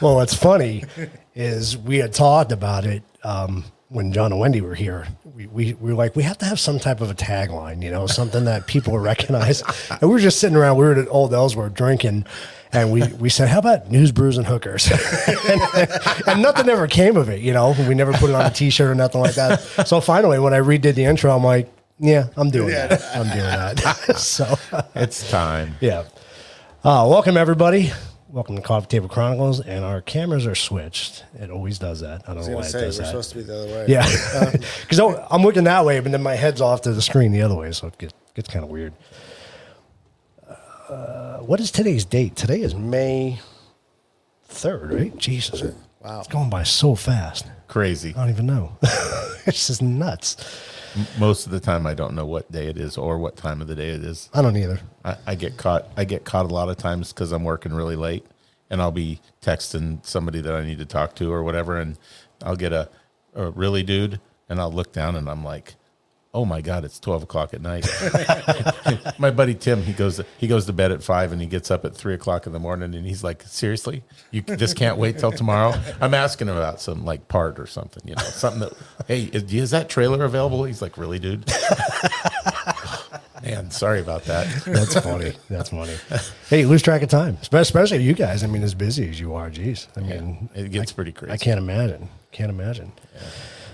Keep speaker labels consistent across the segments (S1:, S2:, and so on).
S1: Well, what's funny is we had talked about it um, when John and Wendy were here. We, we, we were like, we have to have some type of a tagline, you know, something that people recognize. And we were just sitting around, we were at Old Ellsworth drinking, and we, we said, how about news, brews, and hookers? and, and nothing ever came of it, you know. We never put it on a t shirt or nothing like that. So finally, when I redid the intro, I'm like, yeah, I'm doing that. I'm doing that. so.
S2: It's time.
S1: Yeah. Uh, welcome, everybody. Welcome to Coffee Table Chronicles. And our cameras are switched. It always does that. I don't know
S3: I
S1: why
S3: was
S1: it
S3: gonna say we're
S1: does that.
S3: supposed to Uh, be the other way.
S1: yeah. Because I'm looking that way, but then my head's off to the screen the other way. So it gets, gets kind of weird. Uh, what is today's date? Today is May 3rd, right? Jesus.
S3: Wow.
S1: It's going by so fast.
S2: Crazy.
S1: I don't even know. it's just nuts.
S2: Most of the time, I don't know what day it is or what time of the day it is.
S1: I don't either.
S2: I, I get caught. I get caught a lot of times because I'm working really late, and I'll be texting somebody that I need to talk to or whatever, and I'll get a, a really dude, and I'll look down and I'm like, oh my god, it's twelve o'clock at night. my buddy Tim, he goes he goes to bed at five and he gets up at three o'clock in the morning, and he's like, seriously, you this can't wait till tomorrow. I'm asking him about some like part or something, you know, something that hey, is, is that trailer available? He's like, really, dude. Man, sorry about that.
S1: That's funny. That's funny. Hey, you lose track of time, Espe- especially you guys. I mean, as busy as you are, geez. I mean,
S2: It gets pretty crazy.
S1: I can't imagine. Can't imagine.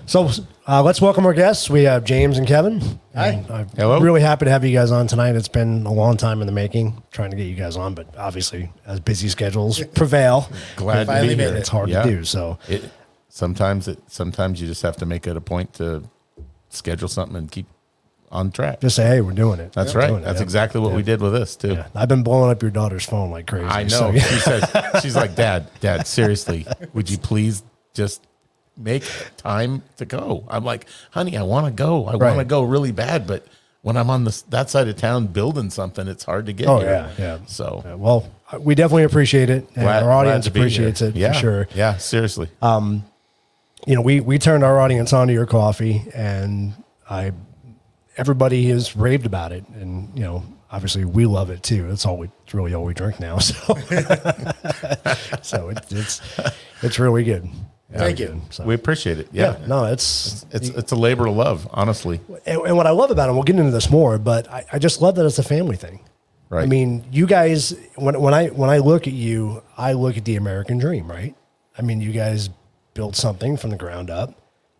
S1: So uh, let's welcome our guests. We have James and Kevin. Hi. I'm
S2: Hello.
S1: really happy to have you guys on tonight. It's been a long time in the making, trying to get you guys on, but obviously, as busy schedules prevail,
S2: Glad to
S3: Finally
S2: be
S3: made
S2: here.
S3: it.
S1: it's hard
S2: Yeah.
S1: to do. So
S2: It, sometimes it sometimes you just have to make it a point to schedule something and keep on track.
S1: just say, hey, we're doing it.
S2: That's
S1: We're
S2: right.
S1: doing it.
S2: That's
S1: Yeah.
S2: exactly what we did with this too.
S1: Yeah. I've been blowing up your daughter's phone like crazy.
S2: I know.
S1: So, yeah.
S2: She says she's like, Dad, Dad, seriously, would you please just make time to go? I'm like, honey, I want to go. I want to
S1: Right.
S2: go really bad, but when I'm on this that side of town building something, it's hard to get.
S1: Oh,
S2: here.
S1: yeah, yeah.
S2: So
S1: Yeah, well, uh, we definitely appreciate it, and
S2: glad-
S1: our audience
S2: glad to be here.
S1: appreciates it
S2: yeah,
S1: for sure. Uh,
S2: Yeah, seriously.
S1: you know, we we turned our audience onto your coffee, and I everybody has raved about it, and you know, obviously we love it too. That's all we it's really all we drink now. So, so it, it's it's really good.
S3: Thank
S1: Really
S3: you.
S1: good. So,
S2: we appreciate it.
S1: yeah,
S2: Yeah.
S1: no, it's.
S2: It's it's a labor of love, honestly.
S1: And, and what I love about it, and we'll get into this more, but I, I just love that it's a family thing.
S2: Right.
S1: I mean, you guys, when, when I when I look at you, I look at the American dream, right? I mean, you guys built something from the ground up,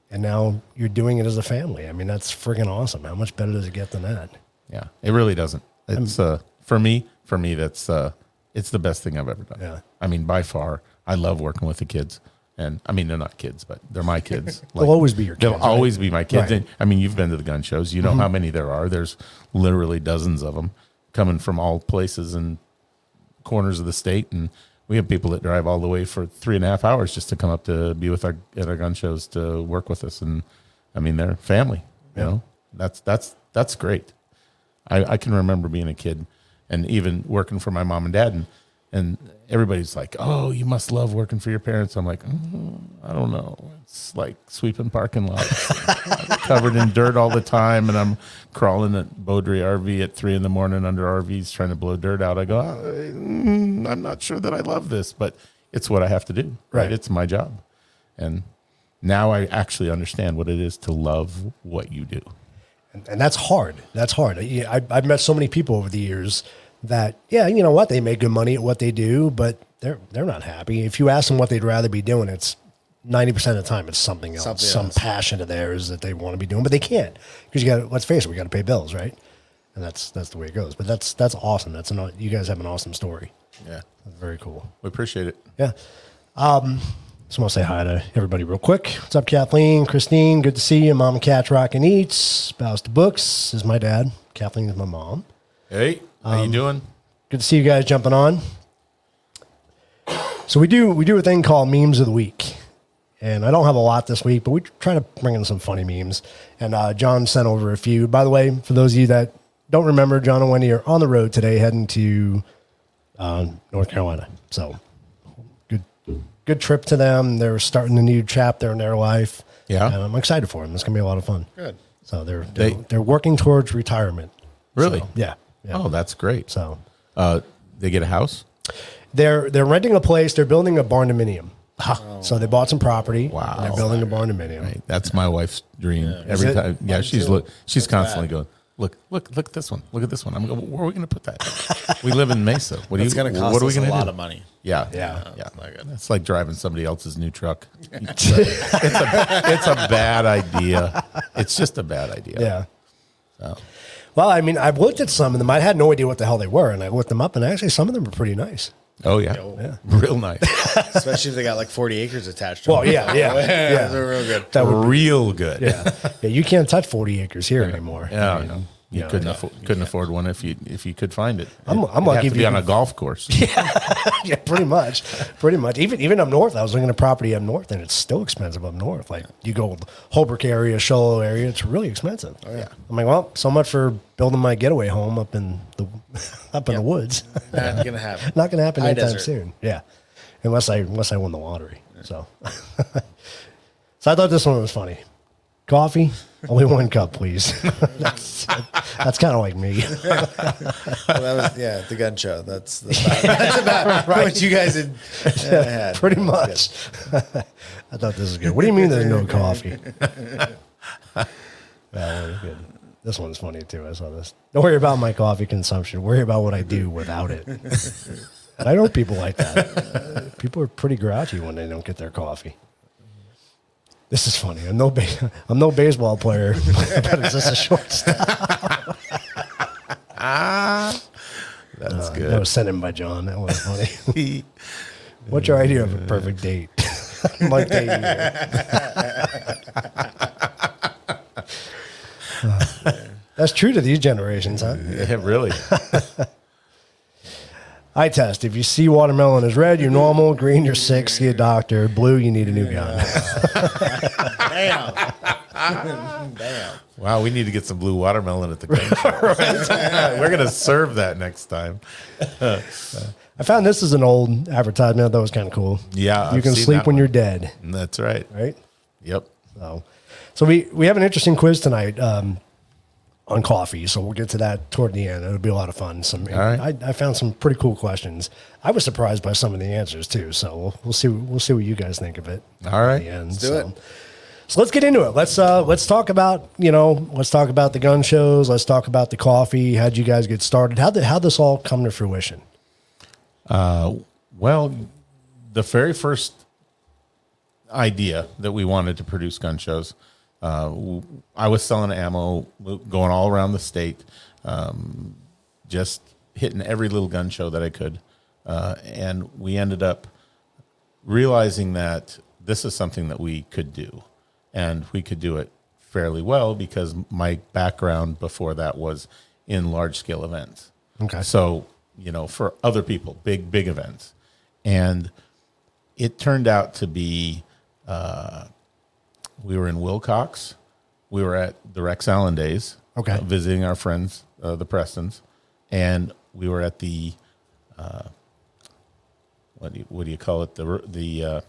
S1: and now you're doing it as a family. I mean, that's freaking awesome. How much better does it get than that?
S2: Yeah, it really doesn't. It's uh for me, for me that's uh it's the best thing I've ever done.
S1: Yeah.
S2: I mean by far. I love working with the kids. And I mean they're not kids, but they're my kids. Like,
S1: They'll always be your
S2: They'll
S1: kids, right?
S2: always be my kids.
S1: Right. Mm-hmm.
S2: And, I mean, you've been to the gun shows. You know how many there are. There's literally dozens of them coming from all places and corners of the state. And we have people that drive all the way for three and a half hours just to come up to be with our at our gun shows to work with us. And I mean, they're family. You know, that's that's that's great. I, I can remember being a kid and even working for my mom and dad and and everybody's like, "Oh, you must love working for your parents." I'm like, "Mm, "I don't know. It's like sweeping parking lots, I'm covered in dirt all the time, and I'm crawling at Beaudry RV at three in the morning under RVs trying to blow dirt out." I go, "Ah, mm, "I'm not sure that I love this, but it's what I have to do.
S1: Right.
S2: right. It's my job." And now I actually understand what it is to love what you do.
S1: And, and that's hard. That's hard. Yeah, I, I've met so many people over the years that, yeah, you know what? They make good money at what they do, but they're they're not happy. If you ask them what they'd rather be doing, it's 90% of the time it's something else,
S3: Something
S1: some
S3: else.
S1: passion of theirs that they want to be doing, but they can't because you got to, let's face it, we got to pay bills, right? And that's that's the way it goes. But that's that's awesome. That's an, aw- you guys have an awesome story.
S2: Yeah,
S1: That's very cool.
S2: we appreciate it.
S1: Yeah. Um, just want to say hi to everybody real quick. What's up, Kathleen? Christine, good to see you. Mom, Cat, Rock and Eats. Spouse to Books is my dad. Kathleen is my mom.
S2: Hey, how you doing?
S1: Good to see you guys jumping on. So we do we do a thing called memes of the week, and I don't have a lot this week, but we try to bring in some funny memes. And uh, John sent over a few. By the way, for those of you that don't remember, John and Wendy are on the road today, heading to uh, North Carolina. So good good trip to them. They're starting a new chapter in their life.
S2: Yeah.
S1: and I'm excited for them. It's gonna be a lot of fun.
S3: Good.
S1: So they're they're,
S2: They-
S1: they're working towards retirement.
S2: Really?
S1: So, yeah. yeah.
S2: Oh, that's great.
S1: So
S2: Uh, they get a house.
S1: They're they're renting a place. They're building a barndominium. So they bought some property.
S2: Wow.
S1: They're building a barndominium.
S2: Right. That's my wife's dream every
S1: Is it?
S2: time. Yeah,
S3: Mine
S2: she's
S3: too.
S2: look, she's
S3: That's
S2: constantly
S3: bad.
S2: going. Look, look, look at this one. Look at this one. I'm going. Where are we going to put that? we live in Mesa. What are
S3: It's
S2: you?
S3: going to cost
S2: what are we
S3: us a
S2: gonna
S3: lot
S2: do?
S3: of money.
S2: Yeah,
S1: Yeah.
S2: yeah.
S3: That's not good.
S2: It's like driving somebody else's new truck. it's, a, it's a bad idea. It's just a bad idea.
S1: Yeah. Well, I mean, I've looked at some of them. I had no idea what the hell they were, and I looked them up, and actually, some of them are pretty nice.
S2: Oh yeah. Real nice.
S3: Especially if they got like 40 acres attached to
S1: Well,
S3: them.
S1: yeah, yeah, yeah.
S3: They're real good.
S1: That would,
S2: Real good.
S1: yeah, yeah. You can't touch forty acres here anymore.
S2: Yeah, you, know, you
S1: yeah,
S2: couldn't afford, couldn't afford one if you if you could find it.
S1: I'm-
S2: It-
S1: I'm
S2: it'd have
S1: lucky
S2: to
S1: if
S2: be
S1: you
S2: on a
S1: can-
S2: golf course.
S1: yeah, pretty much, pretty much. Even even up north, I was looking at property up north, and it's still expensive up north. Like you go Holbrook area, Sholo area, it's really expensive.
S2: Oh,
S1: yeah, I'm like, well, so much for building my getaway home up in the up in the woods.
S3: Not going to happen.
S1: Not going to happen
S3: High
S1: anytime
S3: desert.
S1: soon. Yeah, unless I unless I win the lottery. So, so I thought this one was funny. Coffee, only one cup, please. that's that's kind of like me.
S3: Well, that was, yeah, the gun show. That's, that's about, that's about what you guys had. uh, had.
S1: Pretty much. I thought this was good. What do you mean there's no coffee? that one was good. This one's funny too. I saw this. Don't worry about my coffee consumption. Worry about what I do without it. and I know people like that. People are pretty grouchy when they don't get their coffee. This is funny. I'm no ba- I'm no baseball player, but is this a shortstop?
S2: That's
S1: Uh, That
S2: good.
S1: was sent in by John. That was funny.
S2: He-
S1: What's your idea of a perfect date? Mike Dayton. That's true to these generations, huh?
S2: yeah, really.
S1: Eye test. If you see watermelon is red, you're normal. Green, you're sick. See a doctor. Blue, you need a new gun.
S3: Damn. Damn.
S2: Wow, we need to get some blue watermelon at the gun show. We're gonna serve that next time.
S1: I found this is an old advertisement that was kind of cool.
S2: Yeah,
S1: You
S2: I've
S1: can
S2: seen
S1: sleep
S2: that
S1: when
S2: one.
S1: you're dead,
S2: That's right.
S1: right?
S2: Yep.
S1: So, so we, we have an interesting quiz tonight um, on coffee. So we'll get to that toward the end. It'll be a lot of fun. Some
S2: right.
S1: I, I found some pretty cool questions. I was surprised by some of the answers too. So we'll, we'll see we'll see what you guys think of it.
S2: All
S1: At
S2: right.
S1: the end.
S3: do
S1: so.
S3: it.
S1: So let's get into it. Let's uh, let's talk about you know let's talk about the gun shows. Let's talk about the coffee. How'd you guys get started? How did how this all come to fruition?
S2: Well, the very first idea that we wanted to produce gun shows, uh, w- I was selling ammo, lo- going all around the state, um, just hitting every little gun show that I could, uh, and we ended up realizing that this is something that we could do, and we could do it fairly well because my background before that was in large scale events.
S1: Okay.
S2: So, you know, for other people, big, big events. And it turned out to be uh, we were in Wilcox. We were at the Rex Allen days,
S1: Okay.
S2: uh, visiting our friends, uh, the Prestons. And we were at the, uh, what, do you, what do you call it? The, the uh,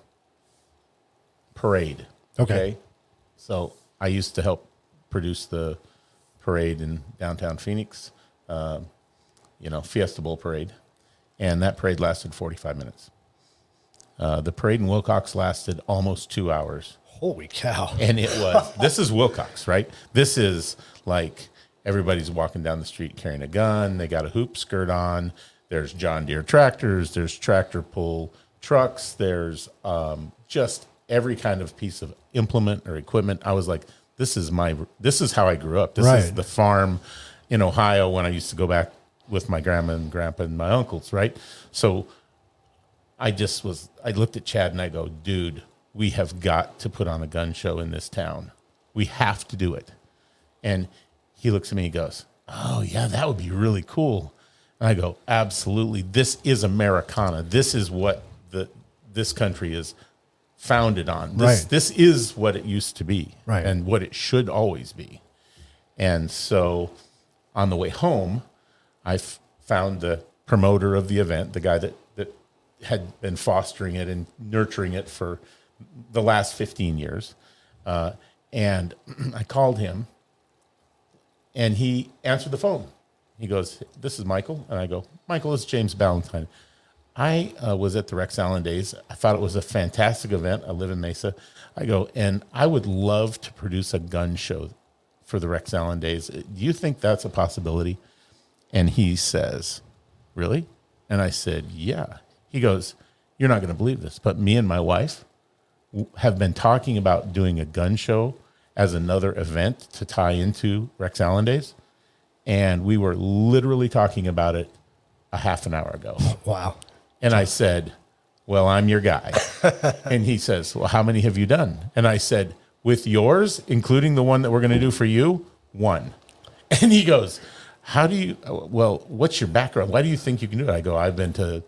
S2: parade.
S1: Okay.
S2: So I used to help produce the parade in downtown Phoenix, uh, you know, Fiesta Bowl parade. And that parade lasted 45 minutes. Uh, the parade in Wilcox lasted almost two hours.
S1: Holy cow!
S2: And it was, this is Wilcox, right? This is like everybody's walking down the street carrying a gun. They got a hoop skirt on. There's John Deere tractors. There's tractor pull trucks. There's um, just every kind of piece of implement or equipment. I was like, this is my, this is how I grew up. This is
S1: Right.
S2: the farm in Ohio when I used to go back with my grandma and grandpa and my uncles, right? So I just was, I looked at Chad and I go, dude, we have got to put on a gun show in this town. We have to do it. And he looks at me and he goes, oh, yeah, that would be really cool. And I go, absolutely. This is Americana. This is what the, this country is founded on. This,
S1: Right.
S2: this is what it used to be
S1: Right.
S2: and what it should always be. And so on the way home, I f- found the promoter of the event, the guy that, that had been fostering it and nurturing it for the last 15 years. Uh, and I called him and he answered the phone. He goes, This is Michael. And I go, Michael, it's James Ballantyne. I uh, was at the Rex Allen Days. I thought it was a fantastic event. I live in Mesa. I go, and I would love to produce a gun show for the Rex Allen Days. Do you think that's a possibility? And he says, Really? And I said, Yeah. He goes, You're not going to believe this, but me and my wife w- have been talking about doing a gun show as another event to tie into Rex Allen Days. And we were literally talking about it a half an hour ago.
S1: Wow.
S2: And I said, Well, I'm your guy. and he says, Well, how many have you done? And I said, With yours, including the one that we're going to do for you, one. And he goes, How do you, well, what's your background? Why do you think you can do it? I go, I've been to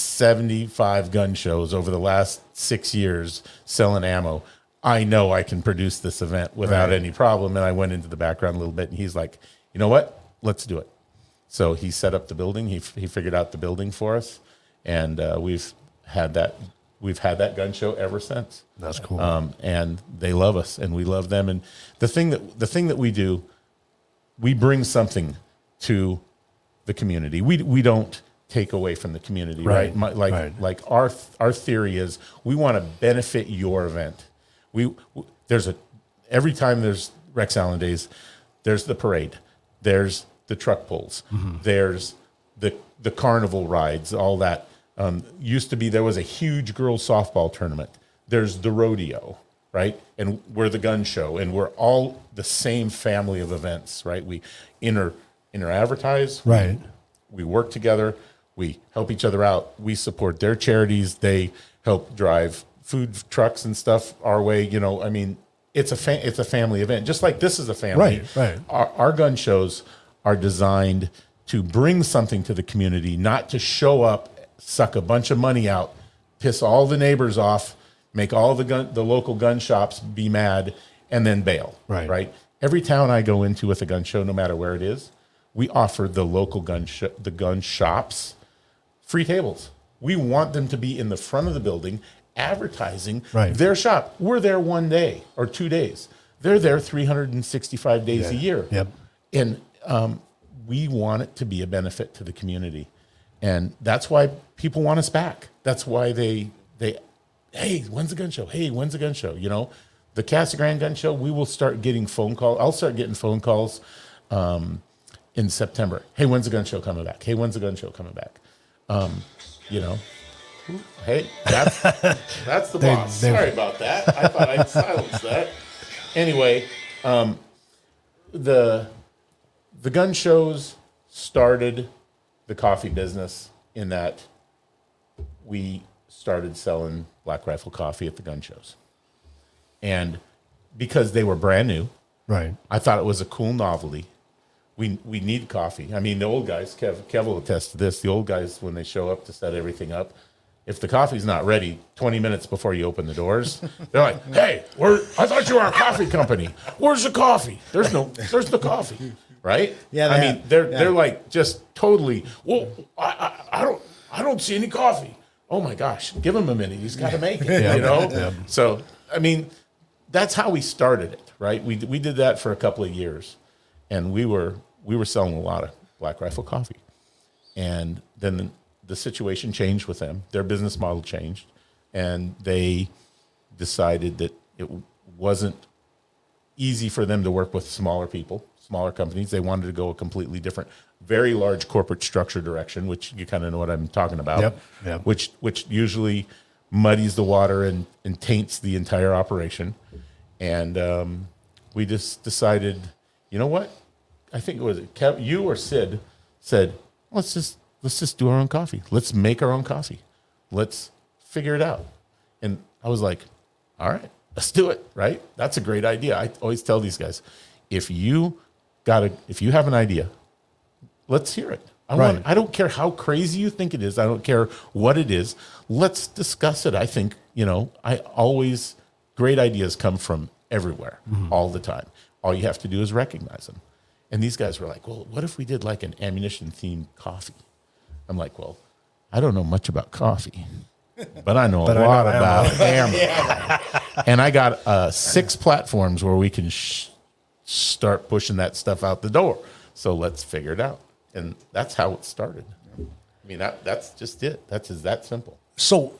S2: 75 gun shows over the last six years selling ammo. I know I can produce this event without any problem. And I went into the background a little bit and he's like, You know what? Let's do it. So he set up the building. He, he figured out the building for us, and uh, we've had that we've had that gun show ever since.
S1: That's cool.
S2: Um, and they love us, and we love them. And the thing that the thing that we do, we bring something to the community. We we don't take away from the community, right?
S1: Right,
S2: My, like
S1: right.
S2: like our th- our theory is we want to benefit your event. We w- there's a every time there's Rex Allen Days, there's the parade, there's the truck pulls, there's the the carnival rides, all that. Um, used to be there was a huge girls softball tournament. There's the rodeo, right? And we're the gun show, and we're all the same family of events, right? We inter inter advertise,
S1: Right.
S2: we work together we help each other out we support their charities they help drive food trucks and stuff our way you know i mean it's a fa- it's a family event just like this is a family
S1: Right, right.
S2: our, our gun shows are designed to bring something to the community not to show up suck a bunch of money out piss all the neighbors off make all the gun the local gun shops be mad and then bail
S1: Right.
S2: right every town i go into with a gun show no matter where it is we offer the local gun sh- the gun shops free tables. We want them to be in the front of the building advertising
S1: Right.
S2: their shop. We're there one day or two days. They're there 365 days a
S1: Yeah.
S2: year.
S1: Yep.
S2: And um, we want it to be a benefit to the community. And that's why people want us back. That's why they, they, hey, when's the gun show? Hey, when's the gun show? You know, the Casa Grande gun show, we will start getting phone calls. I'll start getting phone calls um, in September. Hey, when's the gun show coming back? Hey, when's the gun show coming back? Um, you know, hey, that's, that's the boss.
S1: they-
S2: Sorry about that. I thought I'd silenced that. Anyway, um, the the gun shows started the coffee business in that we started selling Black Rifle coffee at the gun shows, and because they were brand new,
S1: Right.
S2: I thought it was a cool novelty. We we need coffee. I mean, the old guys, Kev, Kev will attest to this. The old guys, when they show up to set everything up, if the coffee's not ready 20 minutes before you open the doors, they're like, "Hey, we're, I thought you were a coffee company. Where's the coffee? There's no there's no coffee, right? I
S3: Yeah, they
S2: mean,
S3: have-
S2: they're
S3: yeah.
S2: they're like just totally. Well, I, I I don't I don't see any coffee. Oh my gosh, give him a minute. He's got to make it. You know. So I mean, that's how we started it, right? We we did that for a couple of years, and we were we were selling a lot of Black Rifle coffee, and then the, the situation changed with them. Their business model changed, and they decided that it wasn't easy for them to work with smaller people, smaller companies. They wanted to go a completely different, very large corporate structure direction, which you kind of know what I'm talking about.
S1: Yep, yep.
S2: Which which usually muddies the water and, and taints the entire operation. And um, we just decided, you know what? I think it was Kev, you or Sid said, let's just let's just do our own coffee. Let's make our own coffee. Let's figure it out. And I was like, all right, let's do it. Right? That's a great idea. I always tell these guys, if you got a if you have an idea, let's hear it. I
S1: Right.
S2: want I don't care how crazy you think it is. I don't care what it is. Let's discuss it. I think, you know, I always great ideas come from everywhere
S1: Mm-hmm.
S2: all the time. All you have to do is recognize them. And these guys were like, "Well, what if we did like an ammunition themed coffee?" I'm like, "Well, I don't know much about coffee, but I know a
S1: I know
S2: lot
S1: ammo."
S2: about ammo." and I got uh, six platforms where we can sh- start pushing that stuff out the door. So let's figure it out. And that's how it started. I mean, that, that's just it. That's is that simple.
S1: So,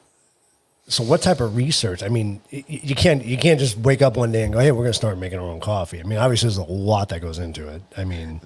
S1: so what type of research? I mean, y- y- you can't you can't just wake up one day and go, "Hey, we're going to start making our own coffee." I mean, obviously, there's a lot that goes into it. I mean,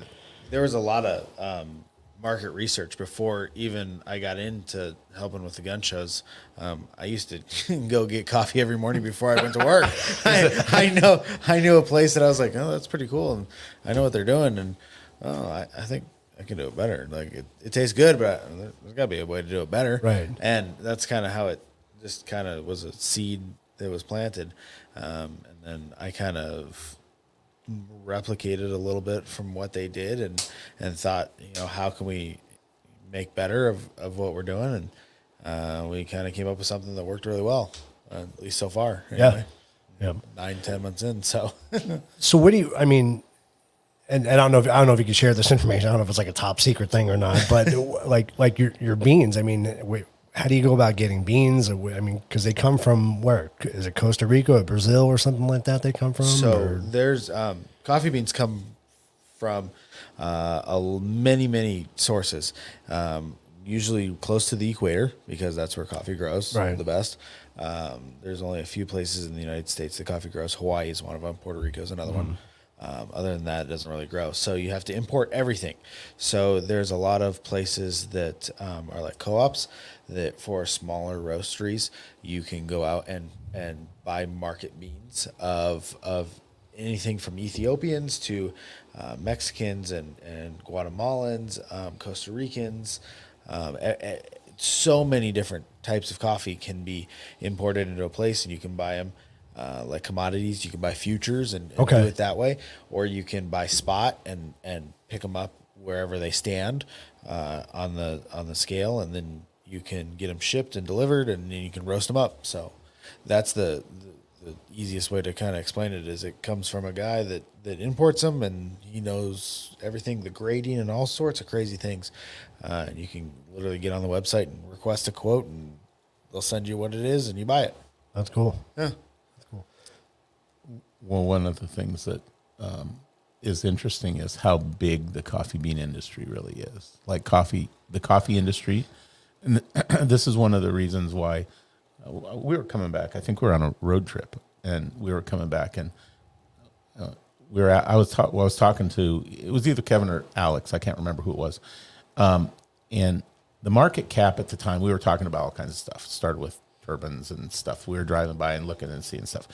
S3: there was a lot of um, market research before even I got into helping with the gun shows. Um, I used to go get coffee every morning before I went to work. I, I know I knew a place that I was like, oh, that's pretty cool, and I know what they're doing, and oh, I, I think I can do it better. Like it, it tastes good, but there- there's got to be a way to do it better,
S1: Right.
S3: And that's kind of how it just kind of was a seed that was planted, um, and then I kind of replicated a little bit from what they did and and thought you know how can we make better of, of what we're doing and uh, we kind of came up with something that worked really well uh, at least so far
S1: yeah,
S3: anyway.
S1: yeah.
S3: nine ten months in so
S1: So, what do you? I mean, and, and I don't know if I don't know if you can share this information. I don't know if it's like a top secret thing or not. But like like your your beans. I mean, wait, how do you go about getting beans? Or wh- I mean, because they come from where? Is it Costa Rica or Brazil or something like that? They come from.
S3: so
S1: or-
S3: there's um, coffee beans come from uh, a l- many many sources um, usually close to the equator because that's where coffee grows
S1: Right.
S3: the best um, there's only a few places in the united states that coffee grows hawaii is one of them puerto rico is another one um, other than that it doesn't really grow so you have to import everything so there's a lot of places that um, are like co-ops that for smaller roasteries you can go out and and buy market beans of of anything from Ethiopians to uh, Mexicans and, and Guatemalans, um, Costa Ricans. Um, e- e- so many different types of coffee can be imported into a place, and you can buy them uh, like commodities. You can buy futures and, and
S1: Okay.
S3: do it that way, or you can buy spot and and pick them up wherever they stand uh, on the on the scale, and then you can get them shipped and delivered, and then you can roast them up. So that's the, the, the easiest way to kind of explain it is it comes from a guy that that imports them and he knows everything the grading and all sorts of crazy things uh, and you can literally get on the website and request a quote and they'll send you what it is and you buy it
S1: that's cool.
S2: Well, one of the things that um, is interesting is how big the coffee bean industry really is. Like coffee, the coffee industry, and this is one of the reasons why uh, we were coming back. I think we were on a road trip, and we were coming back, and we were at, I was ta- well, I was talking to it was either Kevin or Alex I can't remember who it was, um, and the market cap at the time we were talking about all kinds of stuff. It started with turbines and stuff. We were driving by and looking and seeing stuff,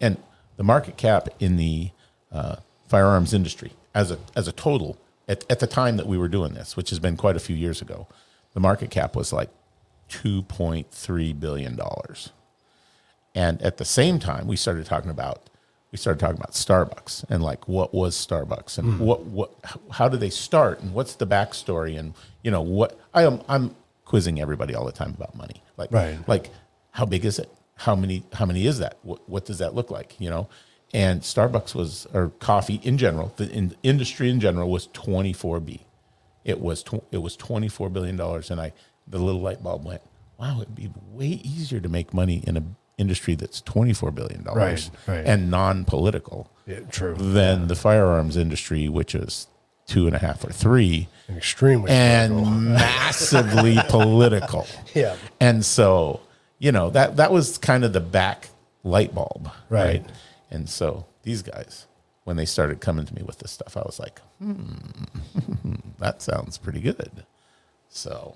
S2: and the market cap in the uh, firearms industry as a as a total at, at the time that we were doing this, which has been quite a few years ago, the market cap was like two point three billion dollars. And at the same time, we started talking about we started talking about Starbucks and like what was Starbucks and what what how do they start and what's the backstory and you know what I am I'm quizzing everybody all the time about money like
S1: Right.
S2: like how big is it how many how many is that what what does that look like you know and Starbucks was or coffee in general the in, industry in general was 24b it was tw- it was 24 billion dollars and i the little light bulb went wow it'd be way easier to make money in an industry that's 24 billion dollars
S1: Right, right.
S2: and non-political
S1: Yeah, true.
S2: than the firearms industry which is two and a half or three
S1: Extremely.
S2: and massively political
S1: Yeah.
S2: and so you know that that was kind of the back light bulb
S1: Right.
S2: and so these guys when they started coming to me with this stuff i was like hmm that sounds pretty good so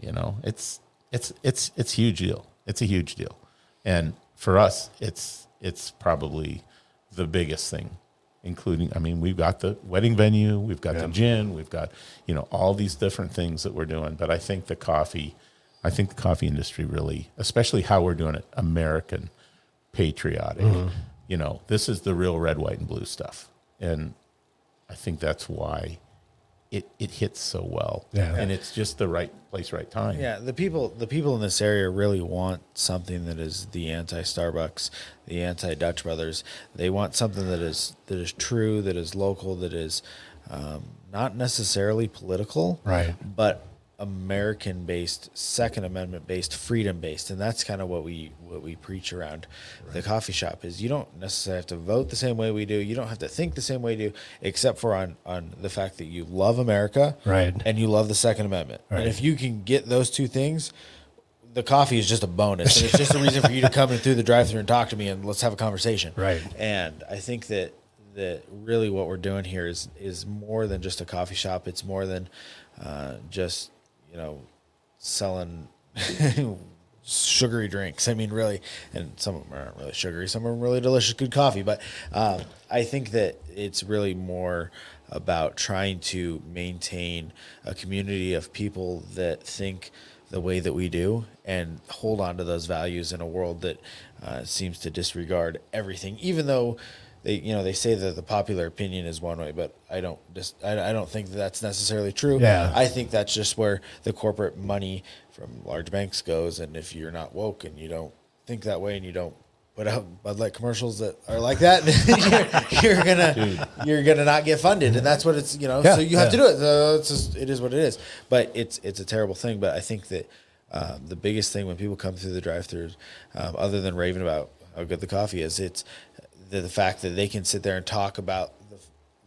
S2: you know it's it's it's it's a huge deal it's a huge deal and for us it's it's probably the biggest thing including i mean we've got the wedding venue we've got the gin we've got you know all these different things that we're doing but i think the coffee i think the coffee industry really especially how we're doing it american patriotic you know this is the real red white and blue stuff and i think that's why it, it hits so well
S1: Yeah.
S2: and it's just the right place right time
S3: Yeah, the people the people in this area really want something that is the anti Starbucks, the anti Dutch Brothers. They want something that is that is true, that is local, that is um, not necessarily political,
S1: Right.
S3: But American based, Second Amendment based, freedom based, and that's kind of what we what we preach around the coffee shop is you don't necessarily have to vote the same way we do, you don't have to think the same way we do, except for on on the fact that you love America,
S1: Right.
S3: and you love the Second Amendment,
S1: Right.
S3: and if you can get those two things. The coffee is just a bonus. And it's just a reason for you to come in through the drive-through and talk to me, and let's have a conversation.
S1: Right.
S3: And I think that that really what we're doing here is is more than just a coffee shop. It's more than uh, just you know selling sugary drinks. I mean, really, and some of them aren't really sugary. Some of them are really delicious, good coffee. But um, I think that it's really more about trying to maintain a community of people that think the way that we do and hold on to those values in a world that uh, seems to disregard everything, even though they, you know, they say that the popular opinion is one way, but I don't just, I, I don't think that that's necessarily true.
S1: Yeah.
S3: I think that's just where the corporate money from large banks goes. And if you're not woke and you don't think that way and you don't put out Bud Light commercials that are like that, then you're, you're gonna, you're gonna not get funded. And that's what it's, you know,
S1: Yeah,
S3: so you have to
S1: yeah.
S3: do it. So it's just, it is what it is. But it's it's a terrible thing. But I think that um, the biggest thing when people come through the drive-throughs, um, other than raving about how good the coffee is, it's the, the fact that they can sit there and talk about the,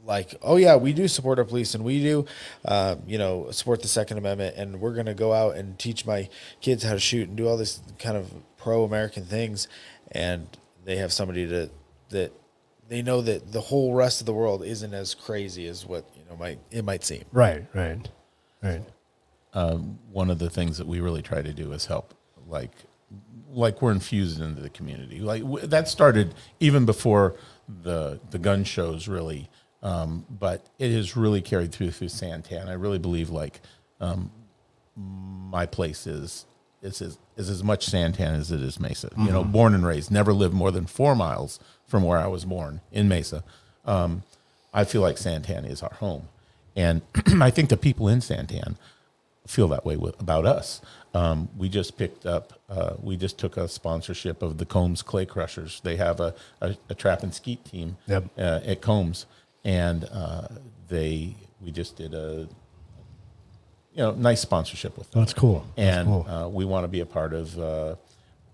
S3: like, oh yeah, we do support our police and we do, um, you know, support the Second Amendment, and we're gonna go out and teach my kids how to shoot and do all this kind of pro-American things, and they have somebody to that. They know that the whole rest of the world isn't as crazy as what you know might it might seem.
S1: Right, right, right.
S2: one of the things that we really try to do is help like like we're infused into the community like w- that started even before the the gun shows really um, but it has really carried through through Santana. I really believe like my place is is is, is as much Santan as it is Mesa. You know, born and raised, never lived more than four miles from where I was born in Mesa. Um, I feel like Santan is our home, and I think the people in Santan feel that way with, about us. Um, we just picked up, uh, we just took a sponsorship of the Combs Clay Crushers. They have a a, a trap and skeet team
S1: Yep.
S2: uh, at Combs, and uh, they we just did a you know nice sponsorship with them
S1: That's cool. That's
S2: and
S1: cool.
S2: uh, we want to be a part of uh,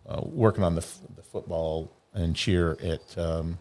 S2: uh, working on the, f- the football and cheer at um,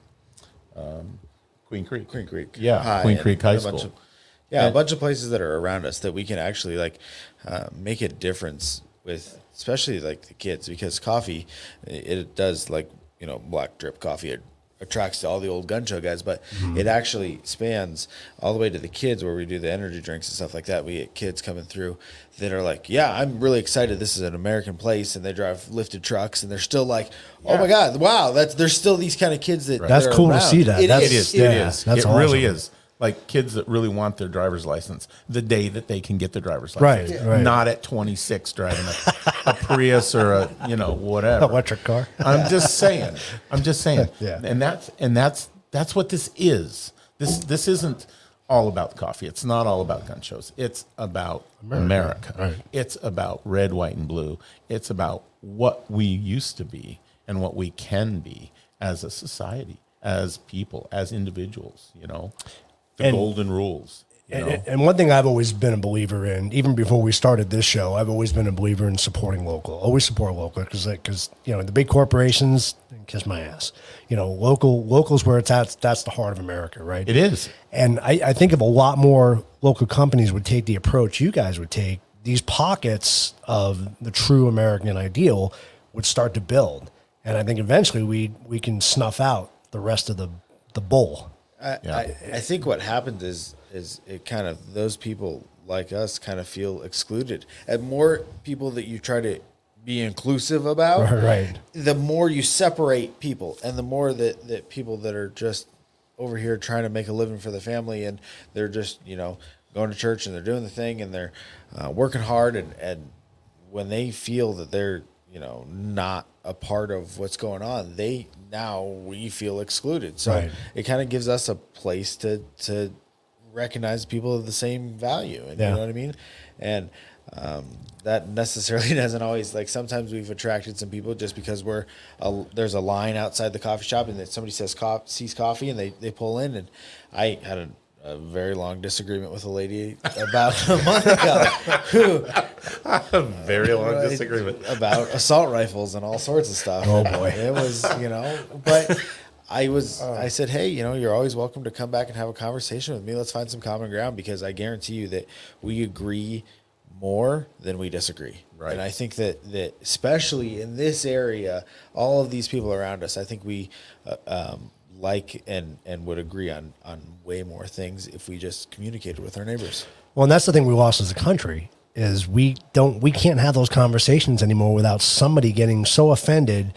S2: um, Queen Creek.
S3: Queen Creek.
S2: Yeah,
S3: High
S2: Queen
S3: and-
S2: Creek
S3: and
S2: High
S3: a bunch
S2: School.
S3: of- yeah, a bunch of places that are around us that we can actually like uh, make a difference with, especially like the kids, because coffee, it, it does like you know black drip coffee. It, attracts all the old gun show guys but
S1: Mm-hmm.
S3: it actually spans all the way to the kids where we do the energy drinks and stuff like that we get kids coming through that are like yeah i'm really excited this is an american place and they drive lifted trucks and they're still like oh my god wow that's there's still these kind of kids that
S1: That's
S3: that are
S1: cool to
S3: around.
S1: see that.
S3: It
S1: That's-
S2: it is.
S1: yeah,
S2: it is.
S1: that's
S2: it really
S1: awesome.
S2: is. Like kids that really want their driver's license the day that they can get their driver's
S1: Right,
S2: license.
S1: right.
S2: Not at 26 driving a, a Prius or a, you know, whatever.
S1: Electric car.
S2: I'm just saying. I'm just saying.
S1: Yeah.
S2: And that's and that's that's what this is. This this isn't all about coffee. It's not all about gun shows. It's about America.
S1: Right.
S2: It's about red, white, and blue. It's about what we used to be and what we can be as a society, as people, as individuals. You know, the
S1: And-
S2: golden rules. You know,
S1: And, and one thing I've always been a believer in, even before we started this show, I've always been a believer in supporting local. Always support local because because you know the big corporations kiss my ass. You know, local locals where it's at. That's the heart of America, right?
S2: it is.
S1: And I, I think if a lot more local companies would take the approach you guys would take, these pockets of the true American ideal would start to build. And I think eventually we we can snuff out the rest of the the bull.
S3: I,
S2: Yeah.
S3: I, I think what happens is is it kind of those people like us kind of feel excluded, and more people that you try to be inclusive about,
S1: Right.
S3: the more you separate people, and the more that that people that are just over here trying to make a living for the family, and they're just you know going to church and they're doing the thing and they're uh, working hard, and and when they feel that they're you know not a part of what's going on, they now we feel excluded. So
S1: Right.
S3: it kind of gives us a place to to recognize people of the same value and
S1: Yeah.
S3: you know what i mean and um, that necessarily doesn't always like sometimes we've attracted some people just because we're a, there's a line outside the coffee shop and that somebody says cop sees coffee and they, they pull in and i had a, a very long disagreement with a lady about a month ago who
S2: A very long disagreement.
S3: about assault rifles and all sorts of stuff. Oh boy, Oh. it was you know. But I was I said, hey, you know, you're always welcome to come back and have a conversation with me. Let's find some common ground because I guarantee you that we agree more than we disagree.
S2: Right.
S3: And I think that that especially in this area, all of these people around us, I think we. Uh, um, like and and would agree on on way more things if we just communicated with our neighbors.
S1: Well, and that's the thing we lost as a country is we don't we can't have those conversations anymore without somebody getting so offended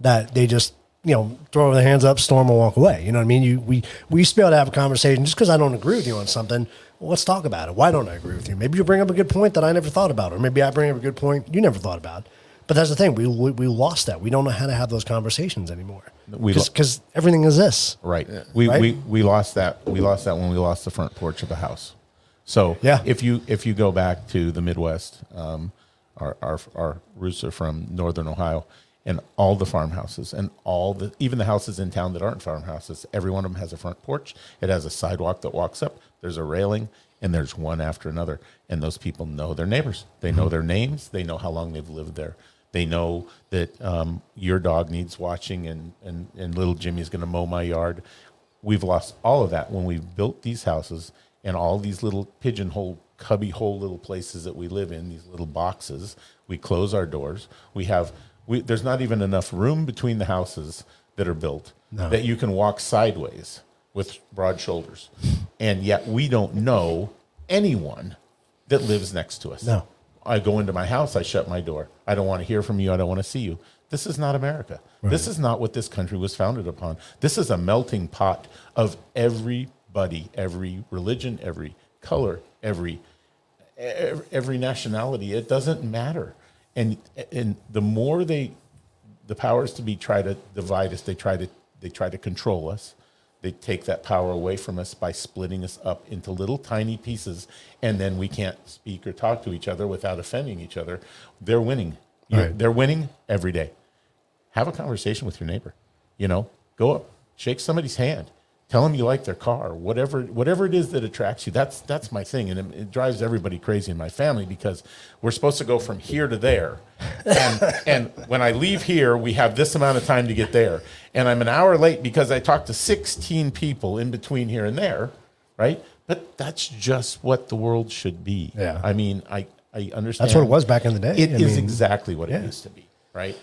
S1: that they just you know throw their hands up, storm, and walk away. You know what I mean? You we we used to be able to have a conversation just because I don't agree with you on something. Well, let's talk about it. Why don't I agree with you? Maybe you bring up a good point that I never thought about, or maybe I bring up a good point you never thought about. But that's the thing we we, we lost that. We don't know how to have those conversations anymore.
S2: We lo-
S1: because everything is this.
S2: Right. We,
S1: Right?
S2: we we lost that. We lost that when we lost the front porch of the house. So
S1: Yeah.
S2: if you if you go back to the Midwest, um, our, our our roots are from northern Ohio, and all the farmhouses and all the even the houses in town that aren't farmhouses, every one of them has a front porch. It has a sidewalk that walks up. There's a railing, and there's one after another. And those people know their neighbors. They know their names. They know how long they've lived there. They know that um, your dog needs watching, and and and little Jimmy's going to mow my yard. We've lost all of that when we've built these houses and all these little pigeonhole, cubbyhole little places that we live in. These little boxes. We close our doors. We have. We, there's not even enough room between the houses that are built that you can walk sideways with broad shoulders, and yet we don't know anyone that lives next to us.
S1: No.
S2: I go into my house, I shut my door. I don't want to hear from you. I don't want to see you. This is not America. This is not what this country was founded upon. This is a melting pot of everybody, every religion, every color, every ev- every nationality. It doesn't matter. And and the more they the powers to be try to divide us, they try to they try to control us. They take that power away from us by splitting us up into little tiny pieces, and then we can't speak or talk to each other without offending each other. They're winning. You-
S1: Right.
S2: They're winning every day have a conversation with your neighbor. You know, go up, shake somebody's hand, tell them you like their car, whatever whatever it is that attracts you. That's that's my thing, and it, it drives everybody crazy in my family because we're supposed to go from here to there, and, and when I leave here, we have this amount of time to get there, and I'm an hour late because I talked to 16 people in between here and there, right? But that's just what the world should be.
S1: Yeah.
S2: I mean, I I understand.
S1: That's what it was back in the day.
S2: It is
S1: I mean-
S2: exactly what it used to be, right?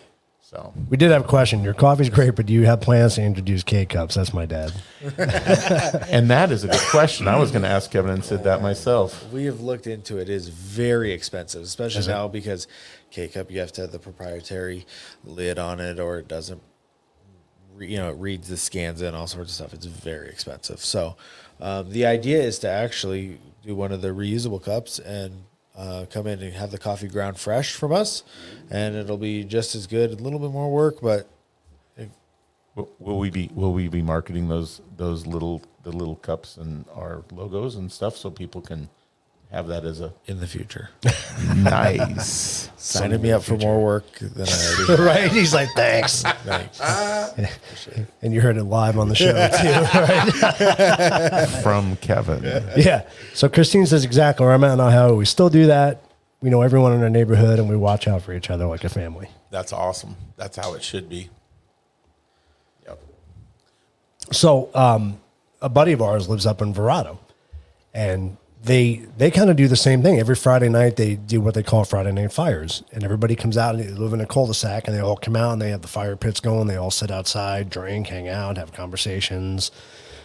S2: So.
S1: We did have a question. Your coffee's great, but do you have plans to introduce K cups? That's my dad.
S2: And that is a good question. I was going to ask Kevin and said that myself.
S3: We have looked into it. It is very expensive, especially now because K cup you have to have the proprietary lid on it, or it doesn't. re- You know, it reads the scans and all sorts of stuff. It's very expensive. So, um, the idea is to actually do one of the reusable cups and uh, come in and have the coffee ground fresh from us, and it'll be just as good. A little bit more work, but
S2: W- Will we be Will we be marketing those those little the little cups and our logos and stuff so people can have that as a
S3: in the future,
S2: nice
S3: signing me up for more work than I already.
S1: right? He's like, thanks. and you heard it live on the show, too.
S2: from Kevin.
S1: yeah. So Christine says exactly where I'm at in Ohio. We still do that. We know everyone in our neighborhood and we watch out for each other like a family.
S2: That's awesome. That's how it should be. Yep.
S1: So um, a buddy of ours lives up in Verado, and they they kind of do the same thing every Friday night. They do what they call Friday night fires, and everybody comes out and they live in a cul-de-sac, and they all come out and they have the fire pits going. They all sit outside, drink, hang out, have conversations.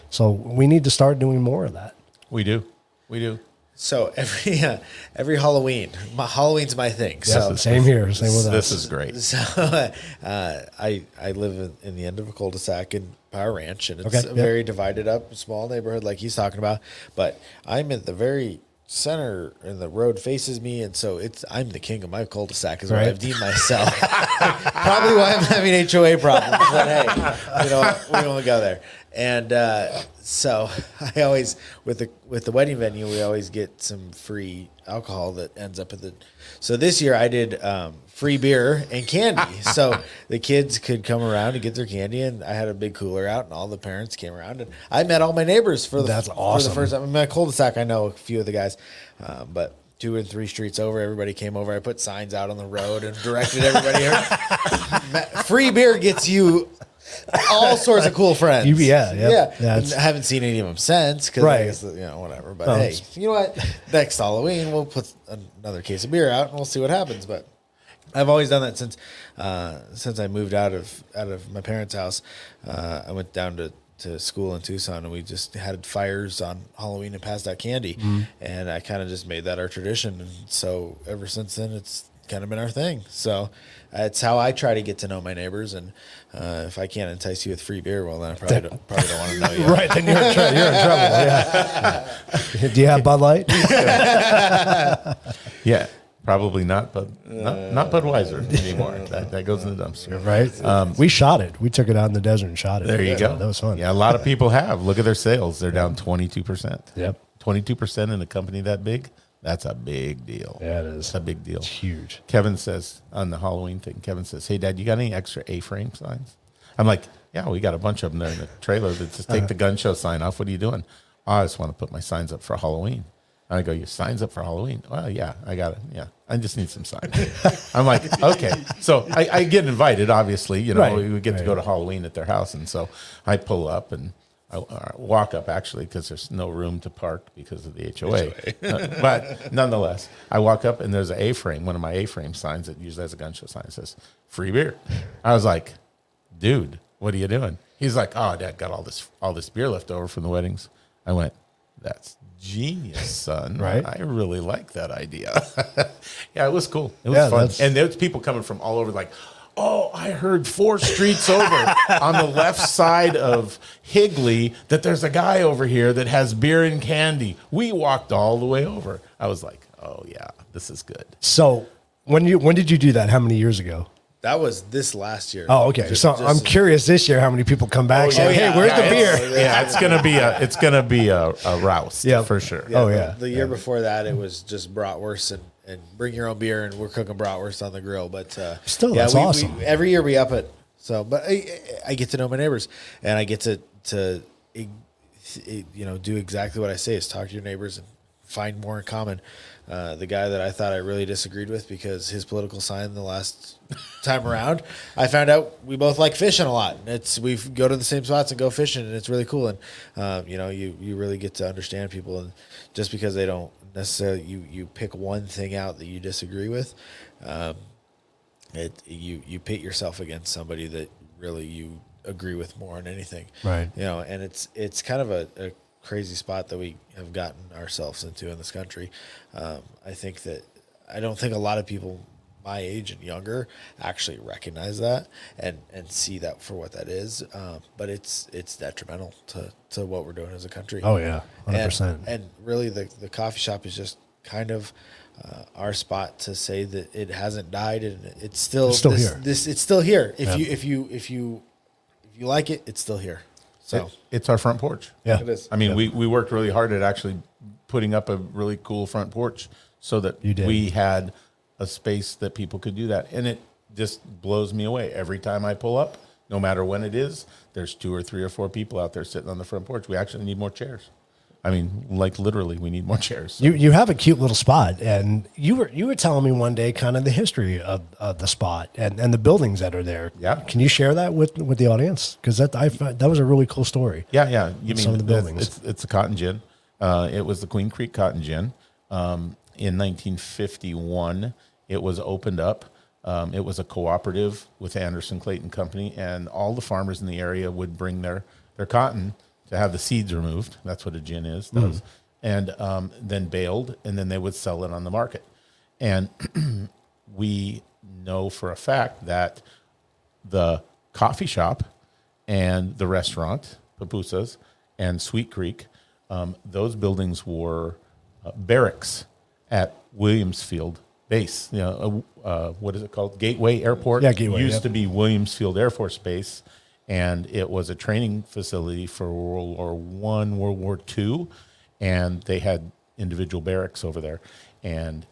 S1: So we need to start doing more of that.
S2: We do. We do.
S3: So every uh, every Halloween, my, Halloween's my thing. so
S1: same here, same with us.
S2: This is great.
S3: So uh, I I live in, in the end of a cul-de-sac in Power Ranch, and it's
S1: Okay,
S3: a
S1: yep.
S3: very divided up, small neighborhood like he's talking about. But I'm at the very center, and the road faces me, and so it's I'm the king of my cul-de-sac, is what
S1: Right.
S3: I've deemed myself. Probably why I'm having HOA problems, but hey, you know we don't go there. And uh, so I always with the with the wedding venue, we always get some free alcohol that ends up at the. So this year I did um, free beer and candy. so the kids could come around and get their candy, and I had a big cooler out, and all the parents came around, and I met all my neighbors for the
S1: That's
S3: for
S1: awesome.
S3: the first time. In my cul-de-sac, I know a few of the guys, uh, but. Two and three streets over, everybody came over. I put signs out on the road and directed everybody. Ma- Free beer gets you all sorts of cool friends.
S1: You- yeah, yeah.
S3: yeah.
S1: Yeah,
S3: And
S1: it's-
S3: I haven't seen any of them since because
S1: Right.
S3: I guess, you know, whatever. But
S1: Oh,
S3: hey,
S1: it's-
S3: you know what? Next Halloween, we'll put another case of beer out and we'll see what happens. But I've always done that since uh, since I moved out of out of my parents' house. Uh, I went down to to school in Tucson and we just had fires on Halloween and passed out candy,
S1: Mm-hmm.
S3: and I kind of just made that our tradition. And so ever since then, it's kind of been our thing. So. uh, It's how I try to get to know my neighbors, and uh, if I can't entice you with free beer, well, then I probably don't, probably don't want to know you.
S1: Right, then you're in, trou- you're in trouble. Yeah. Do you have Bud Light?
S2: Yeah, probably not, but not, not Budweiser anymore. that, that goes in the dumpster.
S1: Right. we shot it. We took it out in the desert and shot it.
S2: Um, There you
S1: Yeah,
S2: go.
S1: That was fun.
S2: Yeah, a lot of people have. Look at their sales; they're down twenty two percent.
S1: Yep.
S2: twenty two percent in a company that big. That's a big deal.
S1: Yeah, it is.
S2: That's a big deal.
S1: It's huge.
S2: Kevin says on the Halloween thing. Kevin says, "Hey, Dad, you got any extra A frame signs?" I'm like, "Yeah, we got a bunch of them there in the trailer. That just
S1: Uh-huh.
S2: take the gun show sign off. What are you doing? "Oh, I just want to put my signs up for Halloween." And I go, "Your signs up for Halloween? Well, yeah, I got it. Yeah, I just need some signs." I'm like, "Okay." So I, I get invited, obviously. You know,
S1: Right.
S2: we get to
S1: Right.
S2: go to Halloween at their house, and so I pull up and. I uh, walk up actually because there's no room to park because of the HOA. Uh, but nonetheless, I walk up and there's a A-frame, one of my A-frame signs that usually has a gun show sign that says "free beer." I was like, "Dude, what are you doing?" He's like, "Oh, Dad got all this all this beer left over from the weddings." I went, "That's genius, son.
S1: Right.
S2: I really like that idea." yeah, it was cool. It was
S1: Yeah,
S2: fun,
S1: that's-
S2: and there's people coming from all over, like. Oh, I heard four streets over on the left side of Higley that there's a guy over here that has beer and candy. We walked all the way over. I was like, oh, yeah, this is good.
S1: So when you when did you do that? How many years ago?
S3: That was this last year.
S1: Oh, okay.
S3: Just-
S1: so
S3: just-
S1: I'm curious this year how many people come back
S2: Oh,
S1: saying,
S3: yeah.
S1: "Hey, where's
S2: Yeah,
S1: the
S2: it's-
S1: beer?"
S3: beer?
S2: Yeah, it's gonna be a it's gonna be a, a roust
S1: Yeah.
S2: for sure.
S1: Yeah. Oh,
S3: The, the year before that, it was just bratwurst and, and bring your own beer, and we're cooking bratwurst on the grill. But uh,
S1: Still, that's
S3: we,
S1: awesome.
S3: We, every year we up it. So, but I, I get to know my neighbors, and I get to to eh, eh, you know do exactly what I say is talk to your neighbors and find more in common. Uh, the guy that I thought I really disagreed with because his political sign the last time around, I found out we both like fishing a lot. It's we go to the same spots and go fishing, and it's really cool. And um, you know, you you really get to understand people, and just because they don't necessarily you you pick one thing out that you disagree with, um, it you you pit yourself against somebody that really you agree with more on anything
S1: Right.
S3: you know and it's it's kind of a, a crazy spot that we have gotten ourselves into in this country um, i think that i don't think a lot of people my age and younger actually recognize that and and see that for what that is um, but it's it's detrimental to to what we're doing as a country
S1: Oh yeah, hundred percent.
S3: and, and really, the, the coffee shop is just kind of uh, our spot to say that it hasn't died and it's still
S1: It's still
S3: this,
S1: here.
S3: This it's still here. If
S1: Yeah.
S3: you if you if you if you like it, it's still here. So
S2: It- it's our front porch.
S1: Yeah,
S3: it is.
S2: I mean, we, we worked really hard at actually putting up a really cool front porch so that
S1: You did.
S2: we had a space that people could do that. And it just blows me away every time I pull up, no matter when it is, there's two or three or four people out there sitting on the front porch. We actually need more chairs. I mean, like literally, we need more chairs.
S1: You you have a cute little spot, and you were you were telling me one day kind of the history of, of the spot and, and the buildings that are there.
S2: Yeah.
S1: can you share that with with the audience? Because that I found, that was a really cool story.
S2: Yeah, yeah. You mean
S1: some of the
S2: that's-
S1: buildings.
S2: It's, it's the Cotton Gin. Uh, it was the Queen Creek Cotton Gin um, in 1951. It was opened up. Um, it was a cooperative with Anderson Clayton Company, and all the farmers in the area would bring their their cotton to have the seeds removed. That's what a gin is. That
S1: Hmm.
S2: was- and um, then baled, and then they would sell it on the market. And we know for a fact that the coffee shop and the restaurant, Papusas and Sweet Creek, um, those buildings were uh, barracks at Williamsfield Base. You know, uh, uh, what is it called? Gateway Airport.
S1: Yeah, Gateway,
S2: Used
S1: yep.
S2: to be Williams Field Air Force Base, and it was a training facility for World War One, World War Two, and they had individual barracks over there. And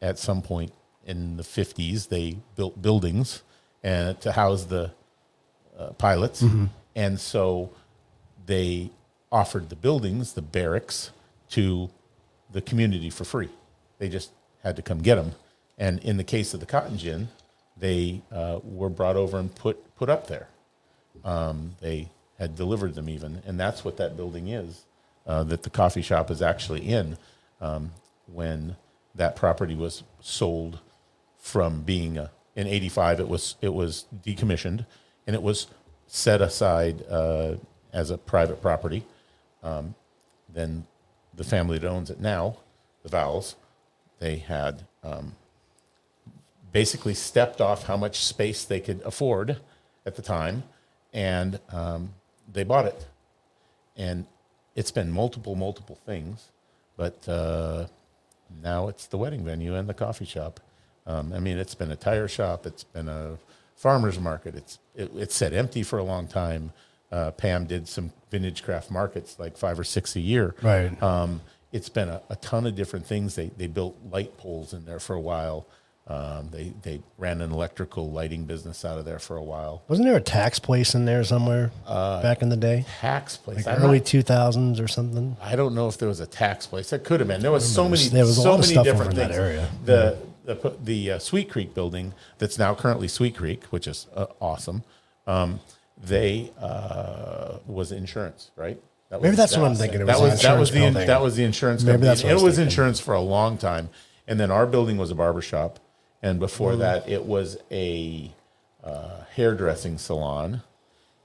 S2: at some point, in the 50s they built buildings and to house the uh, pilots and so they offered the buildings the barracks to the community for free they just had to come get them and in the case of the cotton gin they uh, were brought over and put put up there Um, they had delivered them even and that's what that building is uh, that the coffee shop is actually in um, when that property was sold from being a, in 85 it was it was decommissioned and it was set aside uh, as a private property um, then the family that owns it now the vowels they had um, basically stepped off how much space they could afford at the time, and um, they bought it. And it's been multiple, multiple things, but uh, now it's the wedding venue and the coffee shop. Um, I mean, it's been a tire shop, it's been a farmer's market. It's it, it sat empty for a long time. Uh, Pam did some vintage craft markets, like five or six a year.
S1: Right.
S2: Um, it's been a, a ton of different things. They they built light poles in there for a while. Um, they they ran an electrical lighting business out of there for a while.
S1: Wasn't there a tax place in there somewhere
S2: Uh,
S1: back in the day?
S2: Tax place.
S1: Like
S2: I'm not-
S1: early 2000s or something?
S2: I don't know if there was a tax place. There could have been. There was so many.
S1: There was a
S2: so
S1: lot of
S2: many
S1: stuff
S2: different
S1: over in that
S2: things.
S1: area.
S2: The the pu- the uh, Sweet Creek building that's now currently Sweet Creek, which is uh, awesome. Um, they uh, was insurance, right? That
S1: Maybe that's what I'm
S2: was-
S1: thinking. It
S2: That
S1: was
S2: was that was
S1: insurance
S2: the in-
S1: building.
S2: that was the insurance.
S1: Maybe
S2: company.
S1: that's what I
S2: it
S1: was
S2: was
S1: thinking.
S2: insurance for a long time, and then our building was a barber shop, and before
S1: Mm.
S2: that it was a uh, hairdressing salon,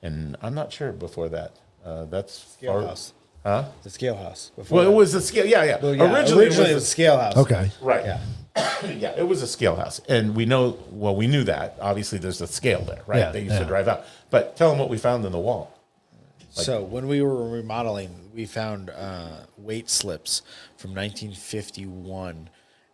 S2: and I'm not sure before that. Uh, that's
S3: Scale
S2: far-
S3: house. Huh? The scale house. Before
S2: well,
S3: that.
S2: it was a scale. Yeah, yeah.
S3: Well, yeah,
S2: originally, it
S3: it
S2: was
S3: was scale house.
S1: Okay.
S2: a, right.
S3: Yeah.
S2: Yeah. yeah, it was a scale house, and we know. Well, we knew that. Obviously, there's a scale there, right?
S1: Yeah,
S2: they used
S1: yeah.
S2: to drive out. But tell them what we found in the wall.
S3: so when we were remodeling, we found uh, weight slips from 1951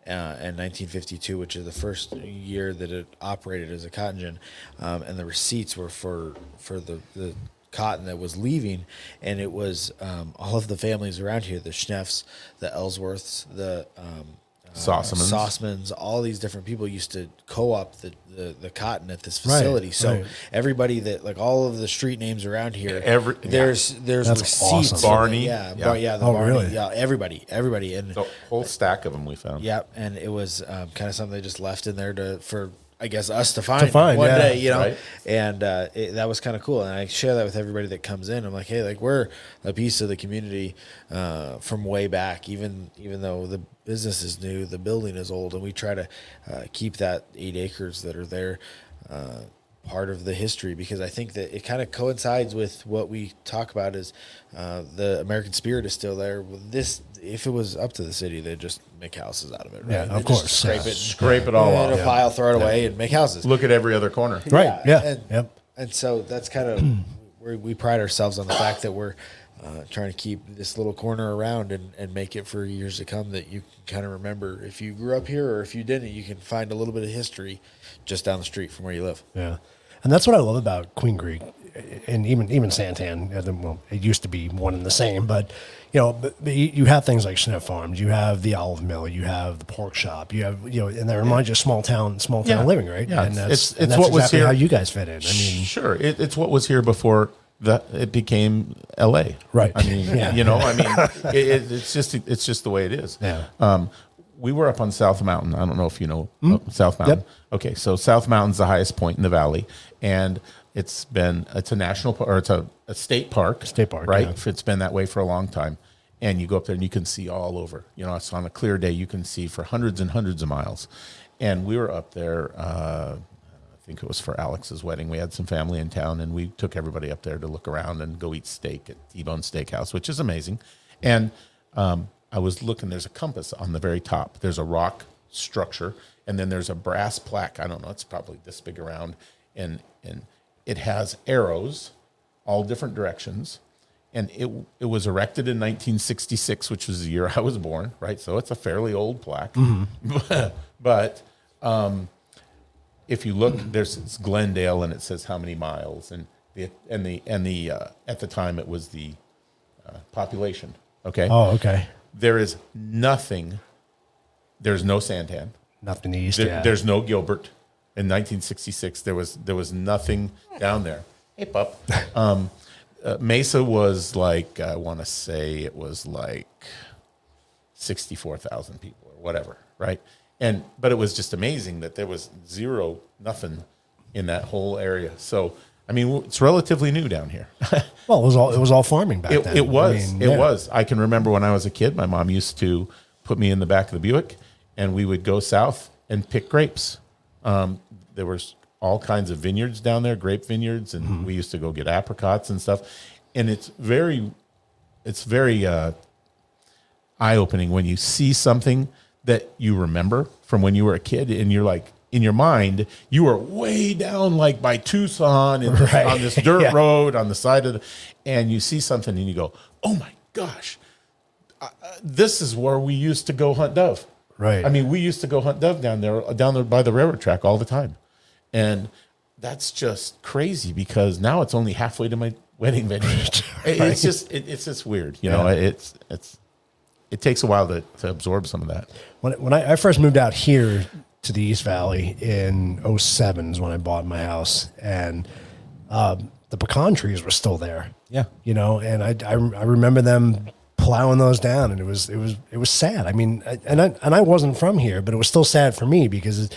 S3: uh, and 1952, which is the first year that it operated as a cotton gin, um, and the receipts were for for the the cotton that was leaving, and it was um, all of the families around here, the Schneffs, the Ellsworths, the um,
S2: Saucemans.
S3: Saucemans, all these different people used to co-op the, the, the cotton at this
S1: Right,
S3: facility. so
S1: right.
S3: everybody that like all of the street names around here,
S2: Every- yeah.
S3: there's there's
S1: That's
S3: receipts.
S1: awesome.
S3: and-
S2: Barney,
S3: yeah,
S2: yeah.
S3: yeah, yeah the
S1: Oh,
S3: Barney,
S1: really?
S3: yeah, everybody, everybody, and
S2: The whole stack of them we found.
S3: yeah, and it was um, kind of something they just left in there to for I guess us to find,
S1: find,
S3: one
S1: yeah,
S3: day, you know,
S2: right.
S3: and uh, it, that was kind of cool. And I share that with everybody that comes in. I'm like, hey, like we're a piece of the community uh, from way back, even even though the business is new, the building is old, and we try to uh, keep that eight acres that are there. Uh, part of the history because I think that it kind of coincides with what we talk about is uh, the American spirit is still there. This, if it was up to the city, they'd just make houses out of it. Right?
S1: Yeah, of
S3: They'd just
S1: course, Oh,
S3: Scrape
S1: yeah.
S3: it,
S2: Scrape it all
S3: in
S2: off.
S3: a pile, throw it away, and make houses.
S2: Look at every other corner.
S1: Right. Yeah.
S3: And,
S1: yep.
S3: and so that's kind of we we pride ourselves on the fact that we're uh, trying to keep this little corner around and, and make it for years to come that you can kind of remember if you grew up here or if you didn't, you can find a little bit of history just down the street from where you live.
S1: Yeah, and that's what I love about Queen Creek, and even even Santan. uh, the- Well, it used to be one and the same, but you know, but but you you have things like Sniff Farms, you have the olive mill, you have the pork shop, you have you know, and that reminds you of small town, small town
S2: Yeah.
S1: living, right?
S2: Yeah,
S1: and
S2: it's-
S1: that's,
S2: it's-
S1: and
S2: it's
S1: that's
S2: what was
S1: exactly
S2: here.
S1: how you guys fit in. I mean,
S2: sure, it, it's what was here before that it became L.A.
S1: Right.
S2: I mean,
S1: Yeah.
S2: you know, I mean, it, it, it's just it's just the way it is.
S1: Yeah.
S2: Um, we were up on South Mountain. I don't know if you know uh, South Mountain.
S1: Hmm? Yep.
S2: Okay, so South Mountain's the highest point in the valley, and it's been it's a national par- or it's a, a state park.
S1: State park,
S2: right?
S1: yeah.
S2: It's been that way for a long time. And you go up there and you can see all over. You know, it's on a clear day, you can see for hundreds and hundreds of miles. And we were up there, uh, I think it was for Alex's wedding. We had some family in town and we took everybody up there to look around and go eat steak at T Bone Steakhouse, which is amazing. And um, I was looking, there's a compass on the very top, there's a rock structure, and then there's a brass plaque. I don't know, it's probably this big around. And, and it has arrows all different directions. And it it was erected in 1966, which was the year I was born, right? So it's a fairly old plaque. but um, if you look, there's it's Glendale, and it says how many miles, and the and the and the uh, at the time it was the uh, population. Okay,
S1: oh, okay,
S2: there is nothing. There's no Santan.
S1: nothing east.
S2: There,
S1: yeah.
S2: There's no Gilbert. In 1966, there was there was nothing down there. Hey, pup. Um, uh, Mesa was like I want to say it was like 64,000 people or whatever, right? And but it was just amazing that there was zero nothing in that whole area. So I mean, it's relatively new down here.
S1: well, it was all it was all farming back
S2: It,
S1: then. I
S2: it was.
S1: mean,
S2: it
S1: yeah.
S2: was. I can remember when I was a kid, my mom used to put me in the back of the Buick and we would go south and pick grapes. Um, there was all kinds of vineyards down there, grape vineyards, and
S1: Mm-hmm.
S2: we used to go get apricots and stuff. And it's very, it's very uh, eye opening when you see something that you remember from when you were a kid and you're like, in your mind, you were way down like by Tucson and
S1: Right.
S2: on this dirt
S1: Yeah.
S2: road on the side of the, and you see something and you go, oh my gosh, I, I- this is where we used to go hunt dove.
S1: Right.
S2: I mean, we used to go hunt dove down there, down there by the railroad track all the time. And that's just crazy because now it's only halfway to my wedding venue. It- It's just, it, it's just weird. You know, it's, it's, it takes a while to, to absorb some of that.
S1: when, when I, I first moved out here to the East Valley in 07 is when I bought my house, and um, the pecan trees were still there.
S2: Yeah.
S1: you know, and I, I, I remember them plowing those down, and it was it was it was sad. I mean, I, and I and I wasn't from here, but it was still sad for me because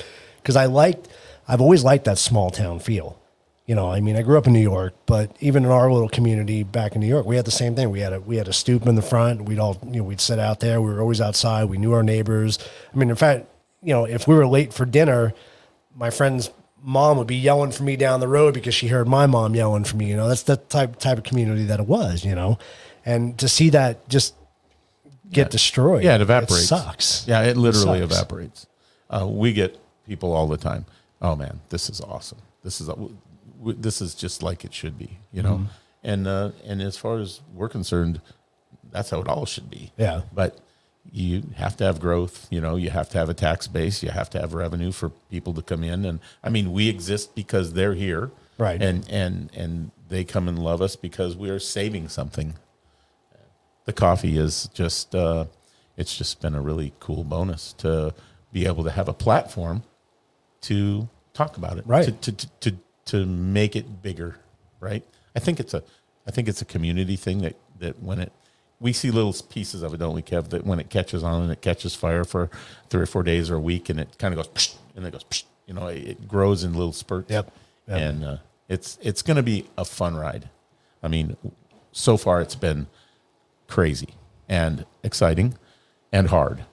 S1: because I liked I've always liked that small town feel. You know, I mean, I grew up in New York, but even in our little community back in New York, we had the same thing. We had a we had a stoop in the front. We'd all you know we'd sit out there. We were always outside. We knew our neighbors. I mean, in fact, you know, if we were late for dinner, my friend's mom would be yelling for me down the road because she heard my mom yelling for me. You know, that's the type type of community that it was. You know, and to see that just get destroyed,
S2: Yeah, it evaporates.
S1: sucks.
S2: Yeah, it literally
S1: sucks.
S2: evaporates. Uh, we get people all the time. Oh man, this is awesome. This is w- w- this is just like it should be. You
S1: Mm-hmm.
S2: know, and uh, and as far as we're concerned, that's how it all should be.
S1: Yeah.
S2: but you have to have growth. You know, you have to have a tax base. You have to have revenue for people to come in. And I mean, we exist because they're here,
S1: Right.
S2: And and and they come and love us because we are saving something the coffee is just uh, it's just been a really cool bonus to be able to have a platform to talk about it
S1: Right.
S2: to to, to, to to make it bigger right i think it's a i think it's a community thing that that when it we see little pieces of it don't we kev that when it catches on and it catches fire for three or four days or a week and it kind of goes psh, and then it goes psh, you know it, it grows in little spurts
S1: Yep. Yep.
S2: and uh, it's it's going to be a fun ride i mean so far it's been crazy and exciting and hard.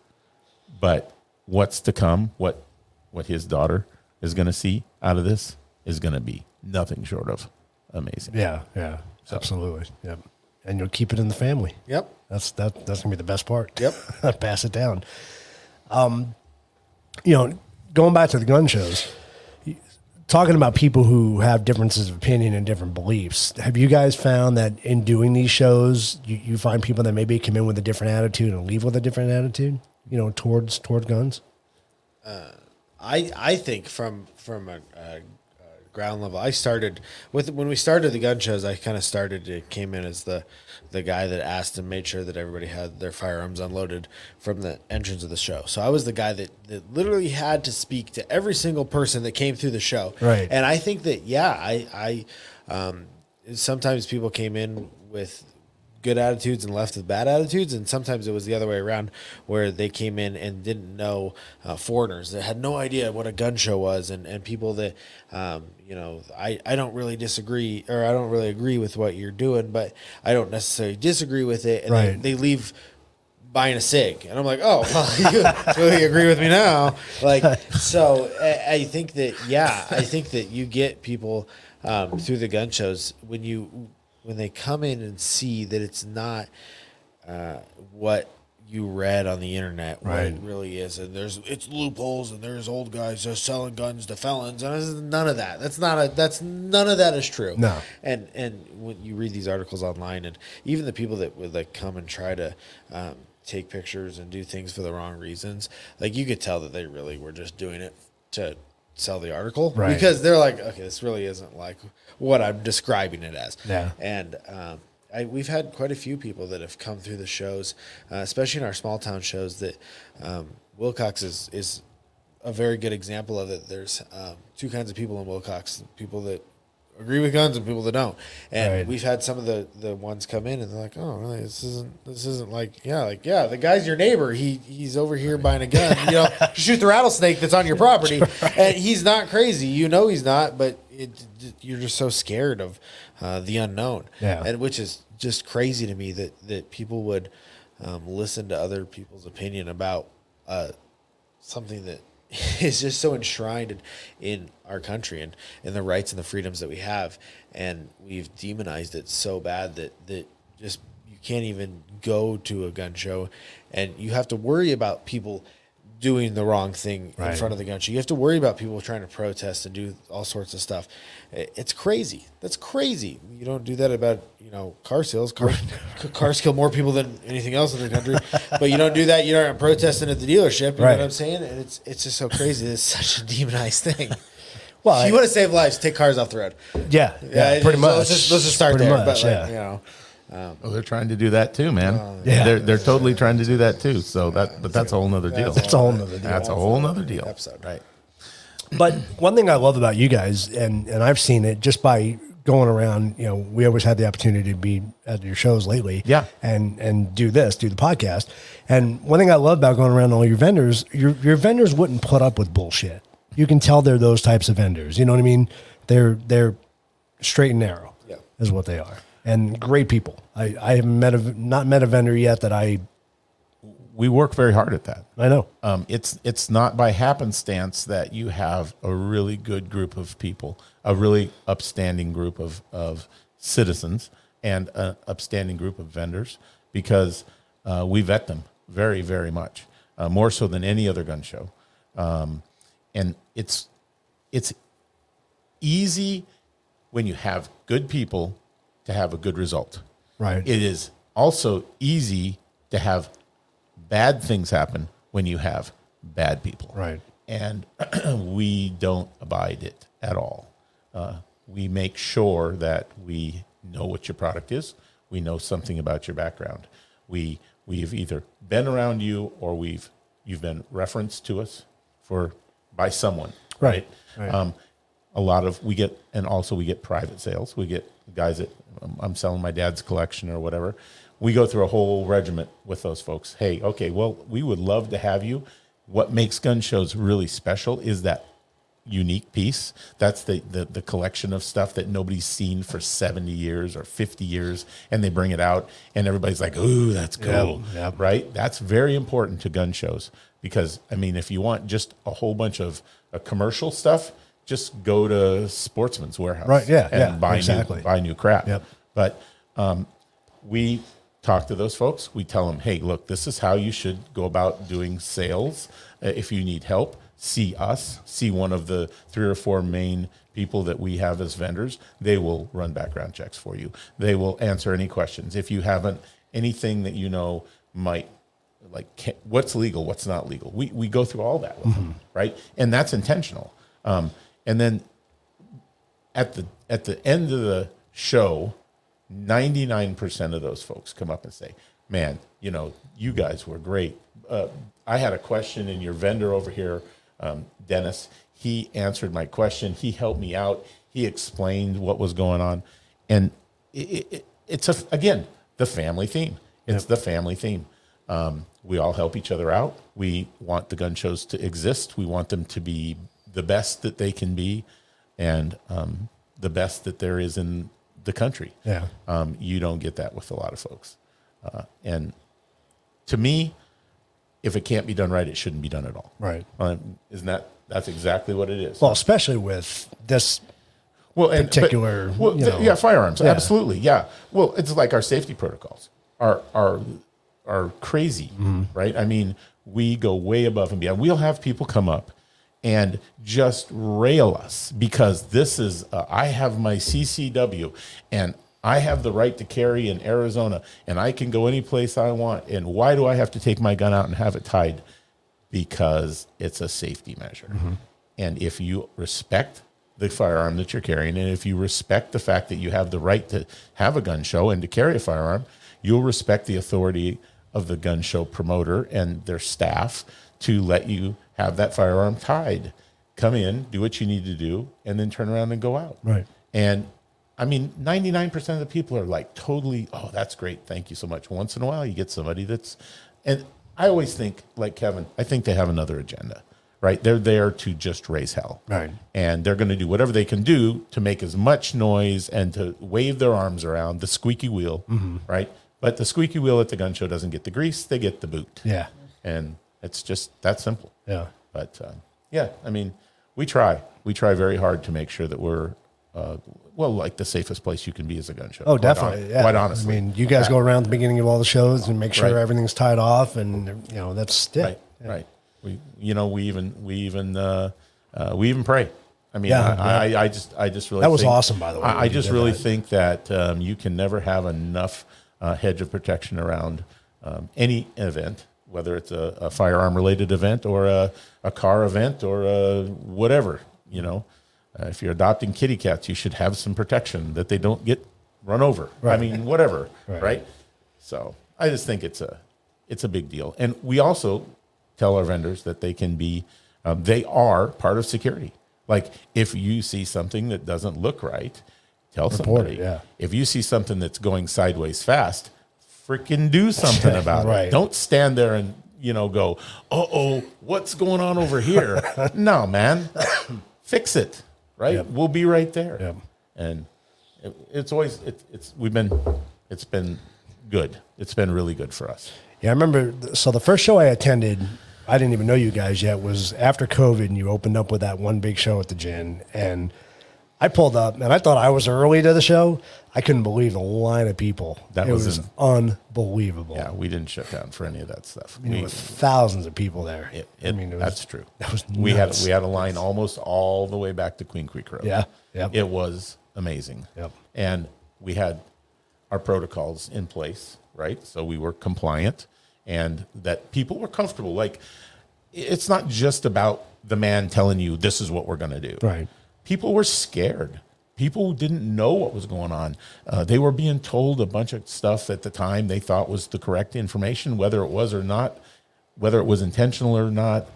S2: But what's to come, what what his daughter is going to see out of this is going to be nothing short of amazing.
S1: yeah, yeah, absolutely. Yep, and you'll keep it in the family.
S3: Yep.
S1: That's that. That's gonna be the best part.
S3: Yep.
S1: pass it down. Um, you know, going back to the gun shows, talking about people who have differences of opinion and different beliefs. Have you guys found that in doing these shows, you, you find people that maybe come in with a different attitude and leave with a different attitude? You know, towards toward guns.
S3: I I think from from a, a, a ground level, I started with when we started the gun shows. I kind of started it came in as the the guy that asked and made sure that everybody had their firearms unloaded from the entrance of the show. So I was the guy that, that literally had to speak to every single person that came through the show.
S1: Right.
S3: And I think that yeah, I I um, sometimes people came in with good attitudes and left with bad attitudes and sometimes it was the other way around where they came in and didn't know uh, foreigners that had no idea what a gun show was and, and people that um, you know I, I don't really disagree or i don't really agree with what you're doing but i don't necessarily disagree with it and
S1: Right.
S3: they, they leave buying a cig and i'm like oh well you clearly agree with me now like so I, I think that yeah i think that you get people um, through the gun shows when you when they come in and see that it's not uh, what you read on the internet what
S1: Right.
S3: it really is and there's it's loopholes and there's old guys just selling guns to felons and it's none of that that's not a that's none of that is true
S1: No.
S3: and and when you read these articles online and even the people that would like come and try to um, take pictures and do things for the wrong reasons like you could tell that they really were just doing it to sell the article
S1: Right.
S3: because they're like okay this really isn't like what i'm describing it as
S1: Yeah.
S3: and um, I, we've had quite a few people that have come through the shows, uh, especially in our small town shows. That um, Wilcox is is a very good example of it. There's um, two kinds of people in Wilcox: people that agree with guns and people that don't. And
S1: Right.
S3: we've had some of the the ones come in and they're like, "Oh, really? This isn't this isn't like yeah, like yeah, the guy's your neighbor. He he's over here buying a gun. You know, shoot the rattlesnake that's on your property, and he's not crazy. You know, he's not. But it, you're just so scared of uh, the unknown.
S1: Yeah.
S3: and which is just crazy to me that that people would um, listen to other people's opinion about uh, something that is just so enshrined in, in our country and in the rights and the freedoms that we have and we've demonized it so bad that that just you can't even go to a gun show and you have to worry about people doing the wrong thing in
S1: Right.
S3: front of the gun show you have to worry about people trying to protest and do all sorts of stuff I- it's crazy that's crazy you don't do that about you know car sales car, c- cars kill more people than anything else in the country but you don't do that you're not protesting at the dealership you know
S1: Right.
S3: what i'm saying saying? And it's it's just so crazy. It's such a demonized thing.
S1: Well,
S3: if you
S1: I-
S3: want to save lives, take cars off the road.
S1: Yeah, yeah,
S3: it's-
S1: pretty
S3: so
S1: much.
S3: Let's just, let's just start
S1: Pretty
S3: there.
S1: much,
S3: but like,
S1: yeah.
S3: you know,
S2: Oh, they're trying to do that too, man.
S1: Oh, yeah.
S2: They're they're totally trying to do that too. So that but that's a whole nother deal.
S1: That's a whole nother deal.
S2: That's a whole nother deal.
S3: episode, right?
S1: But one thing I love about you guys, and and I've seen it just by going around. You know, we always had the opportunity to be at your shows lately.
S2: Yeah.
S1: and and do this, do the podcast. And one thing I love about going around all your vendors, your your vendors wouldn't put up with bullshit. You can tell they're those types of vendors. You know what I mean? They're they're straight and narrow.
S3: Yeah.
S1: is what they are, and great people. I I haven't met a not met a vendor yet that I
S2: We work very hard at that.
S1: I know.
S2: um, it's it's not by happenstance that you have a really good group of people, a really upstanding group of of citizens, and an upstanding group of vendors, because uh, we vet them very very much, uh, more so than any other gun show, um, and it's it's easy when you have good people to have a good result.
S1: Right.
S2: It is also easy to have bad things happen when you have bad people.
S1: Right.
S2: And we don't abide it at all. Uh, we make sure that we know what your product is. We know something about your background. We we've either been around you or we've you've been referenced to us for by someone.
S1: Right. Right.
S2: Um, a lot of we get and also we get private sales we get guys that um, i'm selling my dad's collection or whatever we go through a whole regiment with those folks hey okay well we would love to have you what makes gun shows really special is that unique piece that's the, the the collection of stuff that nobody's seen for 70 years or 50 years and they bring it out and everybody's like ooh that's cool
S1: yep.
S2: right? That's very important to gun shows because I mean, if you want just a whole bunch of uh, commercial stuff, just go to Sportsman's Warehouse,
S1: Right, yeah,
S2: and
S1: yeah,
S2: buy
S1: exactly.
S2: new buy new crap.
S1: Yep.
S2: But um, we talk to those folks. We tell them, hey, look, this is how you should go about doing sales. Uh, if you need help, see us. See one of the three or four main people that we have as vendors. They will run background checks for you. They will answer any questions. If you haven't anything that you know might like can, what's legal, what's not legal. We we go through all that with them, right? And that's intentional. Um, and then at the at the end of the show, ninety nine percent of those folks come up and say, "Man, you know, you guys were great. Uh, I had a question, and your vendor over here, um, Dennis, he answered my question. He helped me out. He explained what was going on, and it, it, it's a again the family theme. It's the family theme. Um, we all help each other out. We want the gun shows to exist. We want them to be the best that they can be and um, the best that there is in the country.
S1: Yeah.
S2: Um, you don't get that with a lot of folks. Uh, and to me, if it can't be done right, it shouldn't be done at all.
S1: Right.
S2: Um, isn't that, that's exactly what it is.
S1: Well, especially with this
S2: Well, and, but-
S1: particular,
S2: well,
S1: you
S2: th-
S1: know.
S2: yeah, firearms. Absolutely. Yeah. Well, it's like our safety protocols are, are, are crazy,
S1: Mm-hmm.
S2: right? I mean, we go way above and beyond. We'll have people come up and just rail us because this is, uh, I have my CCW and I have the right to carry in Arizona and I can go any place I want. And why do I have to take my gun out and have it tied? because it's a safety measure. And if you respect the firearm that you're carrying, and if you respect the fact that you have the right to have a gun show and to carry a firearm, you'll respect the authority of the gun show promoter and their staff to let you have that firearm tied. Come in, do what you need to do, and then turn around and go out.
S1: Right.
S2: And I mean, 99% of the people are like totally, oh, that's great. Thank you so much. Once in a while, you get somebody that's, and I always think, like Kevin, I think they have another agenda, right? They're there to just raise hell.
S1: Right.
S2: And they're going to do whatever they can do to make as much noise and to wave their arms around the squeaky wheel,
S1: Mm-hmm.
S2: right? But the squeaky wheel at the gun show doesn't get the grease, they get the boot.
S1: Yeah.
S2: And it's just that simple.
S1: Yeah.
S2: But uh, yeah, I mean, we try. We try very hard to make sure that we're, uh, well, like the safest place you can be as a gun show.
S1: Oh,
S2: quite hon-
S1: definitely. Yeah.
S2: Quite honestly.
S1: I mean, you guys go around the beginning of all the shows and make sure
S2: Right.
S1: everything's tied off, and you know that's it.
S2: right, right. We, you know, we even, we even, uh, uh, we even pray. I mean,
S1: Yeah,
S2: I, I, I just, I just really
S1: That was
S2: think-
S1: awesome, by the way,
S2: I,
S1: when
S2: I
S1: you
S2: just
S1: did
S2: really
S1: that.
S2: think that um, you can never have enough uh, hedge of protection around um, any event, whether it's a, a firearm related event or a, a car event or a whatever. You know, uh, if you're adopting kitty cats, you should have some protection that they don't get run over. I mean, whatever, right. So I just think it's a it's a big deal, and we also tell our vendors that they can be um, they are part of security. Like if you see something that doesn't look right, tell
S1: Report
S2: somebody.
S1: it, yeah.
S2: If you see something that's going sideways fast, freaking do something about
S1: Right.
S2: it. Don't stand there and you know go, uh oh, what's going on over here? no, man, fix it. Right,
S1: Yep.
S2: we'll be right there.
S1: Yep.
S2: And it, it's always it, it's we've been it's been good. It's been really good for us.
S1: Yeah, I remember. So the first show I attended, I didn't even know you guys yet. Was after COVID, and you opened up with that one big show at the gin, and I pulled up, and I thought I was early to the show. I couldn't believe the line of people.
S2: That
S1: it
S2: was
S1: was,
S2: in-
S1: unbelievable.
S2: Yeah, we didn't shut down for any of that stuff.
S1: I mean,
S2: We-
S1: it was thousands of people there.
S2: It,
S1: I mean, it was,
S2: that's true.
S1: That was
S2: we had
S1: nuts.
S2: we had a line almost all the way back to Queen Creek Road.
S1: Yeah, yep.
S2: It was amazing.
S1: Yep.
S2: And we had our protocols in place, right? So we were compliant, and that people were comfortable. Like, it's not just about the man telling you this is what we're going to do.
S1: Right.
S2: People were scared. People didn't know what was going on. Uh, they were being told a bunch of stuff at the time they thought was the correct information, whether it was or not, whether it was intentional or not.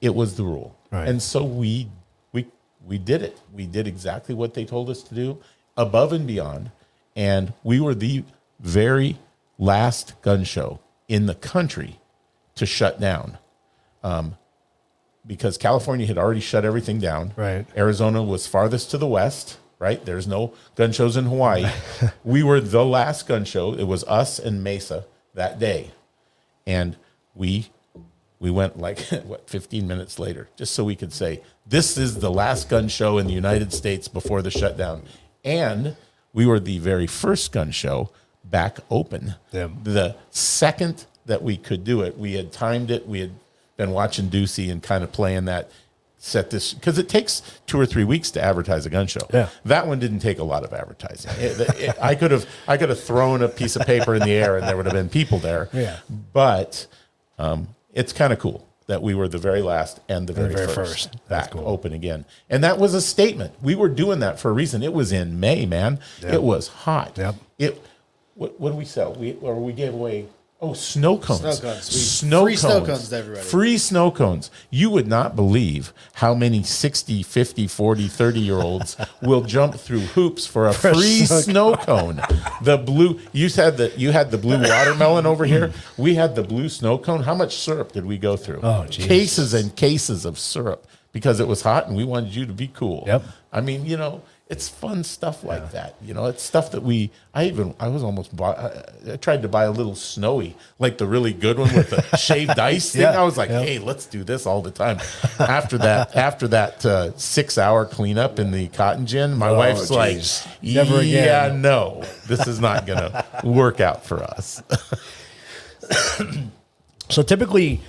S2: It was the rule,
S1: Right.
S2: and so we we we did it. We did exactly what they told us to do, above and beyond, and we were the very last gun show in the country to shut down because California had already shut everything down.
S1: Right.
S2: Arizona was farthest to the west, right? There's no gun shows in Hawaii. we were the last gun show. It was us and Mesa that day. And we we went like what 15 minutes later just so we could say this is the last gun show in the United States before the shutdown. And we were the very first gun show back open
S1: Yeah.
S2: the second that we could do it, we had timed it. We had been watching Ducey and kind of playing that set this because it takes two or three weeks to advertise a gun show.
S1: Yeah.
S2: That one didn't take a lot of advertising. It- it- I could have I could have thrown a piece of paper in the air and there would have been people there.
S1: Yeah.
S2: But um, it's kind of cool that we were the very last and the very,
S1: very
S2: first,
S1: first. That's
S2: back open again. And that was a statement. We were doing that for a reason. It was in May, man. It was hot.
S1: Yep.
S2: It. What, what did we sell? We or we gave away oh snow cones.
S3: Snow cones. We-
S2: Snow
S3: free
S2: cones.
S3: snow cones to everybody.
S2: Free snow cones. You would not believe how many 60, 50, 40, 30 year olds will jump through hoops for a free
S1: snow
S2: snow cone. The blue you said that you had the blue watermelon over here. We had the blue snow cone. How much syrup did we go through?
S1: Oh, geez.
S2: cases and cases of syrup because it was hot and we wanted you to be cool.
S1: Yep.
S2: I mean, you know, it's fun stuff like that. You know, it's stuff that we. I even I was almost bought. I, I tried to buy a little snowy, like the really good one with the shaved ice thing.
S1: Yeah,
S2: I was like,
S1: yeah.
S2: hey, let's do this all the time. After that, after that uh, six hour cleanup in the cotton gin, my
S1: geez.
S2: wife's like,
S1: Oh, Never again.
S2: Yeah, no, this is not gonna work out for us.
S1: So typically,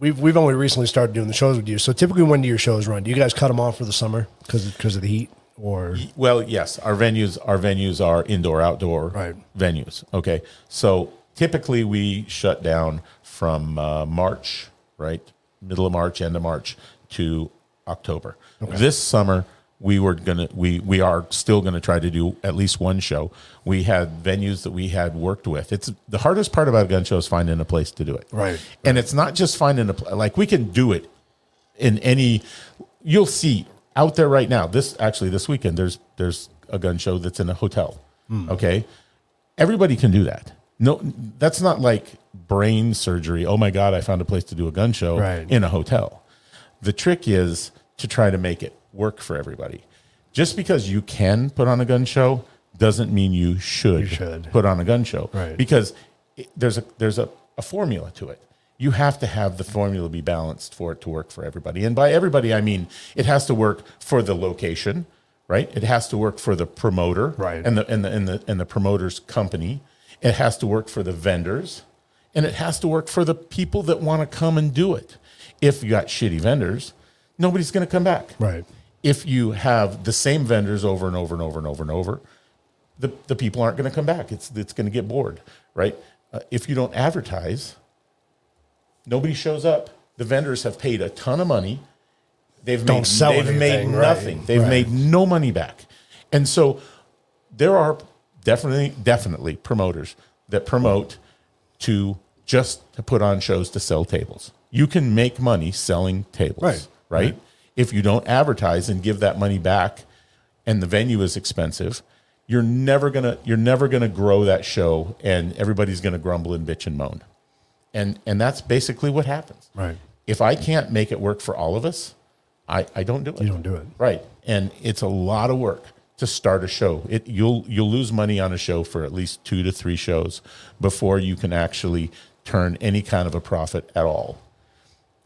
S1: we've we've only recently started doing the shows with you. So typically, when do your shows run? Do you guys cut them off for the summer because because of the heat or
S2: Well, yes, our venues our venues are indoor outdoor
S1: Right.
S2: venues. Okay, so typically we shut down from uh, March, right, middle of March, end of March to October. This summer we were gonna we we are still gonna try to do at least one show. We had venues that we had worked with. It's the hardest part about a gun show is finding a place to do it.
S1: Right.
S2: And it's not just finding a pl- like we can do it in any. You'll see out there right now. This actually this weekend there's there's a gun show that's in a hotel.
S1: Hmm.
S2: Okay, everybody can do that. No, that's not like brain surgery. Oh my God, I found a place to do a gun show
S1: Right.
S2: in a hotel. The trick is to try to make it work for everybody. Just because you can put on a gun show doesn't mean you should,
S1: should.
S2: put on a gun show.
S1: Right.
S2: Because it, there's a there's a, a formula to it. You have to have the formula be balanced for it to work for everybody. And by everybody, I mean it has to work for the location, right? It has to work for the promoter,
S1: Right.
S2: and the and the and the and the promoter's company. It has to work for the vendors, and it has to work for the people that want to come and do it. If you got shitty vendors, nobody's going to come back.
S1: Right.
S2: If you have the same vendors over and over and over and over and over, the, the people aren't going to come back. It's it's going to get bored, right? Uh, if you don't advertise, nobody shows up. The vendors have paid a ton of money. They've
S1: Don't
S2: made,
S1: sell
S2: they've
S1: anything,
S2: made
S1: right,
S2: nothing. They've
S1: right.
S2: made no money back. And so there are definitely definitely promoters that promote to just to put on shows to sell tables. You can make money selling tables,
S1: Right.
S2: right? If you don't advertise and give that money back and the venue is expensive, you're never going to you're never going to grow that show and everybody's going to grumble and bitch and moan. And and that's basically what happens.
S1: Right.
S2: If I can't make it work for all of us, I I don't do it.
S1: You don't do it.
S2: Right. And it's a lot of work to start a show. It you'll you'll lose money on a show for at least 2 to 3 shows before you can actually turn any kind of a profit at all.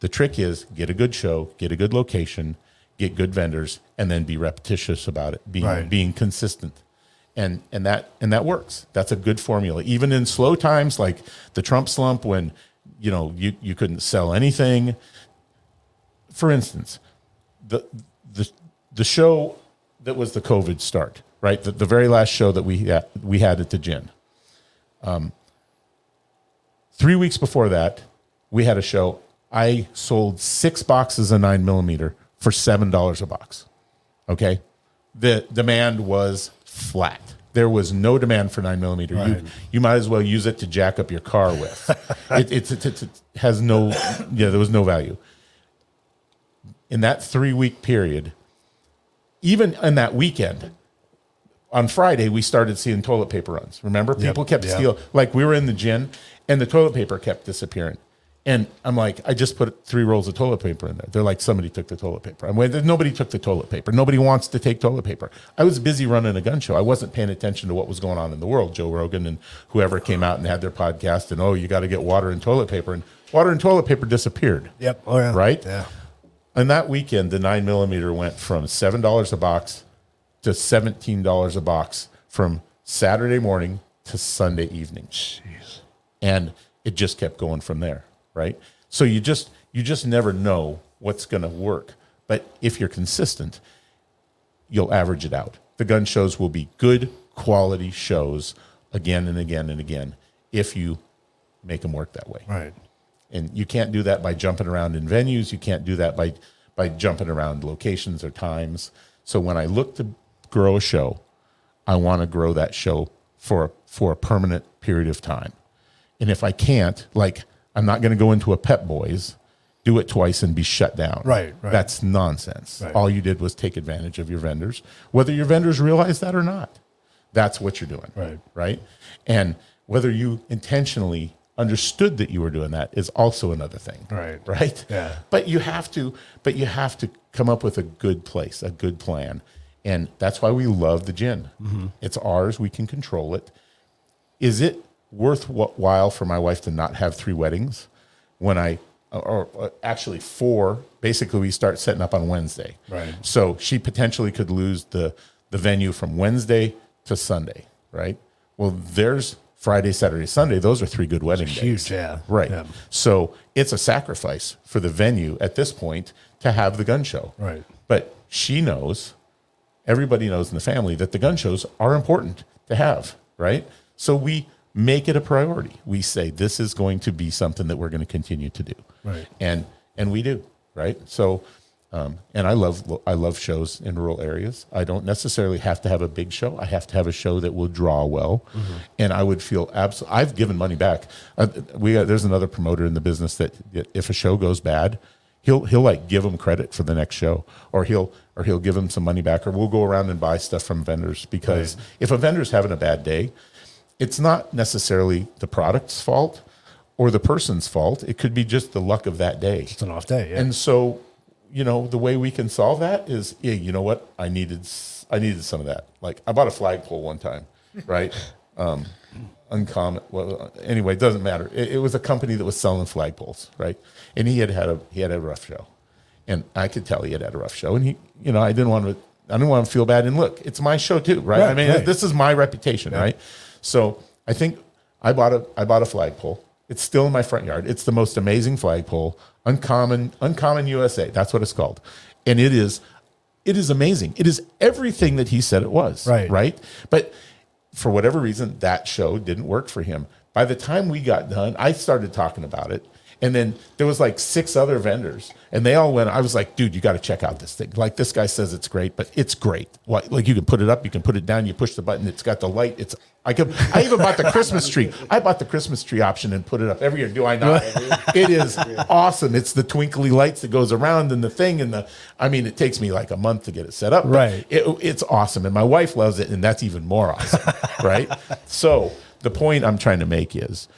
S2: The trick is get a good show, get a good location, get good vendors and then be repetitious about it, being
S1: Right.
S2: being consistent. And and that and that works. That's a good formula. Even in slow times like the Trump slump when you know you you couldn't sell anything. For instance, the the the show that was the COVID start, right? The, the very last show that we had, we had at the gin. Um, three weeks before that, we had a show. I sold six boxes of nine millimeter for seven dollars a box. Okay, the demand was flat. There was no demand for nine millimeter. You, you might as well use it to jack up your car with. it, it's it's it's- it has no yeah. There was no value in that three week period, even in that weekend, on Friday, we started seeing toilet paper runs. Remember, people kept
S1: yep.
S2: stealing, like we were in the gym and the toilet paper kept disappearing. And I'm like, I just put three rolls of toilet paper in there. They're like, somebody took the toilet paper. I'm like, nobody took the toilet paper. Nobody wants to take toilet paper. I was busy running a gun show. I wasn't paying attention to what was going on in the world. Joe Rogan and whoever came out and had their podcast, and oh, you got to get water and toilet paper. And water and toilet paper disappeared.
S1: Yep. Oh yeah.
S2: Right?
S1: Yeah.
S2: And that weekend, the nine millimeter went from seven dollars a box to seventeen dollars a box from Saturday morning to Sunday evening, and it just kept going from there. Right. So you just you just never know what's going to work, but if you're consistent, you'll average it out. The gun shows will be good quality shows again and again and again if you make them work that way
S1: Right.
S2: and you can't do that by jumping around in venues you can't do that by by jumping around locations or times so when i look to grow a show i want to grow that show for for a permanent period of time and if i can't like i'm not going to go into a pep boys do it twice and be shut down
S1: Right, right.
S2: that's nonsense
S1: Right.
S2: all you did was take advantage of your vendors whether your vendors realize that or not that's what you're doing
S1: Right.
S2: right? And whether you intentionally understood that you were doing that is also another thing.
S1: Right.
S2: Right?
S1: Yeah.
S2: But you have to but you have to come up with a good place, a good plan. And that's why we love the gin.
S1: Mm-hmm.
S2: It's ours, we can control it. Is it worthwhile for my wife to not have three weddings when I or or actually four basically we start setting up on Wednesday.
S1: Right.
S2: So she potentially could lose the the venue from Wednesday to Sunday, right? Well, there's Friday, Saturday, Sunday. Those are three good wedding days.
S1: Huge. Yeah.
S2: Right.
S1: Yeah.
S2: So it's a sacrifice for the venue at this point to have the gun show.
S1: Right.
S2: But she knows, everybody knows in the family that the gun shows are important to have, right? So we make it a priority. We say this is going to be something that we're going to continue to do.
S1: Right.
S2: And and we do, right? So Um, and I love I love shows in rural areas. I don't necessarily have to have a big show. I have to have a show that will draw well, and I would feel abs. I've given money back. Uh, we uh, there's another promoter in the business that if a show goes bad, he'll he'll like give them credit for the next show, or he'll or he'll give them some money back, or we'll go around and buy stuff from vendors because if a vendor's having a bad day, it's not necessarily the product's fault or the person's fault. It could be just the luck of that day.
S1: It's an off day. Yeah.
S2: And so, you know, the way we can solve that is, yeah, you know what? I needed, s- I needed some of that. Like I bought a flagpole one time, right? um, uncommon. Well, anyway, it doesn't matter. It, it was a company that was selling flagpoles, right? And he had had a he had a rough show, and I could tell he had had a rough show. And he, you know, I didn't want to, I didn't want to feel bad. And look, it's my show too, right? I
S1: Right,
S2: mean,
S1: right.
S2: this is my reputation, right? So I think I bought a I bought a flagpole. It's still in my front yard. It's the most amazing flagpole, uncommon uncommon USA. That's what it's called, and it is it is amazing. It is everything that he said it was.
S1: Right.
S2: Right. But for whatever reason, that show didn't work for him. By the time we got done, I started talking about it. And then there was like six other vendors, and they all went. I was like, "Dude, you got to check out this thing. Like this guy says it's great, but it's great. What, like you can put it up, you can put it down. You push the button, it's got the light. It's I could. I even bought the Christmas tree. I bought the Christmas tree option and put it up every year. Do I not? it is awesome. It's the twinkly lights that goes around and the thing and the. I mean, it takes me like a month to get it set up, but
S1: Right.
S2: it, it's awesome and my wife loves it and that's even more awesome right so the point i'm trying to make is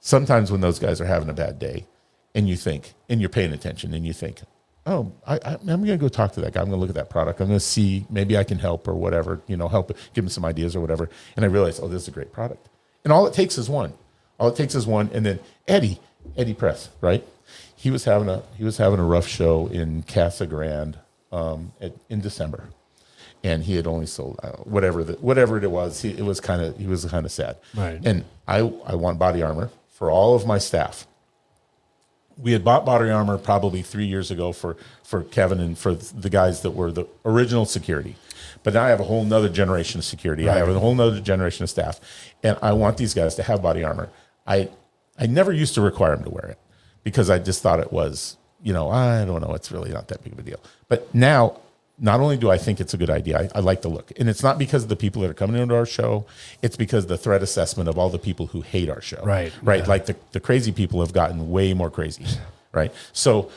S2: sometimes when those guys are having a bad day and you think and you're paying attention and you think oh I, I, i'm going to go talk to that guy i'm going to look at that product i'm going to see maybe i can help or whatever you know help give him some ideas or whatever and i realize oh this is a great product and all it takes is one all it takes is one and then eddie eddie press right he was having a he was having a rough show in casa grande um, at, in december and he had only sold I don't know, whatever the, whatever it was. He, it was kind of he was kind of sad.
S1: Right.
S2: And I I want body armor for all of my staff. We had bought body armor probably three years ago for for Kevin and for the guys that were the original security. But now I have a whole nother generation of security. I have a whole nother generation of staff, and I want these guys to have body armor. I I never used to require them to wear it because I just thought it was you know I don't know it's really not that big of a deal. But now not only do I think it's a good idea, I, I like the look. And it's not because of the people that are coming into our show, it's because the threat assessment of all the people who hate our show.
S1: Right.
S2: Right. Like the, the crazy people have gotten way more crazy. Right. So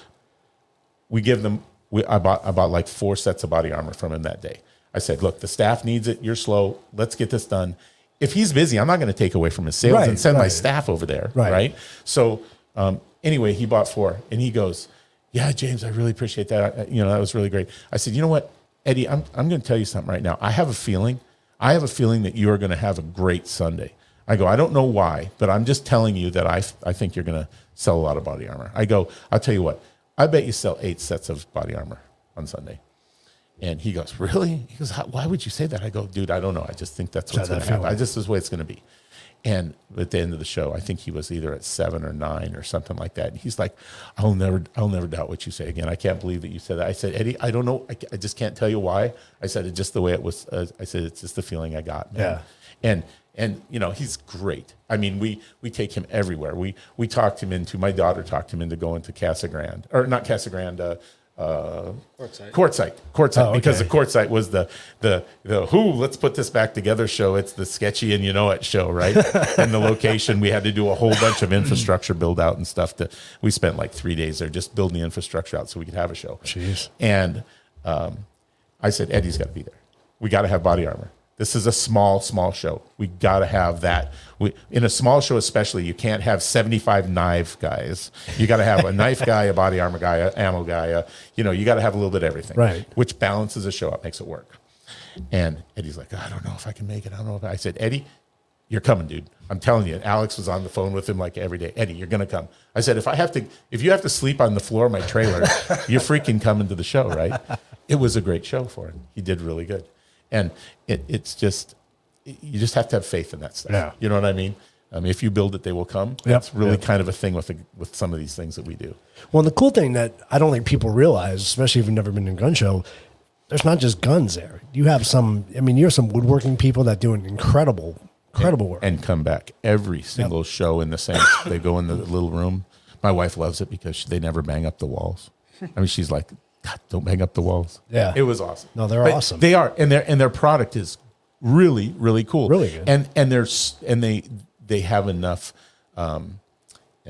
S2: we give them we, I bought I bought like four sets of body armor from him that day. I said, look, the staff needs it. You're slow. Let's get this done. If he's busy, I'm not going to take away from his sales
S1: Right,
S2: and send my
S1: right.
S2: staff over there.
S1: Right.
S2: Right. So um, anyway, he bought four and he goes, yeah, James, I really appreciate that. I- you know, that was really great. I said, you know what, Eddie, I'm, I'm going to tell you something right now. I have a feeling, I have a feeling that you are going to have a great Sunday. I go, I don't know why, but I'm just telling you that I, f- I think you're going to sell a lot of body armor. I go, I'll tell you what, I bet you sell eight sets of body armor on Sunday. And he goes, really? He goes, How, why would you say that? I go, dude, I don't know. I just think that's what's
S1: Just had
S2: going
S1: that
S2: to happen.
S1: feeling.
S2: I just this is the way it's going to be. And at the end of the show, I think he was either at seven or nine or something like that. And he's like, "I'll never, I'll never doubt what you say again. I can't believe that you said that." I said, "Eddie, I don't know. I, ca- I just can't tell you why." I said, "It's just the way it was." Uh, I said, "It's just the feeling I got." man." And and you know he's great. I mean, we we take him everywhere. We we talked him into. My daughter talked him into going to Casa Grande or not Casa Grande. Uh, uh,
S3: Quartzsite.
S2: Quartzsite, Quartzsite,
S1: Oh,
S2: because
S1: okay.
S2: the Quartzsite was the the the who let's put this back together show. It's the sketchy and you know it show, right? and the location we had to do a whole bunch of infrastructure build out and stuff. That we spent like three days there just building the infrastructure out so we could have a show.
S1: Jeez.
S2: And um, I said, Eddie's got to be there. We got to have body armor. This is a small, small show. We got to have that. We, in a small show, especially, you can't have 75 knife guys. You got to have a knife guy, a body armor guy, a ammo guy. A, you know, you got to have a little bit of everything,
S1: Right.
S2: Which balances a show up, makes it work. And Eddie's like, I don't know if I can make it. I don't know if I, I said, Eddie, you're coming, dude. I'm telling you. And Alex was on the phone with him like every day. Eddie, you're gonna come. I said, if I have to, if you have to sleep on the floor of my trailer, you're freaking coming to the show, right? It was a great show for him. He did really good, and it, it's just you just have to have faith in that stuff.
S1: Yeah.
S2: You know what I mean? I mean, if you build it, they will come. That's really kind of a thing with the, with some of these things that we do.
S1: Well, and the cool thing that I don't think people realize, especially if you've never been to a gun show, there's not just guns there. You have some. I mean, you have some woodworking people that do an incredible, incredible work.
S2: and come back every single show in the same. they go in the little room. My wife loves it because she, they never bang up the walls. I mean, she's like, God, don't bang up the walls.
S1: Yeah.
S2: it was awesome.
S1: No, they're awesome.
S2: They are, and their and their product is really really cool.
S1: Really good.
S2: And and there's and they they have enough um,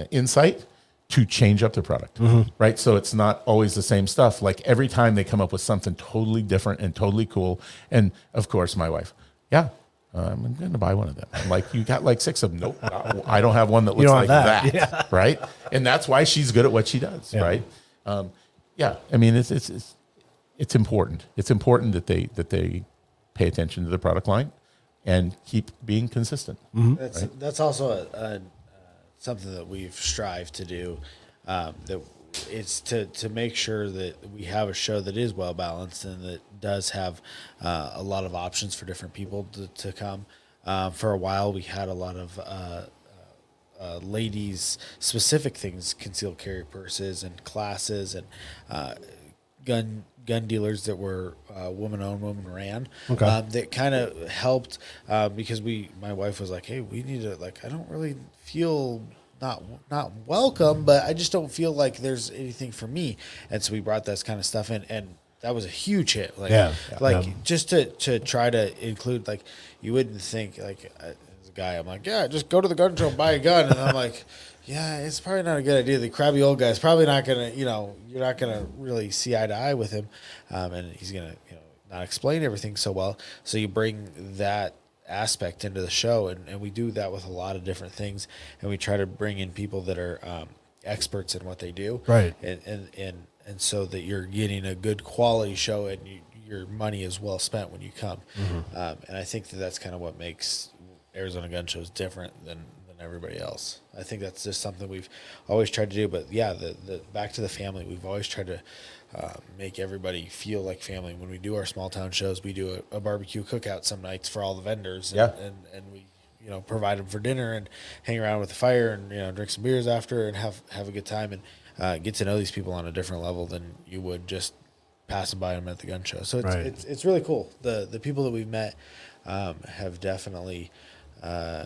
S2: insight to change up the product,
S1: Mm-hmm.
S2: right? So it's not always the same stuff. Like every time they come up with something totally different and totally cool. And of course, my wife, yeah. um, I'm going to buy one of them. I'm like, you got like six of them. Nope. I don't have one that looks
S1: don't
S2: like
S1: have
S2: that.
S1: that.
S2: Right. And that's why she's good at what she does. Right. Um, yeah. I mean, it's, it's, it's, it's important. It's important that they, that they pay attention to the product line and keep being consistent.
S1: Mm-hmm.
S3: That's that's also a, a, uh, something that we've strived to do. Um, that it's to to make sure that we have a show that is well balanced and that does have uh, a lot of options for different people to, to come. Uh, for a while, we had a lot of. Uh, uh, ladies specific things concealed carry purses and classes and uh, gun gun dealers that were uh, woman owned woman ran
S1: Okay.
S3: um, that kind of helped uh, because we my wife was like hey we need to like I don't really feel not not welcome but I just don't feel like there's anything for me and so we brought this kind of stuff in and that was a huge hit like
S1: Yeah.
S3: like
S1: Yeah.
S3: just to to try to include like you wouldn't think like I- as a guy I'm like yeah just go to the gun show and buy a gun and I'm like yeah it's probably not a good idea the crabby old guy's probably not gonna you know you're not gonna really see eye to eye with him um, and he's gonna you know not explain everything so well so you bring that aspect into the show and, and we do that with a lot of different things and we try to bring in people that are um, experts in what they do
S1: Right.
S3: and and and and so that you're getting a good quality show and you, your money is well spent when you come. Um, and I think that that's kind of what makes Arizona gun shows different than than everybody else. I think that's just something we've always tried to do. But yeah, the the back to the family, we've always tried to. Uh, make everybody feel like family when we do our small town shows. We do a, a barbecue cookout some nights for all the vendors, and,
S2: Yeah.
S3: and and we you know provide them for dinner and hang around with the fire and you know drink some beers after and have have a good time and uh, get to know these people on a different level than you would just passing by them at the gun show. So it's
S1: Right.
S3: it's, it's really cool. The the people that we've met um, have definitely. Uh,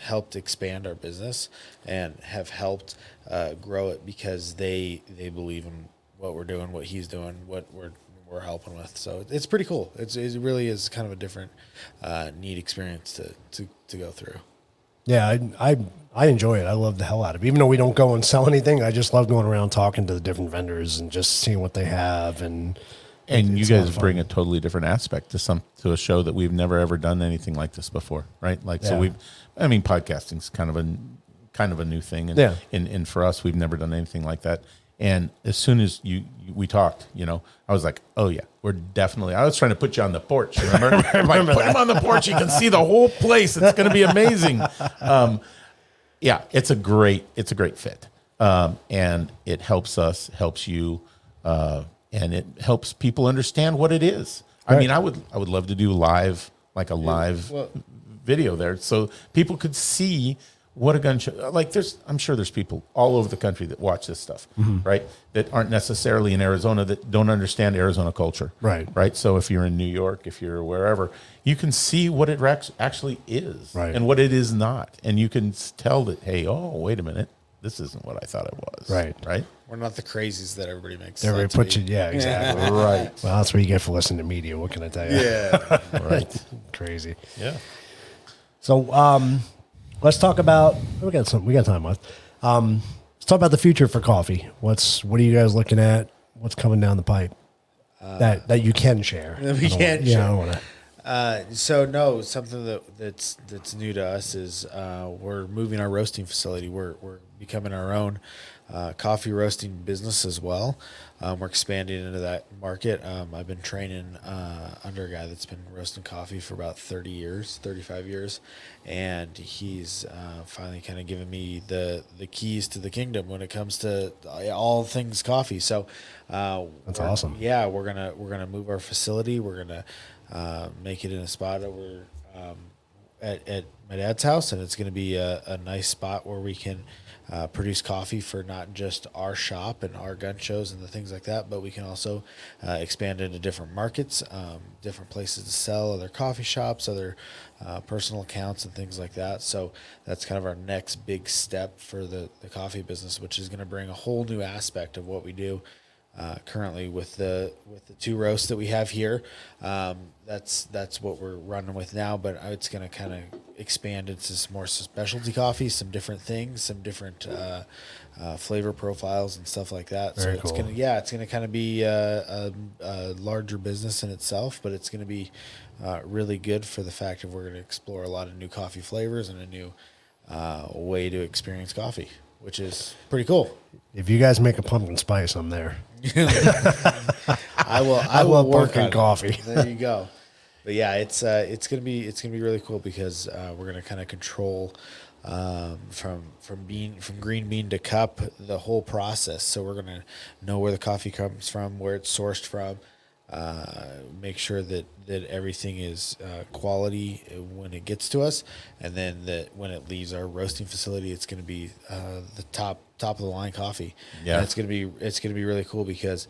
S3: helped expand our business and have helped uh, grow it because they they believe in what we're doing, what he's doing, what we're we're helping with. So it's pretty cool. It's it really is kind of a different uh, neat experience to, to to go through.
S1: Yeah, I, I I enjoy it. I love the hell out of it. Even though we don't go and sell anything, I just love going around talking to the different vendors and just seeing what they have. And
S2: and you
S1: it's a lot
S2: guys
S1: of fun.
S2: bring a totally different aspect to some to a show that we've never ever done anything like this before right like so
S1: Yeah.
S2: we've i mean podcasting's kind of a kind of a new thing and,
S1: Yeah.
S2: and and for us we've never done anything like that and as soon as you, you we talked you know i was like oh yeah we're definitely i was trying to put you on the porch remember, like, put him on the porch you can see the whole place it's going to be amazing um, yeah, it's a great it's a great fit, um, and it helps us, helps you, uh, and it helps people understand what it is. I mean, I would I would love to do live like a live
S3: well-
S2: video there, so people could see what a gun show. Like, there's I'm sure there's people all over the country that watch this stuff, right? That aren't necessarily in Arizona that don't understand Arizona culture,
S1: Right.
S2: Right. So if you're in New York, if you're wherever, you can see what it rac- actually is,
S1: Right.
S2: and what it is not. And you can s- tell that, hey, oh, wait a minute, this isn't what I thought it was.
S1: Right.
S2: Right.
S3: We're not the crazies that everybody makes. us
S1: everybody
S3: out to
S1: puts
S3: be.
S1: you, yeah, exactly.
S2: Right.
S1: well, that's what you get for listening to media. What can I tell you?
S3: Yeah.
S2: right.
S1: crazy.
S2: Yeah.
S1: So um, let's talk about we got some we got time left. Um, let's talk about the future for coffee. What's what are you guys looking at? What's coming down the pipe that that you can share?
S3: that we
S1: I don't
S3: can
S1: wanna- Yeah, I
S3: share.
S1: don't want to.
S3: Uh, so no, something that that's that's new to us is uh, we're moving our roasting facility. We're we're becoming our own uh, coffee roasting business as well. Um, we're expanding into that market. Um, I've been training uh, under a guy that's been roasting coffee for about thirty years, thirty five years, and he's uh, finally kind of given me the the keys to the kingdom when it comes to all things coffee. So uh,
S1: That's
S3: we're-
S1: awesome.
S3: yeah, we're gonna we're gonna move our facility. We're gonna uh, make it in a spot over um, at, at my dad's house, and it's gonna be a, a nice spot where we can uh, produce coffee for not just our shop and our gun shows and the things like that, but we can also uh, expand into different markets, um, different places to sell, other coffee shops, other uh, personal accounts, and things like that. So that's kind of our next big step for the the coffee business, which is gonna bring a whole new aspect of what we do uh, currently with the with the two roasts that we have here. Um, that's that's what we're running with now, but I- it's going to kind of expand into some more specialty coffee, some different things, some different uh, uh, flavor profiles and stuff like that.
S1: Very
S3: so it's
S1: cool.
S3: going to yeah, it's going to kind of be uh, a, a larger business in itself, but it's going to be uh, really good for the fact of we're going to explore a lot of new coffee flavors and a new uh, way to experience coffee, which is pretty cool.
S1: If you guys make a pumpkin spice, I'm there.
S3: I will. I,
S1: I
S3: will
S1: love
S3: work
S1: pumpkin
S3: on it.
S1: coffee.
S3: There you go. But yeah, it's uh, it's gonna be it's gonna be really cool because uh, we're gonna kind of control um, from from bean from green bean to cup the whole process. So we're gonna know where the coffee comes from, where it's sourced from. Uh, make sure that that everything is uh, quality when it gets to us, and then that when it leaves our roasting facility, it's gonna be uh, the top top of the line coffee.
S2: Yeah.
S3: And it's gonna be it's gonna be really cool because.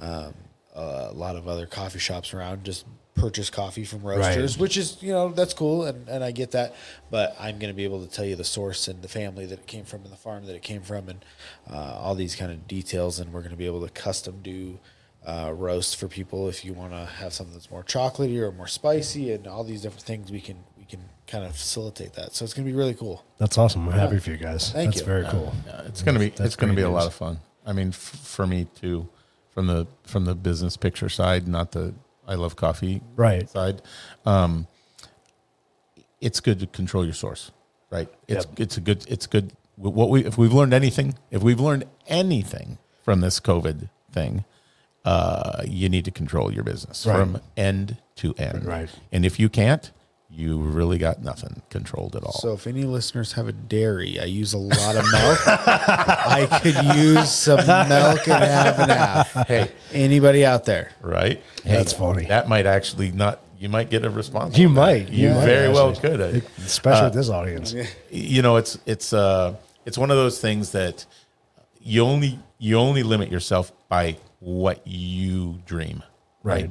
S3: Um, a lot of other coffee shops around just purchase coffee from roasters, which is you know that's cool and, and I get that, but I'm going to be able to tell you the source and the family that it came from and the farm that it came from and uh, all these kind of details, and we're going to be able to custom do. Uh, roast for people if you want to have something that's more chocolatey or more spicy and all these different things we can we can kind of facilitate that so it's gonna be really cool
S1: That's awesome. I'm happy for you guys.
S3: Thank
S1: That's
S3: you.
S1: very cool.
S2: Yeah, it's gonna be it's gonna be
S1: great
S2: a lot
S1: news.
S2: of fun. I mean, f- for me too, from the from the business picture side, not the I love coffee
S1: Right.
S2: side. Um, it's good to control your source, right? It's
S1: Yep.
S2: it's a good it's good. What we if we've learned anything, if we've learned anything from this COVID thing, uh, you need to control your business
S1: Right.
S2: from end to end,
S1: Right.
S2: And if you can't, you really got nothing controlled at all.
S3: So if any listeners have a dairy, I use a lot of milk. I could use some milk and half and half. Hey, anybody out there?
S2: right?
S1: That's funny.
S2: That might actually not. You might get a response.
S1: You
S2: on that.
S1: might.
S2: You
S1: You might,
S2: very well
S1: actually.
S2: could. I-
S1: Especially with this audience.
S2: You know, it's it's uh, it's one of those things that you only you only limit yourself by what you dream.
S1: Right.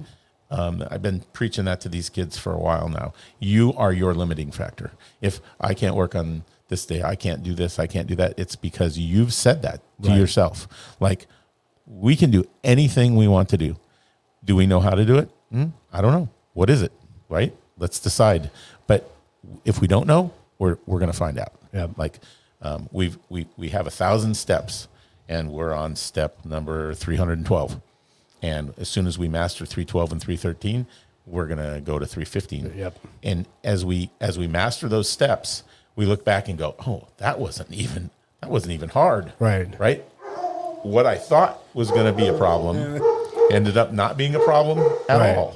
S2: Um, I've been preaching that to these kids for a while now. You are your limiting factor. If I can't work on this day, I can't do this, I can't do that. It's because you've said that to yourself. Like, we can do anything we want to do. Do we know how to do it? Hmm, I don't know. What is it? Right? Let's decide. But if we don't know, we're we're gonna find out.
S1: Yeah.
S2: Like um, we've we we have a thousand steps, and we're on step number three hundred and twelve. And as soon as we master three twelve and three thirteen, we're gonna go to three fifteen.
S1: Yep.
S2: And as we as we master those steps, we look back and go, oh, that wasn't even that wasn't even hard.
S1: Right.
S2: Right what I thought was going to be a problem ended up not being a problem at
S1: Right.
S2: all.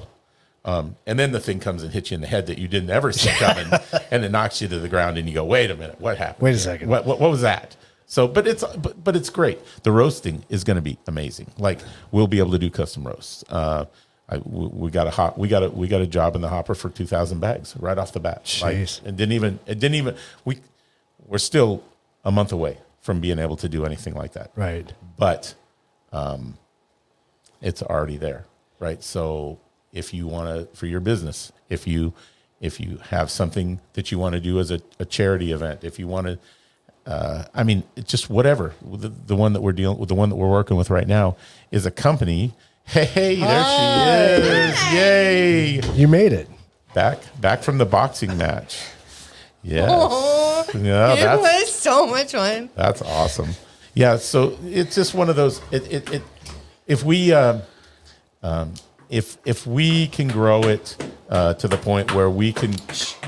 S2: Um, and then the thing comes and hits you in the head that you didn't ever see coming, and it knocks you to the ground, and you go, "Wait a minute, what happened?
S1: Wait a
S2: here?
S1: second.
S2: what, what what was that?" So, but it's but, but it's great. The roasting is going to be amazing. Like we'll be able to do custom roasts. Uh, I, we, we got a hot we got a we got a job in the hopper for two thousand bags right off the bat. Like,
S1: Jeez.
S2: it didn't even it didn't even we we're still a month away from being able to do anything like that
S1: Right.
S2: but um, it's already there, right? So if you want to for your business, if you if you have something that you want to do as a, a charity event, if you want to, uh, I mean, it's just whatever. The, the one that we're dealing with, the one that we're working with right now, is a company. Hey, hey there she is! Yay!
S1: You made it.
S2: Back back from the boxing match. Yes. Oh, yeah,
S4: Oh, it was so much fun.
S2: That's awesome. Yeah. So it's just one of those. It, it, it if we um, um, if if we can grow it uh, to the point where we can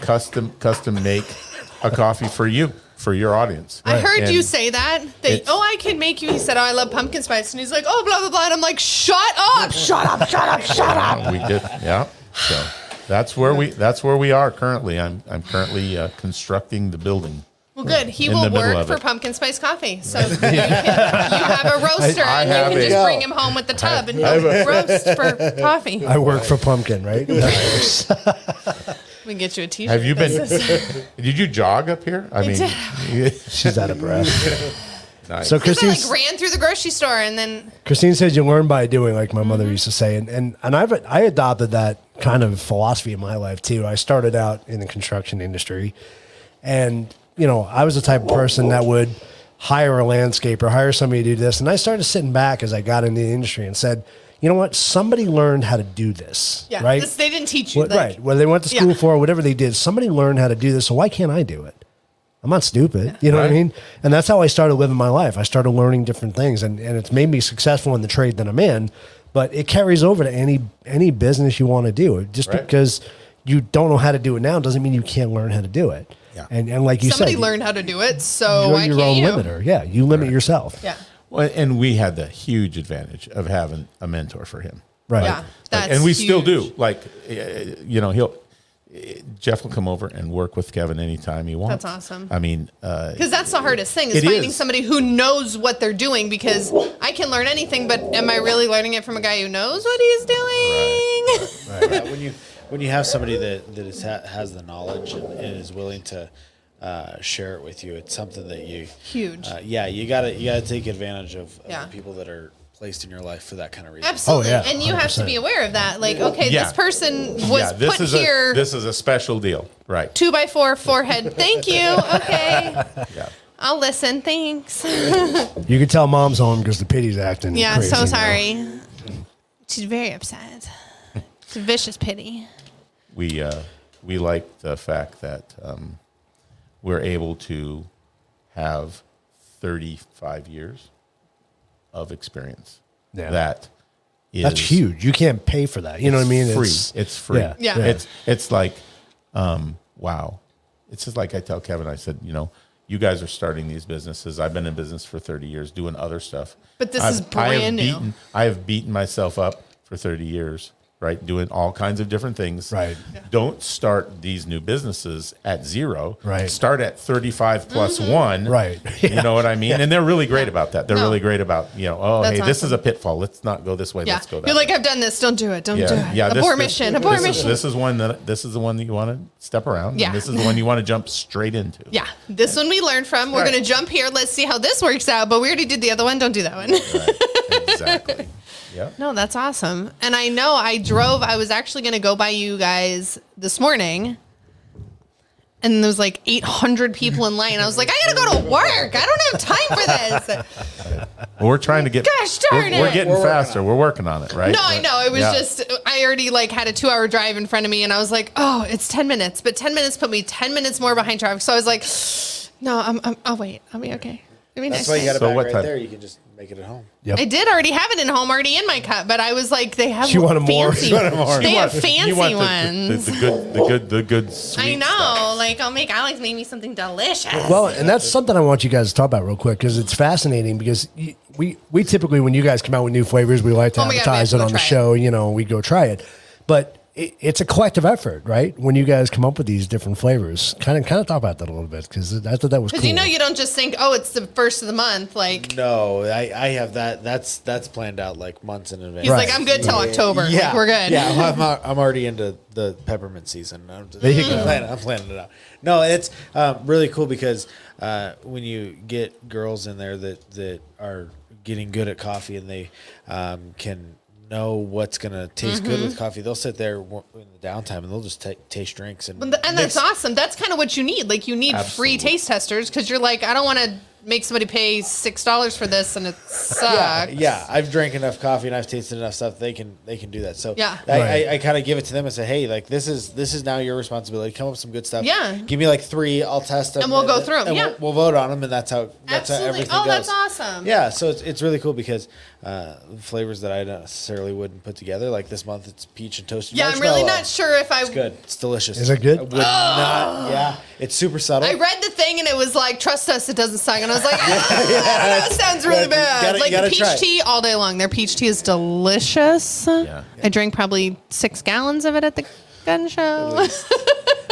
S2: custom custom make a coffee for you for your audience.
S4: I heard you
S2: And-
S4: say that. That
S2: It's-
S4: oh, I can make you. He said, oh, I love pumpkin spice, and he's like, oh, blah blah blah. And I'm like, shut up, shut up, shut up, shut up.
S2: We did. Yeah. So that's where we that's where we are currently. I'm I'm currently uh, constructing the building.
S4: Well, good. He
S2: In the
S4: will
S2: middle
S4: work
S2: of
S4: for
S2: it.
S4: pumpkin spice coffee. So you, can, you have a roaster,
S2: I
S4: and
S2: have
S4: you can
S2: a-
S4: just bring him home with the tub and he'll roast for coffee.
S1: I work for Pumpkin, right?
S4: We can get you a T-shirt.
S2: Have you
S4: that
S2: been?
S4: says-
S2: did you jog up here? I mean,
S1: She's out of breath.
S2: nice.
S1: So
S4: I
S1: Christine,
S4: like ran through the grocery store and then
S1: Christine says you learn by doing, like my
S4: Mm-hmm.
S1: mother used to say, and and and I've I adopted that kind of philosophy in my life too. I started out in the construction industry, and you know I was the type of person that would hire a landscaper, hire somebody to do this. And I started sitting back as I got into the industry and said, you know what? Somebody learned how to do this.
S4: Yeah,
S1: right?
S4: this- they didn't teach you,
S1: What-
S4: like-
S1: right. Whether they went to school
S4: Yeah.
S1: for or whatever they did, somebody learned how to do this. So why can't I do it? I'm not stupid. You know what I
S2: Right.
S1: mean? And that's how I started living my life. I started learning different things and, and it's made me successful in the trade that I'm in, but it carries over to any any business you want to do. Just
S2: Right.
S1: because you don't know how to do it now doesn't mean you can't learn how to do it.
S2: Yeah.
S1: And and like you
S4: Somebody
S1: said,
S4: learned how to do it, so
S1: you're
S4: why
S1: your
S4: can't
S1: own
S4: you?
S1: limiter. Yeah. You limit yourself.
S4: Yeah.
S2: Well, and we had the huge advantage of having a mentor for him.
S1: Right.
S4: Yeah.
S1: Like-
S4: That's
S2: and we still
S4: huge.
S2: do. Like, eh, you know, he'll eh, Jeff will come over and work with Kevin anytime he wants.
S4: That's awesome.
S2: I mean, uh,
S4: Because that's the hardest thing is
S2: It
S4: finding
S2: is.
S4: somebody who knows what they're doing. Because I can learn anything, but am I really learning it from a guy who knows what he's doing?
S3: Yeah, when you when you have somebody that that is, ha- has the knowledge and, and is willing to uh, share it with you, it's something that you
S4: Huge.
S3: Uh, yeah, you gotta you gotta take advantage of, of
S4: Yeah.
S3: the people that are placed in your life for that kind of reason.
S2: oh,
S4: Absolutely,
S1: yeah,
S4: and you have to
S1: 100%.
S4: be aware of that. Like, okay,
S2: Yeah.
S4: this person was
S2: yeah, this
S4: put
S2: is
S4: here
S2: a this is a special deal, right?
S4: two by four forehead. Thank you. Okay,
S2: Yeah.
S4: I'll listen. Thanks.
S1: You can tell mom's home because the pity's acting.
S4: Yeah,
S1: crazy
S4: so
S1: now.
S4: sorry. She's very upset. It's a vicious pity.
S2: we uh, we like the fact that um, we're able to have 35 years of experience.
S1: Yeah.
S2: That is
S1: That's huge. You can't pay for that. You know what I mean?
S2: Free. It's, free.
S1: Yeah.
S4: Yeah.
S2: It's it's like um, wow. It's just like I tell Kevin. I said, you know, you guys are starting these businesses. I've been in business for 30 years doing other stuff.
S4: But this
S2: I've-
S4: is
S2: I have
S4: brand new.
S2: Beaten, I have beaten myself up for 30 years, right? Doing all kinds of different things.
S1: Right.
S2: Don't start these new businesses at zero.
S1: Right.
S2: Start at 35 plus one.
S1: Right.
S2: You know what I mean? And they're really great about that. They're
S4: Mm-hmm. No.
S2: really great about, you know, oh,
S4: That's
S2: hey, this
S4: awesome.
S2: is a pitfall. Let's not go this way.
S4: Yeah,
S2: Let's go
S4: you're
S2: that
S4: like,
S2: way.
S4: I've done this. Don't do it. Don't do it.
S2: Yeah,
S4: abort mission. abort
S2: this is-
S4: mission.
S2: This is one that this is the one that you want to step around. and
S4: Yeah.
S2: this is the one you want to jump straight into.
S4: yeah, this one we learned from. We're
S2: Right.
S4: gonna jump here. Let's see how this works out. But we already did the other one. Don't do that one.
S2: exactly. Yeah,
S4: No, that's awesome. And I know I drove, I was actually going to go by you guys this morning. And there was like 800 people in line. I was like, I got to go to work. I don't have time for this.
S2: Well, we're trying to get.
S4: Gosh darn
S2: we're, We're
S4: it.
S2: getting
S3: We're working
S2: faster. We're working on it, right?
S4: No, I know. It was
S2: Yeah.
S4: just, I already like had a two hour drive in front of me and I was like, oh, it's 10 minutes. But 10 minutes put me 10 minutes more behind traffic. So I was like, no, I'm, I'm, I'll wait. I'll be okay. I mean,
S3: That's why you got to
S2: So
S3: back
S2: what
S3: right
S2: type-
S3: there. You can just make it at home.
S1: Yep.
S4: I did already have it in home, already in my cup, but I was like, they have
S1: She wanted more.
S4: fancy.
S1: She wanted
S2: Or
S4: They
S2: you
S4: have
S2: want-
S4: fancy
S2: you want the-
S4: ones.
S2: The, the, the good, the good, the good. Sweet
S4: I know.
S2: stuff.
S4: Like, oh, I'll make Alex make me something delicious.
S1: Well, and that's something I want you guys to talk about real quick because it's fascinating. Because y- we we typically when you guys come out with new flavors, we like to
S4: Oh my God, we have
S1: advertise
S4: to
S1: it
S4: go
S1: on the
S4: try it.
S1: show. You know, we go try it, but it, it's a collective effort, right? When you guys come up with these different flavors, kind of kind of talk about that a little bit because I thought that was cool.
S4: because you know you don't just think, oh, it's the first of the month. Like
S3: No, I, I have that. That's that's planned out like months in advance.
S4: he's
S1: Right.
S4: like, I'm good till October. Like, we're good.
S3: Yeah, well, I'm, al- I'm already into the peppermint season. I'm, just,
S1: There you go.
S3: I'm, planning, I'm planning it out. No, it's um, really cool because uh, when you get girls in there that that are getting good at coffee and they um, can know what's gonna taste good
S4: Mm-hmm.
S3: with coffee, they'll sit there w- in the downtime and they'll just ta taste drinks and
S4: And th- and that's
S3: mix-
S4: awesome. That's kind of what you need. Like you need free
S2: Absolutely.
S4: taste testers because you're like, I don't want to make somebody pay six dollars for this and it sucks.
S3: yeah, yeah, I've drank enough coffee and I've tasted enough stuff. They can they can do that. So
S4: Yeah.
S3: I,
S1: Right.
S3: I, I kind of give it to them and say, hey, like this is this is now your responsibility. Come up with some good stuff.
S4: Yeah.
S3: give me like three. I'll test them
S4: And we'll go through 'em,
S3: and
S4: yeah.
S3: we'll, we'll vote on them, and that's how that's how
S4: Absolutely.
S3: everything
S4: Oh,
S3: goes.
S4: that's awesome.
S3: Yeah, so it's, it's really cool because uh, flavors that I don't necessarily wouldn't put together, like this month it's peach and toasted
S4: Yeah, I'm really
S3: marshmallow.
S4: not sure if I.
S3: It's good. It's delicious.
S1: Is it good?
S3: I would not. Yeah, it's super subtle.
S4: I read the thing and it was like, trust us, it doesn't suck. And I was like, ah, that sounds really
S3: Gotta-
S4: bad.
S3: gotta-
S4: like
S3: gotta
S4: the peach
S3: try it.
S4: tea all day long. Their peach tea is delicious. I drank probably six gallons of it at the gun show.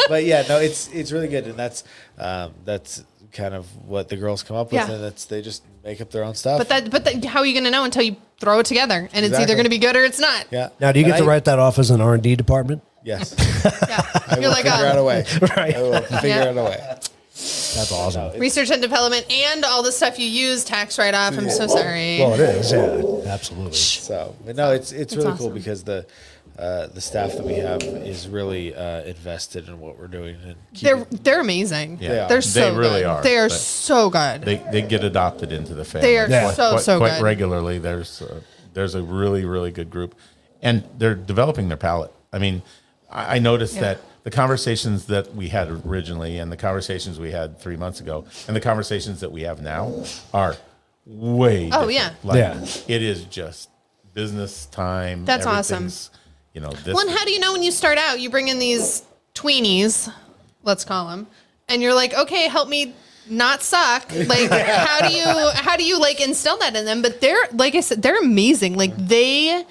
S3: but yeah, no, it's it's really good, and that's um, that's kind of what the girls come up with,
S4: Yeah.
S3: and that's they just make up their own stuff.
S4: But that, but that, how are you going to know until you throw it together? And it's either
S3: Exactly.
S4: going to be good or it's not.
S3: yeah.
S1: now, do you get
S3: And
S1: to
S3: I-
S1: write that off as an R and D department?
S3: Yes,
S4: Yeah. You're like,
S3: figure out a
S4: oh,
S3: way.
S1: Right.
S3: I will figure
S4: Yeah.
S3: out a way.
S1: That's awesome.
S4: research and development and all the stuff you use, tax write off. I'm so sorry.
S1: Well, it is. Yeah, absolutely.
S3: So, but no, it's it's
S4: That's
S3: really cool
S4: awesome.
S3: because the uh, the staff that we have is really uh, invested in what we're doing. And keep
S4: They're
S3: it-
S4: they're amazing.
S2: Yeah.
S4: They're
S2: They
S4: so
S2: really
S4: good.
S2: are,
S4: They are
S2: but
S4: so good.
S2: They they get adopted into the family.
S4: They are
S1: Yeah.
S4: so
S2: quite,
S4: so
S2: quite
S4: good.
S2: regularly. There's a, there's a really really good group, and they're developing their palate. I mean, I, I noticed
S4: Yeah.
S2: that the conversations that we had originally, and the conversations we had three months ago, and the conversations that we have now are way.
S4: Oh,
S2: different.
S4: yeah.
S2: like,
S1: Yeah.
S2: It is just business time.
S4: That's awesome.
S2: everything's, You know this.
S4: Well, and how do you know when you start out? You bring in these tweenies, let's call them, and you're like, okay, help me not suck. Like, how do you how do you like instill that in them? But they're like I said, they're amazing. Like they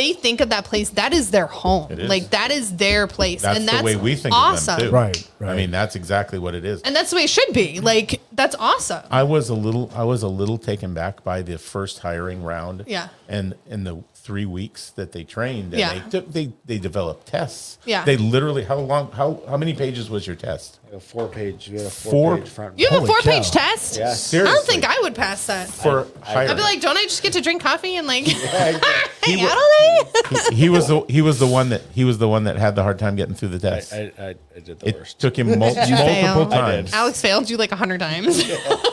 S4: they think of that place that is their home.
S2: It is.
S4: Like that is their place,
S2: that's
S4: and
S2: the
S4: that's
S2: way we think
S4: awesome.
S2: of them too.
S1: Right,
S2: I
S1: right.
S2: mean, that's exactly what it is.
S4: And that's the way it should be. Like that's awesome.
S2: I was a little I was a little taken back by the first hiring round.
S4: Yeah.
S2: And in the three weeks that they trained and
S4: Yeah.
S2: they took they they developed tests.
S4: Yeah.
S2: They literally how long how how many pages was your test?
S3: a four page. You had a
S2: Four-
S3: four page front.
S4: You have a
S1: Holy
S4: four page
S1: cow.
S4: test.
S3: Yeah.
S4: I
S2: Seriously.
S4: don't think I would pass that.
S2: for hiring.
S4: I'd be like, don't I just get to drink coffee and like hang
S2: wa-
S4: out all day?
S2: he, he was the he was the one that he was the one that had the hard time getting through the
S3: I,
S2: test.
S3: I, I, I did the
S2: it
S3: worst.
S2: took him mul- multiple
S4: fail?
S3: I
S2: times.
S3: did.
S4: Alex failed you like a hundred times.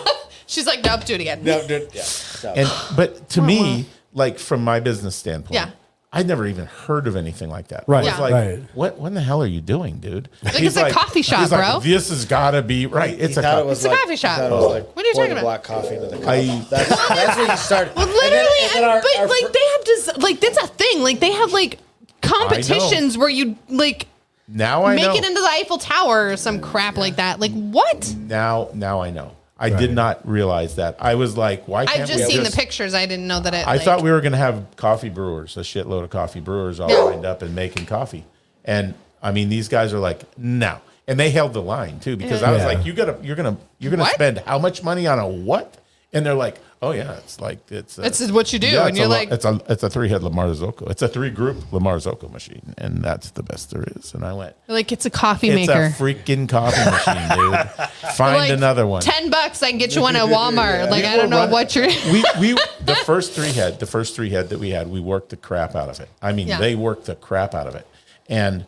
S4: She's like, nope, do it again.
S3: No, dude, yeah. So,
S2: And but to me, like from my business standpoint,
S4: Yeah.
S2: I'd never even heard of anything like that.
S1: Right,
S2: I was
S4: Yeah.
S2: like,
S1: right.
S2: what? When the hell are you doing, dude? Like
S4: it's a coffee shop, bro.
S2: this has got to be right. It's
S3: He
S2: a
S3: thought
S2: co-
S3: it was "Oh,
S4: It's a coffee
S3: he
S4: shop.
S3: thought it was like
S4: What are you
S3: pouring
S4: talking about?
S3: Black coffee into the cup.
S2: I-
S3: that's, that's where you started.
S4: Well, literally, but like they have des- like that's a thing. Like they have like competitions where you like
S2: now I
S4: make
S2: know.
S4: it into the Eiffel Tower or some crap like that. Like what?
S2: now now I know. I
S1: Right.
S2: did not realize that. I was like, why can't
S4: I've
S2: we
S4: just seen
S2: just-
S4: the pictures. I didn't know that it.
S2: I
S4: like-
S2: thought we were going to have coffee brewers, a shitload of coffee brewers all
S4: Yeah.
S2: lined up and making coffee. And I mean, these guys are like, no. And they held the line too because I was
S1: Yeah.
S2: like, you gotta, you're gonna, you're gonna
S4: What?
S2: spend how much money on a what? And they're like, oh yeah, it's like it's a-
S4: This is what you do. And
S2: it's
S4: you're
S2: a lo-
S4: like-
S2: it's a it's a three head Lamar Zoco, it's a three group Lamar Zoco machine, and that's the best there is. And I went,
S4: like it's a coffee
S2: it's
S4: maker.
S2: a freaking coffee machine, dude. Find
S4: Like,
S2: another one.
S4: Ten bucks, I can get you one at Walmart. Like I don't know what you're.
S2: we we the first three head the first three head that we had we worked the crap out of it. I mean,
S4: Yeah.
S2: they worked the crap out of it, and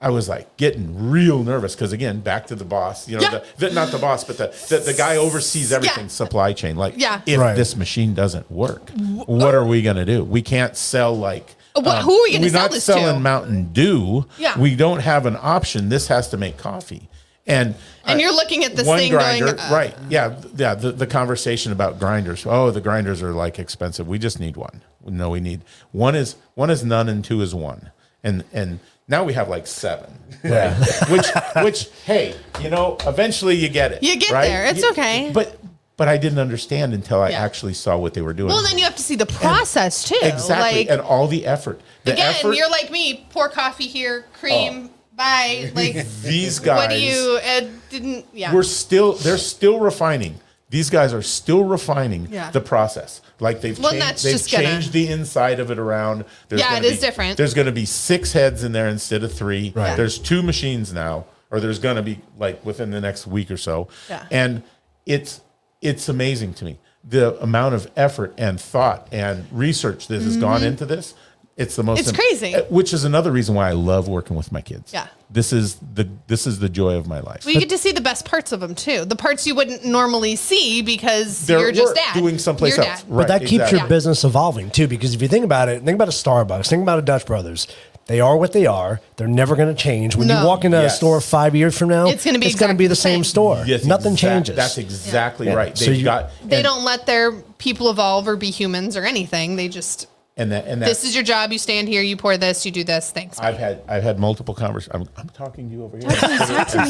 S2: I was like getting real nervous because again, back to the boss, you know,
S4: Yeah.
S2: the, the, not the boss, but the, the the guy oversees everything,
S4: Yeah.
S2: supply chain. Like,
S4: Yeah.
S2: if
S1: Right.
S2: this machine doesn't work, what are we gonna do? We can't sell like. um,
S4: What- who are we gonna
S2: we're
S4: sell
S2: not
S4: this to?
S2: selling Mountain Dew.
S4: Yeah.
S2: We don't have an option. This has to make coffee. And
S4: And
S2: I-
S4: you're looking at this
S2: one
S4: thing
S2: grinder,
S4: going, uh,
S2: right? Yeah, yeah. The, the conversation about grinders. Oh, the grinders are like expensive. We just need one. No, we need one is one is none and two is one. And and now we have like seven. Yeah. which which hey, you know, eventually you get it.
S4: You get there. It's
S2: You-
S4: okay.
S2: But but I didn't understand until I
S4: Yeah.
S2: actually saw what they were doing.
S4: Well, then you have to see the process too.
S2: exactly,
S4: Like,
S2: and all the effort. The
S4: Again,
S2: effort Oh.
S4: you're like me. Pour coffee here, cream. Bye. Like,
S2: these guys.
S4: what do you uh, didn't? Yeah.
S2: we're still they're still refining. These guys are still refining
S4: Yeah.
S2: the process. Like they've
S4: Well,
S2: changed,
S4: that's
S2: they've
S4: just gonna-
S2: changed the inside of it around. There's
S4: Yeah,
S2: gonna
S4: it is
S2: be-
S4: different.
S2: There's going to be six heads in there instead of three.
S1: Right. Yeah.
S2: There's two machines now, or there's going to be like within the next week or so.
S4: Yeah.
S2: And it's it's amazing to me the amount of effort and thought and research that has gone into this. It's the most.
S4: Mm-hmm.
S2: eh,
S4: It's crazy.
S2: Which is another reason why I love working with my kids.
S4: Yeah.
S2: This is the this is the joy of my life.
S4: well, you get to see the best parts of them too. The parts you wouldn't normally see because
S2: They're
S4: you're
S2: at
S4: just
S2: work,
S4: dad
S2: doing someplace
S4: You're
S2: else.
S4: dad.
S2: Right,
S1: but that keeps
S2: exactly.
S1: your business evolving too, because if you think about it, think about a Starbucks, think about a Dutch Brothers. They are what they are. They're never going to change. When
S4: No.
S1: you walk into
S2: Yes.
S1: a store five years from now,
S4: It's gonna be
S1: it's going to
S4: exactly
S1: be the
S4: the same.
S1: same store.
S2: Yes,
S1: Nothing
S2: exact-
S1: changes.
S2: That's exactly
S1: Yeah.
S2: right.
S1: So
S2: They've
S1: you-
S2: got
S4: They
S2: and,
S4: don't let their people evolve or be humans or anything. They just
S2: and that and that.
S4: this is your job. You stand here. You pour this. You do this. Thanks.
S2: I've had I've had multiple conversations. I'm, I'm talking to you over here instead,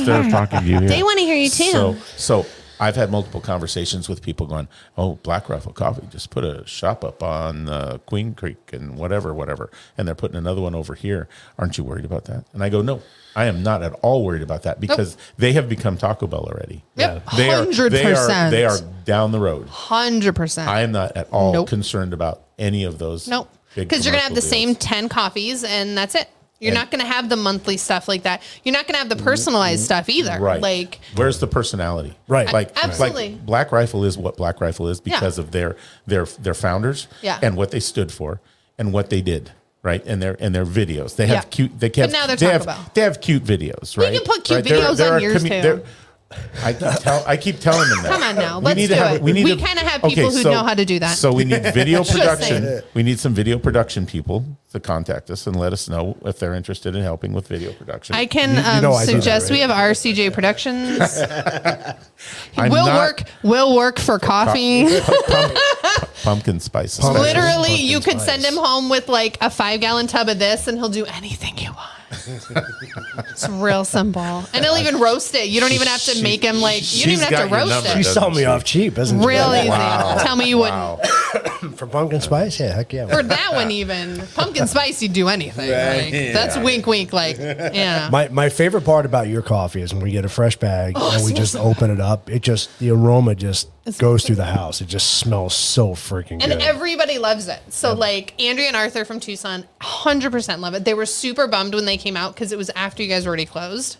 S2: of talking to you here.
S4: They wanna hear you too.
S2: So so I've had multiple conversations with people going, "Oh, Black Rifle Coffee just put a shop up on uh, Queen Creek and whatever, whatever, and they're putting another one over here. Aren't you worried about that?" And I go, "No, I am not at all worried about that because they have become Taco Bell already.
S4: Yep,
S2: they are they are
S4: 100%.
S2: they are down the road.
S4: Hundred percent.
S2: I am not at all
S4: Nope.
S2: concerned about any of those.
S4: Nope.
S2: big
S4: Because you're going to have the
S2: commercial
S4: same
S2: deals.
S4: 10 coffees and that's it. You're
S2: And- Mm-hmm.
S4: not going to have the monthly stuff like that. You're not going to have the personalized stuff either.
S2: Right.
S4: Like,
S2: where's the personality?
S1: Right.
S2: Like,
S4: Absolutely.
S2: like Black Rifle is what Black Rifle is because
S4: Yeah.
S2: of their their their founders
S4: Yeah.
S2: and what they stood for and what they did. right? And their and their videos. They have
S4: Yeah.
S2: cute. They have.
S4: But now they're
S2: they
S4: Taco
S2: have,
S4: Bell.
S2: They have cute videos, right?
S4: can put cute
S2: Right? There-
S4: videos
S2: there
S4: on
S2: are
S4: yours, too.
S2: there- I keep, tell, I keep telling them that.
S4: Come on now,
S2: We
S4: let's
S2: need to
S4: do
S2: have-
S4: it.
S2: We, need
S4: We
S2: to-
S4: kinda have people who know how to do that.
S2: So we need video
S4: Just saying.
S2: production. We need some video production people to contact us and let us know if they're interested in helping with video production.
S4: I can
S1: You- you know
S4: um,
S1: I do that,
S4: suggest we
S1: right?
S4: have RCJ Productions.
S2: I'm
S4: will
S2: not-
S4: work. Will work for coffee.
S2: Pump- pumpkin spice.
S1: Pumpkin.
S2: especially.
S4: Literally, you
S1: Pumpkin
S4: could send
S1: spice.
S4: him home with like a five gallon tub of this, and he'll do anything you want. it's real simple, and he'll even roast it. You don't even have to
S2: She-
S4: make him like. You don't
S2: she's
S4: even have to
S2: got your
S4: roast
S2: number.
S1: She
S4: it.
S1: sold me
S2: Doesn't she?
S1: off cheap, isn't she?
S4: Real easy. Tell me you wouldn't.
S2: Wow.
S1: For pumpkin spice? Yeah, heck yeah.
S4: For that one, even pumpkin spice, you'd do anything.
S3: Right.
S4: like, that's wink, wink. Like, yeah.
S1: My, my favorite part about your coffee is when we get a fresh bag
S4: Oh,
S1: and we just open it up. It just the aroma just goes through the house. It just smells so freaking
S4: and
S1: good.
S4: everybody loves it. So like Andrea and Arthur from Tucson, hundred percent love it. They were super bummed when they came out because it was after you guys were already closed,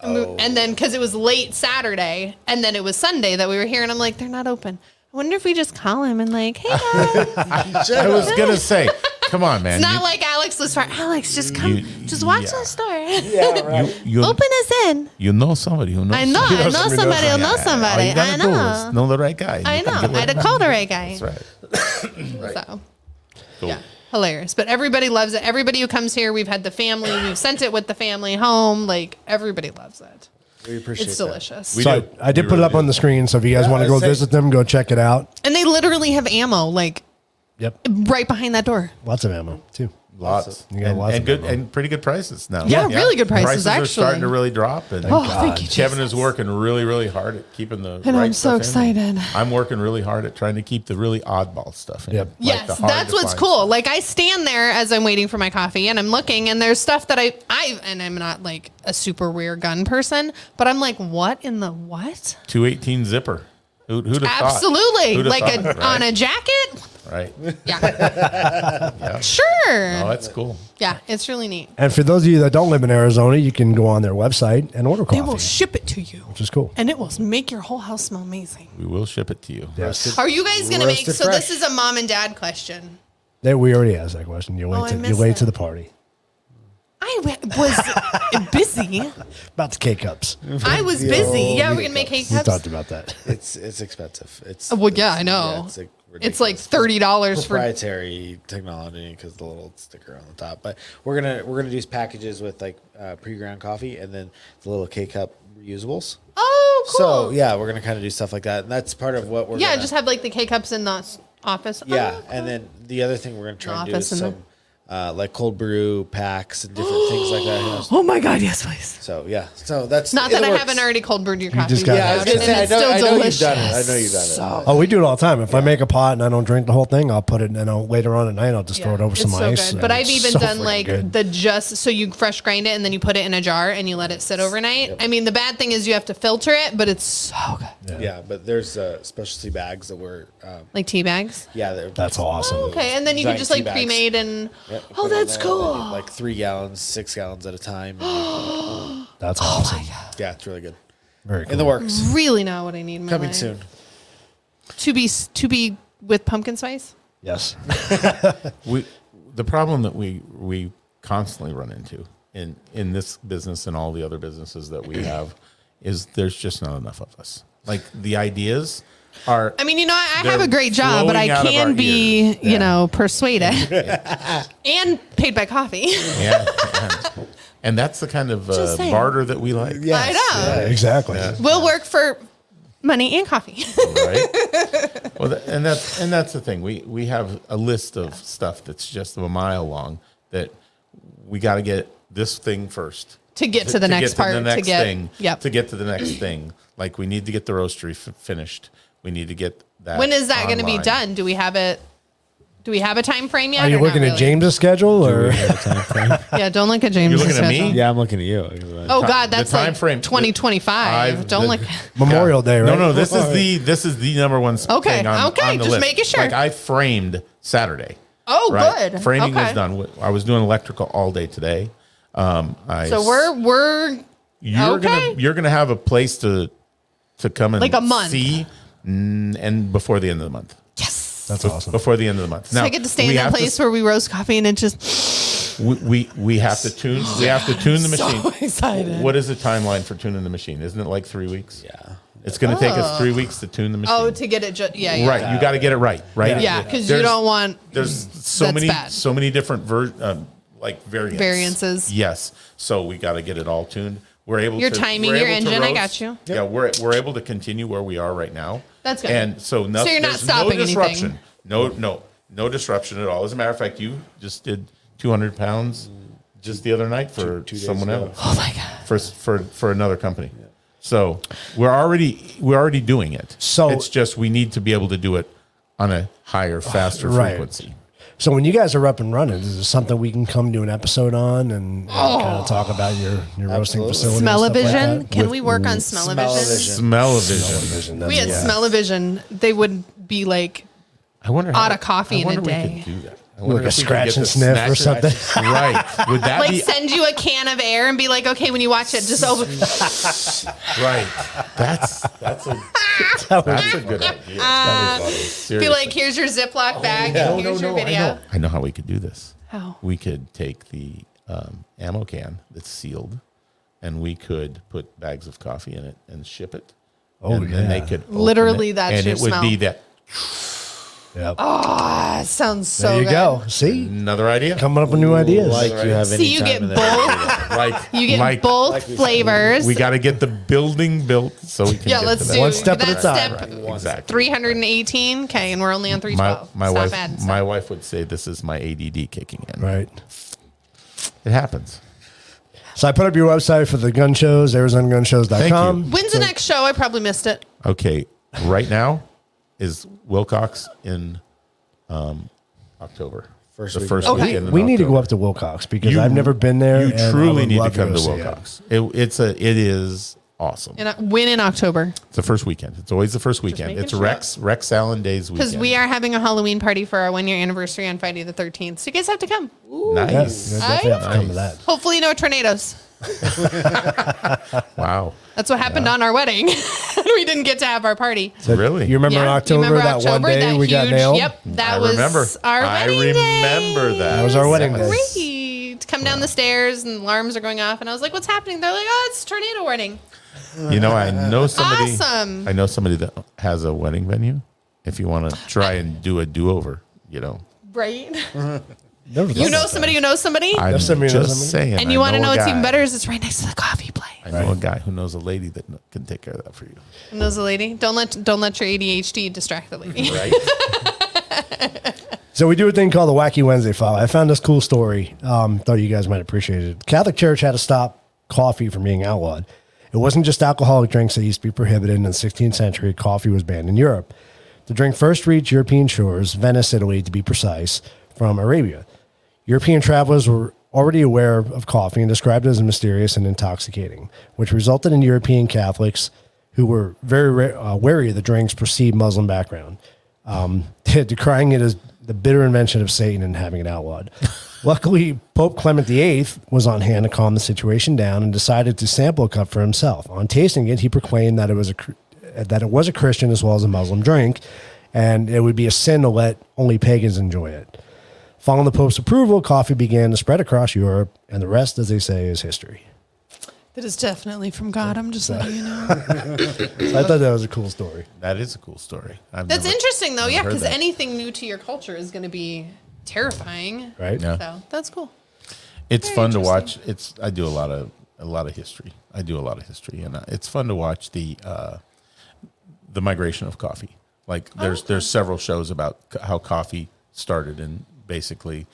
S4: and, we- and
S2: Oh.
S4: then because it was late Saturday, and then it was Sunday that we were here, and I'm like, they're not open. I wonder if we just call him and like, hey guys,
S2: I was gonna say, come on, man.
S4: it's not
S2: You-
S4: like Alex was far. Alex, just come,
S2: You-
S4: just watch
S2: yeah.
S4: the store.
S2: you, you,
S4: open us in.
S2: you know somebody who knows.
S4: I know,
S2: somebody.
S4: I know
S1: somebody
S4: somebody, I
S1: knows
S4: know
S2: All
S4: somebody.
S2: you gotta
S4: I
S2: do is
S4: know.
S2: know the right guy. and
S4: I
S2: you can
S4: know.
S2: do
S4: I'd
S2: it.
S4: have called the right guy.
S2: That's right.
S4: So.
S2: Cool.
S4: Yeah. Hilarious. But everybody loves it. Everybody who comes here, we've had the family, we've sent it with the family home. Like everybody loves it.
S3: We appreciate
S4: It's
S3: that.
S4: delicious.
S2: We-
S1: so
S2: do.
S1: I, I did
S2: We
S1: put
S2: really
S1: it up
S2: do.
S1: on the screen. So if you guys want to
S3: I
S1: go
S3: say-
S1: visit them, go check it out.
S4: and they literally have ammo like
S1: Yep,
S4: right behind that door.
S1: lots of ammo too.
S2: Lots.
S1: You got
S2: and,
S1: lots
S2: and
S1: of
S2: good
S1: them, huh?
S2: and pretty good prices now.
S4: Yeah, Yeah. really good prices,
S2: are starting
S4: actually.
S2: to really drop. And uh,
S4: Oh, thank you,
S2: Kevin is
S4: Jesus.
S2: working really, really hard at keeping the.
S4: I know, I'm so
S2: stuff in.
S4: excited.
S2: I'm working really hard at trying to keep the really oddball stuff in.
S1: Yep.
S2: Like the
S4: yes,
S2: hard
S4: that's
S2: to
S4: what's
S2: find
S4: cool.
S2: stuff.
S4: Like I stand there as I'm waiting for my coffee and I'm looking and there's stuff that I I and I'm not like a super rare gun person, but I'm like, what in the what?
S2: 218 zipper. Who, who'd have thought?
S4: Absolutely.
S2: Who'd have
S4: Like a
S2: thought,
S4: on a
S2: right?
S4: jacket?
S2: Right.
S4: Yeah. Sure.
S2: Oh, that's cool.
S4: yeah, it's really neat.
S1: And for those of you that don't live in Arizona, you can go on their website and order
S4: They
S1: coffee,
S4: will ship it to you.
S1: which is cool.
S4: and it will make your whole house smell amazing.
S2: We will ship it to you.
S1: Yes,
S4: Are you guys gonna make?
S3: Roasted
S4: So this
S3: fresh.
S4: is a mom and dad question.
S1: there, we already asked that question. You wait,
S4: Oh, I
S1: to, you
S4: missed
S1: wait
S4: it.
S1: to the party
S4: I w- was busy.
S1: about the K cups. We
S4: I was
S3: Yeah.
S4: busy. Yeah, we're
S3: We
S4: gonna make cake
S1: talked
S4: cups.
S1: about that.
S3: It's it's expensive. It's
S4: Uh, Well,
S3: it's-
S4: yeah, I know.
S3: it's, like,
S4: It's like
S3: ridiculous.
S4: thirty dollars for.
S3: proprietary technology because the little sticker on the top. But we're gonna we're gonna do packages with like uh, pre ground coffee and then the little K cup reusables.
S4: Oh, cool.
S3: So yeah, we're gonna kind of do stuff like that, and that's part of what we're
S4: yeah,
S3: gonna-
S4: just have like the K cups in the s- office. Oh,
S3: yeah.
S4: cool.
S3: And then the other thing we're gonna try and do is
S4: Office and
S3: some uh, like cold brew packs and different things like that. you know.
S4: oh my god, yes, please.
S3: So yeah, so that's
S4: Not
S3: it
S4: that I
S3: works.
S4: haven't already cold brewed your coffee.
S1: just got-
S4: yet,
S3: Yeah, I was
S1: Yeah,
S3: gonna
S4: and
S3: say I
S4: it's
S3: know,
S4: still
S3: I know you've
S4: delicious.
S3: done it. I know you've done it.
S4: So-
S1: Oh, we do it all the time. If I make a pot and I don't drink the whole thing, I'll put it in. I'll later on at night, I'll just throw it over
S4: it's
S1: some
S4: so
S1: ice.
S4: Good.
S1: and
S4: But I've
S1: it's
S4: even
S1: so
S4: done
S1: freaking
S4: like
S1: good.
S4: the just so you fresh grind it and then you put it in a jar and you let it sit overnight. I mean, the bad thing is you have to filter it, but it's so good.
S3: Yeah, but there's uh, specialty bags that were um,
S4: Like tea bags.
S3: yeah they're-
S1: That's awesome.
S4: Oh, okay, and then you can
S3: Giant
S4: just
S3: tea
S4: like
S3: bags.
S4: pre-made and
S3: Yeah, you put
S4: oh,
S3: it in
S4: that's
S3: there, and then
S4: cool.
S3: you- Like three gallons, six gallons at a time.
S4: Oh
S1: That's awesome.
S3: yeah, it's really good.
S1: Very cool.
S3: In the works.
S4: really not what I need. In Oh my
S3: Coming
S4: life.
S3: soon.
S4: To be s- to be with pumpkin spice.
S1: Yes.
S2: we the problem that we we constantly run into in in this business and all the other businesses that we have is there's just not enough of us like the ideas are
S4: I mean, you know, I, I
S2: They're
S4: have a great job, but I
S2: flowing out of our
S4: can be,
S2: ears.
S4: you know, persuaded and paid by coffee.
S2: yeah, and, and that's the kind of uh,
S4: Just saying.
S2: barter that we like
S4: I know.
S1: exactly.
S4: We'll work for money and coffee.
S2: right well tha- and that's and that's the thing we we have a list of stuff that's just a mile long that we got to get this thing first
S4: To get to the next part, to get-
S2: thing
S4: yep.
S2: to get to the next thing like we need to get the roastery f- finished we need to get that
S4: when is that going to be
S2: online.
S4: done? Do we have it? Do we have a time frame yet?
S1: Are you
S4: or not
S1: looking at
S4: really?
S1: James' schedule or?
S4: Yeah, don't look at James.
S2: You're looking at me?
S4: schedule.
S3: Yeah, I'm looking at you.
S4: Oh God,
S2: The
S4: that's
S2: time
S4: like
S2: frame- the-
S4: 2025.
S2: I've-
S4: don't
S2: the-
S4: look.
S1: Memorial Day, right? Oh,
S2: no no this is the this is the number one s-
S4: Okay,
S2: thing on,
S4: okay,
S2: on the
S4: just
S2: list.
S4: making sure.
S2: like i framed saturday
S4: Oh,
S2: right?
S4: good.
S2: framing was
S4: Okay.
S2: done W- i was doing electrical all day today um I
S4: So we're we're
S2: you're
S4: Okay.
S2: gonna you're gonna have a place to to come and
S4: Like a month.
S2: see n- and before the end of the month
S4: yes.
S1: That's awesome.
S2: before the end of the month
S4: So I get to stay in that place
S2: where
S4: where we roast coffee and it just
S2: we, we we have to tune we have to tune the
S5: so
S2: machine.
S5: excited.
S2: What is the timeline for tuning the machine? Isn't it like three weeks?
S3: Yeah.
S2: It's going to take us three weeks to tune the machine.
S4: Oh, to get it just yeah, yeah.
S2: right. You got to get it right. Right.
S4: Yeah, because you
S2: There's-
S4: don't want
S2: There's so
S4: Mm. That's
S2: many
S4: bad.
S2: so many different ver- um, like variants.
S4: Variances.
S2: Yes. So we got to get it all tuned. We're able.
S4: Your
S2: to,
S4: timing,
S2: we're
S4: your
S2: able to
S4: engine, I
S2: roast-
S4: got you.
S2: Yeah, we're we're able to continue where we are right now.
S4: That's good.
S2: And so, no,
S4: So you're not
S2: there's
S4: stopping
S2: no
S4: anything.
S2: disruption. No, no, no disruption at all. As a matter of fact, you just did 200 pounds just the other night for
S3: Two days
S2: someone
S3: ago.
S2: else
S5: Oh my god.
S2: for for for another company. So we're already we're already doing it.
S1: So-
S2: it's just we need to be able to do it on a higher, faster
S1: Right.
S2: frequency.
S1: So when you guys are up and running, is this something we can come do an episode on and, and
S4: Oh.
S1: kind of talk about your, your roasting facility?
S3: Absolutely.
S1: and stuff like
S4: smell-o-vision.
S1: that? Mm.
S4: Can we work on smell-o-vision?
S3: smell-o-vision.
S2: Smell of vision.
S1: Smell-o-vision, that's
S4: We had
S1: it.
S4: smell-o-vision. They would be like
S2: I wonder how
S4: Out of coffee
S2: I
S4: in a
S2: wonder we
S4: day.
S2: could do that. I wonder
S1: like a
S2: if we could
S1: scratch
S2: get
S1: and
S2: the
S1: sniff or
S2: snatch and- right? Would that
S4: like
S2: be
S4: send you a can of air and be like, okay, when you watch it, just open.
S2: right? That's that's a that's a good idea.
S4: Ah, be like, here's your
S2: Oh,
S4: Ziploc bag and here's your video.
S2: I know. I know how we could do this.
S4: How?
S2: We could take the um, ammo can that's sealed, and we could put bags of coffee in it and ship it.
S1: Oh,
S2: and then they
S1: yeah.
S2: could open
S4: Literally,
S2: it,
S4: that's
S2: and
S4: your
S2: it would be
S4: smell.
S2: that.
S1: Yep.
S4: That sounds so
S1: there you
S4: good.
S1: go. See,
S2: Another idea,
S1: coming up with new ideas.
S3: Like you have any
S4: See, you
S3: time
S4: get
S3: in there.
S4: both.
S2: like
S4: You get
S2: like,
S4: both flavors.
S2: We got to get the building built so we can.
S4: yeah,
S2: get
S4: let's
S2: to that.
S4: do
S1: One step at a
S4: that's
S1: time.
S4: Step
S2: Exactly.
S4: 318. Okay, and we're only on
S2: my
S4: 312.
S2: my
S4: It's not
S2: wife
S4: bad. It's
S2: my wife would say this is my ADD kicking in.
S1: Right.
S2: It happens.
S1: So I put up your website for the gun shows, ArizonaGunShows.com.
S4: When's the next show? I probably missed it.
S2: Okay, right now is Wilcox in um, October.
S3: First
S2: the
S3: week
S2: first
S4: in October.
S2: weekend. in
S1: We need to go
S2: October.
S1: up to Wilcox because
S2: You-
S1: I've never been there.
S2: You
S1: and I
S2: truly
S1: would
S2: need to
S1: love
S2: come to
S1: go see it.
S2: Wilcox. It, it's a it is awesome.
S4: In, when in October?
S2: It's the first weekend. It's always the first weekend.
S4: making
S2: It's
S4: sure.
S2: Rex Rex Allen Days weekend.
S4: Because we are having a Halloween party for our one year anniversary on Friday the 13th. So you guys have to come.
S1: Yeah,
S2: nice.
S1: you definitely have to come to
S2: Nice.
S1: that.
S4: Hopefully, no tornadoes.
S2: Wow.
S4: That's what happened on our wedding. we didn't get to have our party.
S2: really?
S1: You remember in
S4: Yeah.
S1: October,
S4: You remember
S1: that one
S4: October,
S1: day
S4: that
S1: we got
S4: huge-
S1: nailed?
S4: Yep, that
S2: I
S4: was
S2: remember.
S4: our
S2: I
S4: wedding
S2: remember
S4: day.
S2: that.
S1: That was our wedding day.
S4: Great. Come down the stairs and alarms are going off, and I was like, "What's happening?" They're like, "Oh, it's tornado warning."
S2: You know, I know somebody.
S4: Awesome.
S2: I know somebody that has a wedding venue. If you want to try and do a do-over, you know,
S4: Right?
S1: Never
S4: You
S1: done
S4: know
S1: that.
S4: somebody who knows somebody,
S2: I'm
S1: That's somebody that
S2: just
S1: doesn't-
S2: saying.
S4: and you want to know
S2: a
S4: what's even
S2: guy-
S4: better is it's right next to the coffee place.
S2: I know a guy who knows a lady that kn- can take care of that for you.
S4: And there's a lady. Don't let don't let your ADHD distract the lady.
S2: Right?
S1: So we do a thing called the Wacky Wednesday file. I found this cool story. Um, thought you guys might appreciate it. Catholic Church had to stop coffee from being outlawed. It wasn't just alcoholic drinks that used to be prohibited in the 16th century. Coffee was banned in Europe. The drink first reached European shores, Venice, Italy, to be precise, from Arabia. European travelers were already aware of coffee and described it as mysterious and intoxicating, which resulted in European Catholics who were very ra- uh, wary of the drink's perceived Muslim background, um, decrying it as the bitter invention of Satan and having it outlawed. Luckily, Pope Clement VIII was on hand to calm the situation down and decided to sample a cup for himself. On tasting it, he proclaimed that it was a cr- uh, that it was a Christian as well as a Muslim drink, and it would be a sin to let only pagans enjoy it. Following the Pope's approval, coffee began to spread across Europe, and the rest, as they say, is history.
S4: That is definitely from God. I'm just letting you know.
S1: So I thought that was a cool story.
S2: that is a cool story. I've
S4: That's
S2: never-
S4: interesting though, yeah,
S2: heard
S4: because
S2: that.
S4: anything new to your culture is going to be terrifying,
S1: Right?
S2: Yeah.
S4: So that's cool.
S2: It's
S4: Very
S2: fun to watch.
S4: interesting.
S2: It's I do a lot of a lot of history. I do a lot of history, and uh, it's fun to watch the uh, the migration of coffee. Like
S4: Oh,
S2: there's there's several shows about c- how coffee started and basically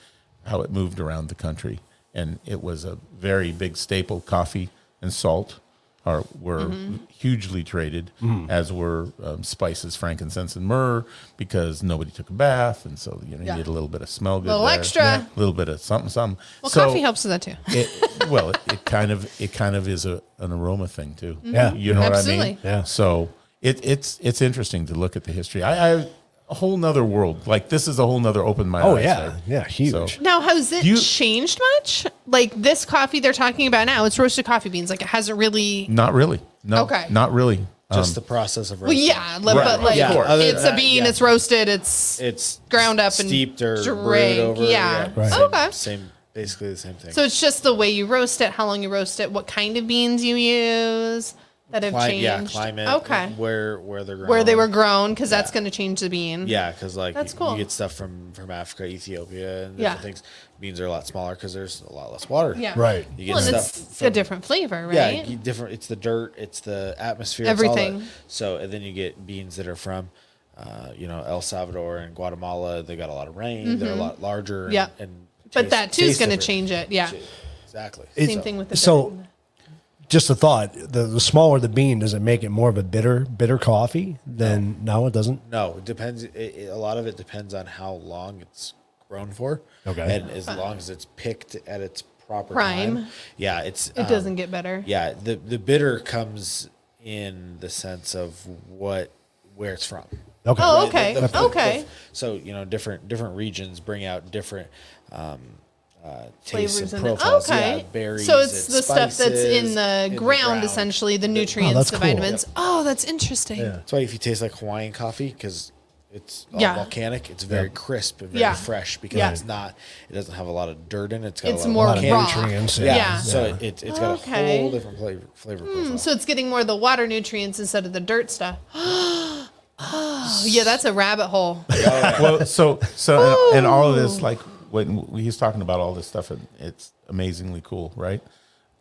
S2: how it moved around the country, and it was a very big staple. Coffee and salt are were
S4: Mm-hmm.
S2: hugely traded, as were um, spices, frankincense, and myrrh, because nobody took a bath, and so you know
S4: Yeah.
S2: you need a little bit of smell good,
S4: Little
S2: there,
S4: extra.
S2: a little bit of something, something.
S4: Well,
S2: So-
S4: coffee helps with that too.
S2: it, well, it, it kind of it kind of is a an aroma thing too.
S1: Yeah.
S2: you know what I
S4: Mm-hmm. Absolutely.
S2: mean.
S1: Yeah.
S2: So it, it's it's interesting to look at the history. I, I a whole nother world. Like this is a whole nother open my
S1: Oh,
S2: eyes
S1: yeah.
S2: type.
S1: Yeah, huge.
S4: Now, has it
S2: You-
S4: changed much? Like this coffee they're talking about now, it's roasted coffee beans. Like it hasn't really.
S2: not really. No.
S4: Okay.
S2: Not really. Um,
S3: Just the process of
S4: Well,
S3: roasting.
S4: yeah, li-
S2: Right,
S4: but like
S2: yeah, other
S3: than
S4: it's a
S3: that,
S4: bean,
S3: yeah.
S4: it's roasted, it's
S3: It's
S4: ground up and
S3: steeped or brewed
S4: drank,
S3: over.
S4: yeah.
S1: Right.
S3: Same,
S4: Okay.
S3: Same basically the same thing.
S4: So it's just the way you roast it, how long you roast it, what kind of beans you use that have
S3: Cli-
S4: changed.
S3: yeah, climate.
S4: Okay.
S3: Where where they're grown.
S4: Where they were grown, because that's
S3: Yeah.
S4: going to change the bean.
S3: Yeah, because like
S4: That's
S3: you-
S4: cool.
S3: you get stuff from from Africa, Ethiopia, and
S4: Yeah.
S3: different things. Beans are a lot smaller because there's a lot less water.
S4: Yeah.
S1: Right.
S3: You get
S4: Well, and
S3: stuff
S4: it's a
S3: from-
S4: different flavor, right?
S3: Yeah, you- different. It's the dirt, it's the atmosphere, It's all
S4: Everything.
S3: that. So, and then you get beans that are from, uh, you know, El Salvador and Guatemala. They got a lot of rain. They're a lot larger.
S4: Mm-hmm. Yeah.
S3: and, and
S4: but
S3: taste-
S4: that too is
S3: taste
S4: going to
S3: different.
S4: change it. Yeah.
S3: Exactly.
S4: Same thing with the
S1: so-
S4: dirt.
S1: Just a thought. The, the smaller the bean, does it make it more of a bitter bitter coffee? Then no, it doesn't.
S3: No, it depends. It, it, a lot of it depends on how long it's grown for.
S1: Okay.
S3: And as long as it's picked at its proper
S4: Prime.
S3: time. Yeah, it's. um,
S4: it doesn't get better.
S3: Yeah, the the bitter comes in the sense of what where it's from.
S1: Okay.
S4: Oh, okay.
S3: The- the- the-
S4: okay.
S3: so you know, different different regions bring out different um, uh, tastes and
S4: Flavors in it.
S3: profiles.
S4: Okay.
S3: Yeah, berries.
S4: so it's
S3: and
S4: the stuff that's in
S3: spices,
S4: the, ground, essentially, the nutrients,
S1: that's
S4: the
S1: cool.
S4: vitamins. Oh, that's interesting.
S3: That's why if you taste like Hawaiian coffee, because it's all
S4: Yeah.
S3: volcanic, it's very crisp and very
S4: Yeah.
S3: fresh because
S4: Yeah.
S3: it's not. It doesn't have a lot of dirt in it. It's got
S4: It's
S3: a lot
S4: more
S3: of
S1: lot of
S3: volcanic-
S4: raw.
S1: nutrients,
S3: Yeah.
S4: yeah.
S3: So it, it's got
S4: Okay. Hmm.
S3: a whole different flavor flavor profile.
S4: So it's getting more of the water nutrients instead of the dirt stuff. Oh, yeah, that's a rabbit hole.
S2: well, so so and, and all of
S4: Oh.
S2: this, like when he's talking about all this stuff, and it's amazingly cool, right?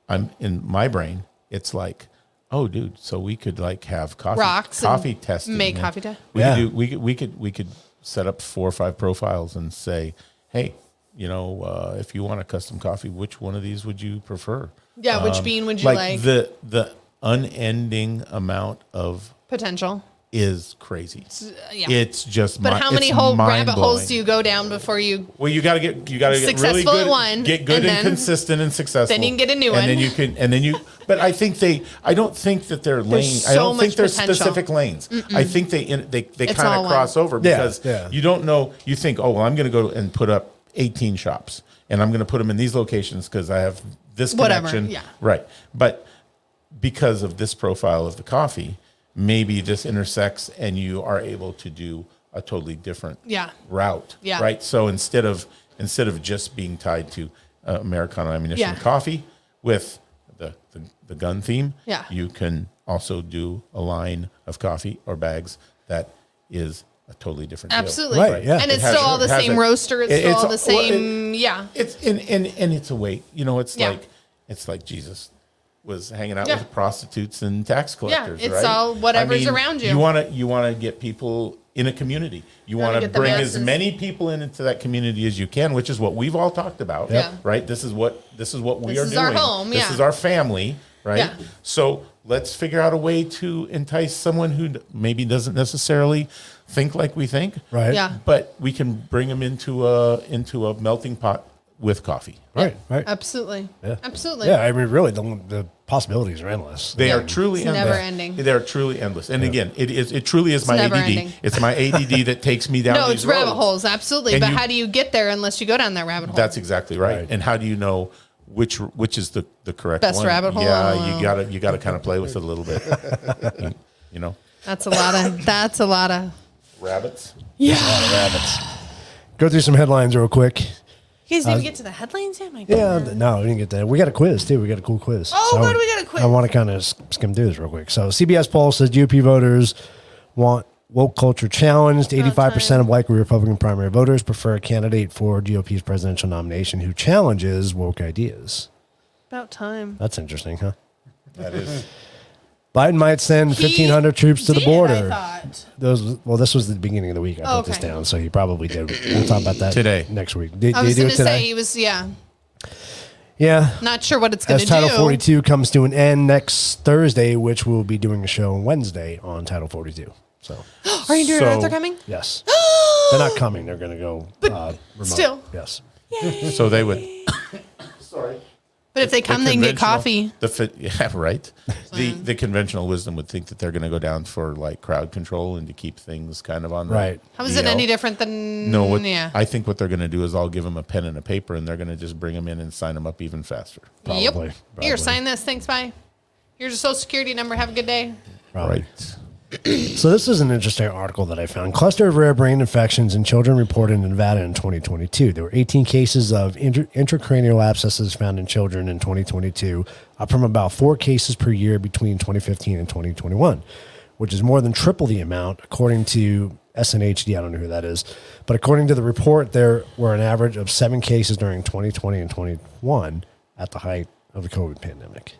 S2: I'm in my brain, it's like, oh, dude, so we could like have coffee
S4: Rocks and
S2: coffee testing,
S4: make
S2: and
S4: coffee test.
S2: We
S1: Yeah.
S2: could do we could we could we could set up four or five profiles and say, hey, you know, uh, if you want a custom coffee, which one of these would you prefer?
S4: Yeah, which bean would you like?
S2: Um, the the unending amount of
S4: Potential.
S2: is crazy.
S4: yeah.
S2: It's just
S4: But
S2: mi-
S4: how many
S2: it's
S4: whole rabbit holes
S2: mind-blowing.
S4: do you go down before you?
S2: Well, you got to get you got to get really
S4: Successful at
S2: good,
S4: one,
S2: get good
S4: and
S2: and,
S4: then-
S2: consistent and successful.
S4: Then you can get a new
S2: and
S4: one.
S2: then you can, and then you. But I think they. I don't think that they're lanes. I
S4: so
S2: don't think
S4: much
S2: they're
S4: potential.
S2: specific lanes. I think they in- they they
S4: It's
S2: kind
S4: all
S2: of
S4: one.
S2: cross over
S1: Yeah,
S2: because
S1: yeah.
S2: you don't know. You think, oh well, I'm going to go and put up 18 shops, and I'm going to put them in these locations because I have this
S4: Whatever,
S2: connection.
S4: yeah.
S2: Right, but because of this profile of the coffee, maybe this intersects, and you are able to do a totally different
S4: Yeah.
S2: route.
S4: Yeah.
S2: Right. So instead of instead of just being tied to uh, Americano ammunition
S4: Yeah.
S2: and coffee with the, the the gun theme,
S4: Yeah.
S2: you can also do a line of coffee or bags that is a totally different. deal.
S4: Absolutely.
S1: Right, yeah.
S4: And
S1: It
S4: it's
S2: has
S4: still
S2: a-
S4: all the
S2: it has
S4: same
S2: a-
S4: roaster. It's
S2: it-
S4: still all the
S2: it's a- well, it-
S4: same. yeah.
S2: It's and and and it's a weight. You know, it's
S4: Yeah.
S2: like it's like Jesus was hanging out
S4: Yeah.
S2: with prostitutes and tax collectors.
S4: it's
S2: right?
S4: all whatever's around you.
S2: You want to you want to get people in a community. You
S4: wanna
S2: want to
S4: get the
S2: bring as
S4: masses.
S2: many people in into that community as you can, which is what we've all talked about.
S4: Yep. Yeah.
S2: Right. This is what this is what we
S4: This
S2: are
S4: is
S2: doing.
S4: our home,
S2: This
S4: yeah.
S2: is our family. Right.
S4: Yeah.
S2: So let's figure out a way to entice someone who maybe doesn't necessarily think like we think
S1: Right.
S4: Yeah.
S2: but we can bring them into a into a melting pot with coffee.
S1: Right. Right.
S4: Absolutely. Absolutely.
S1: Yeah. I mean, really, the the possibilities are endless.
S2: They
S4: Yeah.
S2: are truly
S4: It's
S2: endless.
S4: never ending.
S2: They are truly endless. And again, it is it truly is my
S4: never
S2: ADD.
S4: ending.
S2: It's my ADD that takes me down.
S4: No,
S2: these
S4: it's rabbit
S2: roads.
S4: holes. Absolutely.
S2: And
S4: But
S2: you-
S4: how do you get there unless you go down that rabbit hole?
S2: That's exactly right.
S1: Right.
S2: And how do you know which which is the the correct
S4: Best
S2: one?
S4: rabbit hole?
S2: Yeah, you gotta you gotta kind of play with it a little bit. you know,
S4: that's a lot of. That's a lot of.
S2: rabbits.
S4: Yeah.
S1: Go through some headlines real quick.
S4: You guys didn't even get to the headlines yet, my
S1: Yeah, th- no, we didn't get that. We got a quiz too. We got a cool quiz.
S4: Oh,
S1: I
S4: God,
S1: want-
S4: we got a quiz.
S1: I want to kind of skim through this real quick. So, CBS poll says GOP voters want woke culture challenged. Eighty-five percent of likely Republican primary voters prefer a candidate for GOP's presidential nomination who challenges woke ideas.
S4: About time.
S1: That's interesting, huh?
S2: That is
S1: Biden might send fifteen hundred troops to the
S4: Did, I
S1: border.
S4: thought.
S1: Those well, this was the beginning of the week. I put this
S4: Okay.
S1: down, so he probably did. We'll talk about that
S2: Today.
S1: next week. Did,
S4: I
S1: did
S4: was
S1: he do
S4: going
S1: it
S4: to say
S1: today?
S4: he was, yeah,
S1: Yeah,
S4: not sure what it's going
S1: as
S4: to
S1: Title
S4: do.
S1: 42 comes to an end next Thursday, which we'll be doing a show on Wednesday on Title 42. So,
S4: Are you doing
S2: So-
S4: so, Arthur coming?
S1: yes, they're not coming. They're going to go uh, remote.
S4: still.
S1: Yes.
S2: so they would.
S4: But if they come, they can get
S2: conventional-
S4: coffee.
S2: The fi- yeah, right. The the conventional wisdom would think that they're going to go down for like crowd control and to keep things kind of on the-
S1: Right.
S4: How is it
S2: DL.
S4: any different than?
S2: No, what,
S4: yeah.
S2: I think what they're going to do is I'll give them a pen and a paper, and they're going to just bring them in and sign them up even faster.
S4: yep.
S1: probably,
S4: Here,
S1: probably.
S4: sign this. Thanks. Bye. Here's your social security number. Have a good day.
S1: Probably.
S2: Right.
S1: So this is an interesting article that I found. Cluster of rare brain infections in children reported in Nevada in 2022. There were 18 cases of inter- intracranial abscesses found in children in 2022, up from about four cases per year between 2015 and 2021, which is more than triple the amount, according to SNHD. I don't know who that is, but according to the report, there were an average of seven cases during 2020 and 21 at the height of the COVID pandemic.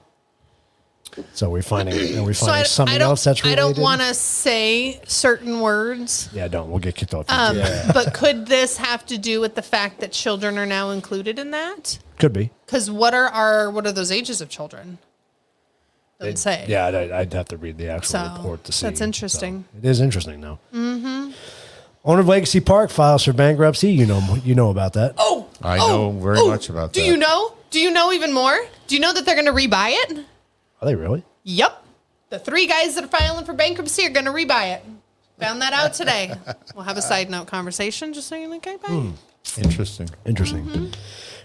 S1: So we're finding, are we finding
S4: I,
S1: Oh, something
S4: I don't,
S1: else that's
S4: I
S1: related.
S4: don't want to say certain words,
S1: Yeah, don't. We'll get kicked off.
S4: um,
S1: YouTube.
S4: but could this have to do with the fact that children are now included in that?
S1: Could be.
S4: Because what are our what are those ages of children? Doesn't say.
S1: Yeah, I'd, I'd have to read the actual
S4: So,
S1: report to
S4: that's
S1: see.
S4: interesting.
S1: So, it is interesting now. Mm-hmm. Owner of Legacy Park files for bankruptcy. You know, you know about that.
S4: Oh,
S2: I
S4: oh,
S2: know very
S4: oh,
S2: much about
S4: Do
S2: that.
S4: you know? Do you know even more? Do you know that they're going to rebuy it?
S1: Are they really?
S4: Yep. The three guys that are filing for bankruptcy are going to rebuy it. Found that out today. we'll have a side note conversation just so you like, okay, bye.
S2: Hmm. Interesting.
S1: Interesting.
S4: Mm-hmm.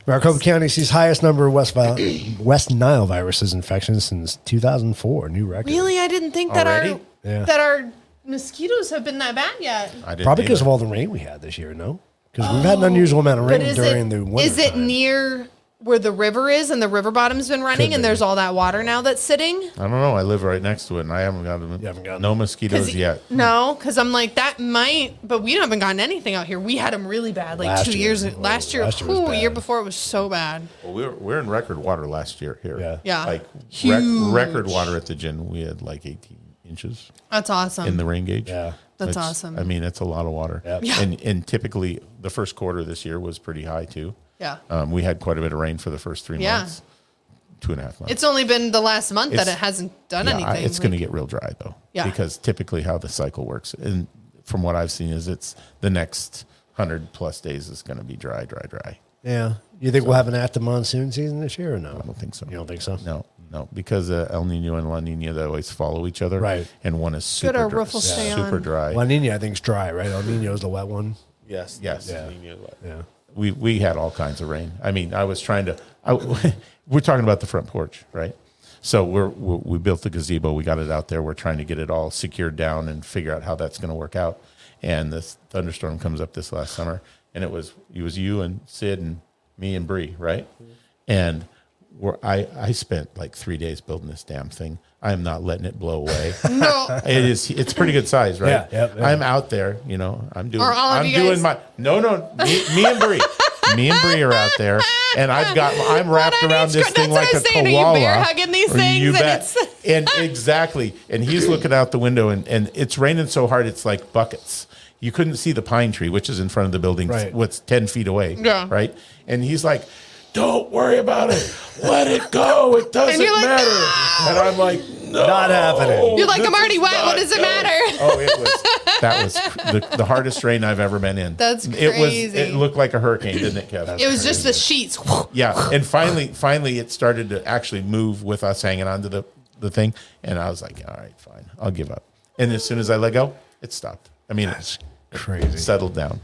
S1: Maricopa County sees highest number of West, Vi- West Nile viruses infections since 2004. New record.
S4: Really, I didn't think that our
S2: Already?
S1: Yeah.
S4: that our mosquitoes have been that bad yet.
S2: I didn't
S1: Probably because of
S2: either.
S1: all the rain we had this year. No, because we've had an unusual amount of
S4: Oh. But
S1: rain
S4: is
S1: during
S4: it,
S1: the winter.
S4: is it
S1: time.
S4: near where the river is and the river bottom's been running
S1: Could
S4: and
S1: be.
S4: there's all that water now that's sitting?
S2: I don't know. I live right next to it, and I haven't gotten
S1: haven't gotten
S2: no
S1: them.
S2: mosquitoes yet.
S4: No, because I'm like that might, but we haven't gotten anything out here. We had them really bad, like
S1: Last
S4: two
S1: year.
S4: years uh,
S1: Well,
S4: last year.
S1: last year was
S4: ooh,
S1: bad.
S4: year before it was so bad.
S2: Well, we were, we we're in record water last year here.
S1: Yeah.
S4: Yeah.
S2: Like rec-
S4: Huge.
S2: record water at the gym. We had like 18 inches
S4: That's awesome.
S2: in the rain gauge.
S1: Yeah.
S4: That's
S2: It's-
S4: awesome.
S2: I mean, that's a lot of water.
S1: Yep.
S4: Yeah.
S2: And, and typically, the first quarter this year was pretty high, too.
S4: yeah,
S1: Oh.
S2: Um, we had quite a bit of rain for the first three
S4: Yeah.
S2: months, two and a half months.
S4: it's only been the last month that
S2: It's-
S4: it hasn't done
S2: Yeah, I-
S4: anything.
S2: it's going to get real dry though.
S4: Yeah.
S2: Because typically how the cycle works, and from what I've seen, is it's the next hundred plus days is going to be dry, dry, dry.
S1: Yeah. You think we'll have an after monsoon season this year or no?
S2: I don't think so.
S1: You don't think so?
S2: No, no, because uh, El Nino and La Nina they always follow each other,
S1: Right.
S2: And one is super
S4: our
S2: dry,
S4: roof will stay
S2: super
S4: on.
S2: dry.
S1: La Nina, I think, is dry, right? El Nino is the wet one.
S3: Yes.
S2: Yes.
S3: Yeah.
S1: Yeah.
S2: we we had all kinds of rain. I mean, I was trying to. I, we're talking about the front porch, right? So we're, we we built the gazebo. We got it out there. We're trying to get it all secured down and figure out how that's going to work out. And this thunderstorm comes up this last summer, and it was it was you and Sid and me and Bree, right? And we're, I I spent like three days building this damn thing. I am not letting it blow away.
S4: no,
S2: It is. It's pretty good size, right?
S1: Yeah, yeah, yeah.
S2: I'm out there. You know, I'm doing.
S4: Are all of
S2: I'm
S4: you
S2: doing
S4: guys-
S2: my. No, no. Me, me and Bree. me and Bree are out there, and I've got. I'm wrapped
S4: on
S2: around
S4: each
S2: this
S4: cor-
S2: thing like
S4: that's what I
S2: a
S4: was saying, are you
S2: koala.
S4: bear hugging these things?
S2: You
S4: And
S2: bet.
S4: it's-
S2: And exactly. And he's looking out the window, and and it's raining so hard, it's like buckets. You couldn't see the pine tree, which is in front of the building,
S1: Right.
S2: what's ten feet away.
S4: Yeah.
S2: Right. And he's like. Don't worry about it. Let it go. It doesn't
S4: you're like, "Ah!"
S2: matter. And I'm like, no.
S1: Not happening.
S4: you're like
S2: this
S4: I'm already
S2: is
S4: wet. What
S2: not
S4: does it
S2: going."
S4: matter?
S2: Oh, it was that was cr- the, the hardest rain I've ever been in.
S4: That's
S2: It was.
S4: crazy.
S2: It looked like a hurricane, didn't it, Kevin?
S4: It was just the sheets.
S2: yeah. And finally, finally, it started to actually move with us hanging onto the the thing, and I was like, all right, fine, I'll give up. And as soon as I let go, it stopped. I mean, it
S1: That's crazy.
S2: settled down.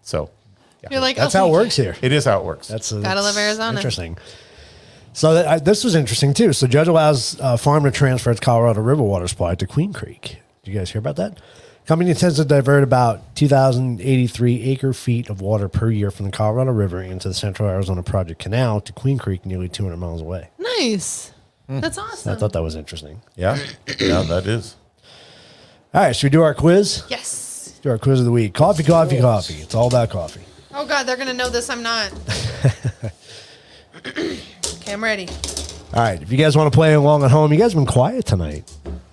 S2: So yeah.
S4: You're like
S1: That's
S4: oh,
S1: how it
S4: thank
S1: works here.
S2: it is how it works.
S1: That's a,
S4: Gotta love
S1: that's
S4: Arizona.
S1: Interesting. So that, I, this was interesting too. So judge allows uh, farm to transfer its Colorado River water supply to Queen Creek. Did you guys hear about that? Company intends to divert about 2,083 acre feet of water per year from the Colorado River into the Central Arizona Project Canal to Queen Creek, nearly 200 miles away.
S4: you. Nice.
S1: Hmm.
S4: That's awesome.
S1: I thought that was interesting.
S2: yeah, yeah, that is.
S1: All right, should we do our quiz?
S4: yes.
S1: Do our quiz of the week. Coffee, coffee, coffee. It's all about coffee.
S4: Oh God, they're gonna know this. I'm not. okay, I'm ready.
S1: All right, if you guys want to play along at home, you guys have been quiet tonight.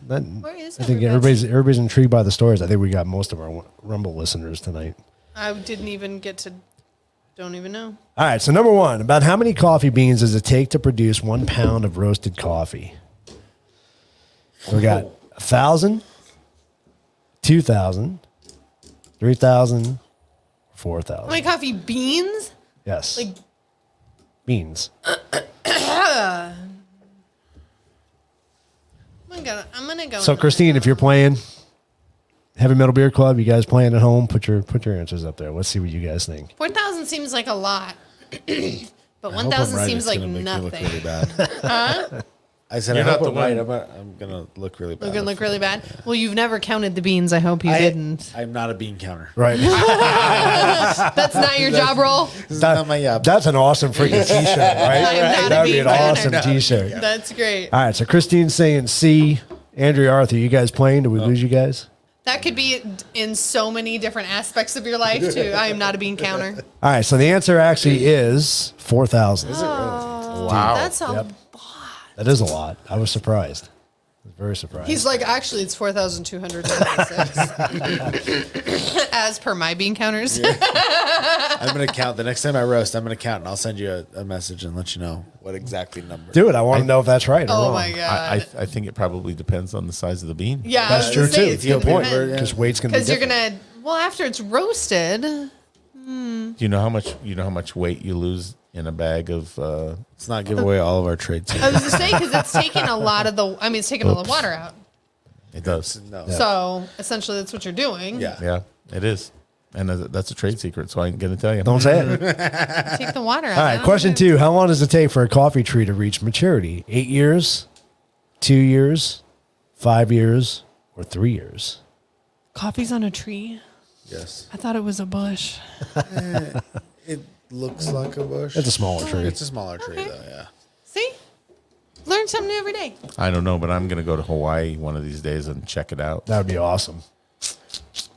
S1: That-
S4: Where is
S1: I think
S4: everybody?
S1: everybody's everybody's intrigued by the stories. I think we got most of our Rumble listeners tonight.
S4: I didn't even get to. Don't even know.
S1: All right, so number one, about how many coffee beans does it take to produce one pound of roasted coffee? So we got a thousand, two thousand, three thousand, four
S4: How many
S1: thousand.
S4: coffee beans?
S1: Yes,
S4: Like
S1: beans.
S4: I'm gonna. I'm gonna go.
S1: So
S4: with
S1: Christine, if you're playing Heavy Metal Beer Club, you guys playing at home, put your put your answers up there. Let's see what you guys think.
S4: Four thousand seems like a lot, but
S3: I
S4: one
S3: hope I'm
S4: thousand
S3: right.
S4: seems
S3: It's
S4: like
S3: gonna make me look
S4: nothing.
S3: really bad. I said,
S2: You're
S3: I
S2: not
S3: hope
S2: the
S3: I'm right.
S2: one-
S3: I'm, not- I'm gonna look really bad.
S4: We're gonna look
S3: if-
S4: really bad. Well, you've never counted the beans. I hope you
S3: I
S4: didn't.
S3: I'm not a bean counter.
S1: Right.
S4: That's not your job role.
S3: This is
S1: That-
S3: not my job.
S1: That's an awesome freaking t shirt,
S4: I'm not
S1: right?
S4: a
S1: That would be
S4: bean
S1: an
S4: counter.
S1: awesome Uh, t shirt.
S4: That's great.
S1: All right, so Christine's saying C. Andrea Arthur, you guys playing? Did we lose you guys?
S4: That could be in so many different aspects of your life too. I am not a bean counter.
S1: All right, so the answer actually is 4,000.
S4: Oh.
S2: Wow.
S4: That's a
S1: Yep. That is a lot. I was surprised. I was very surprised.
S4: He's like, actually, it's 4,296 as per my bean counters.
S3: I'm gonna count the next time I roast. I'm gonna count, and I'll send you a, a message and let you know what exactly number.
S1: Do it. I want to know if that's right or
S4: oh
S1: wrong.
S4: my God.
S2: I, I, I think it probably depends on the size of the bean.
S4: yeah.
S1: That's true, too. It's
S3: Good point. Yeah.
S1: Because weight's going to be
S4: Because you're
S1: different.
S4: going to, well, after it's roasted,
S2: Do you know how much you know how much weight you lose in a bag of uh,
S3: Let's not give away all of our trades.
S4: I was going to say, because it's taking a lot of the, I mean, it's taking all the water out.
S2: it does.
S3: No.
S4: So essentially, that's what you're doing.
S3: Yeah.
S2: Yeah, it is. And uh, that's a trade secret, so I ain't gonna tell you.
S1: Don't say it.
S4: Take the water out.
S1: All
S4: I
S1: right,
S4: don't
S1: question
S4: know.
S1: two How long does it take for a coffee tree to reach maturity? Eight years, two years, five years, or three years?
S4: Coffee's on a tree.
S3: Yes.
S4: I thought it was a bush.
S3: It looks like a bush.
S1: It's a smaller tree.
S3: It's a smaller tree though. Yeah.
S4: See? Learn something new every day.
S2: I don't know, but I'm gonna go to Hawaii one of these days and check it out.
S1: That would be awesome.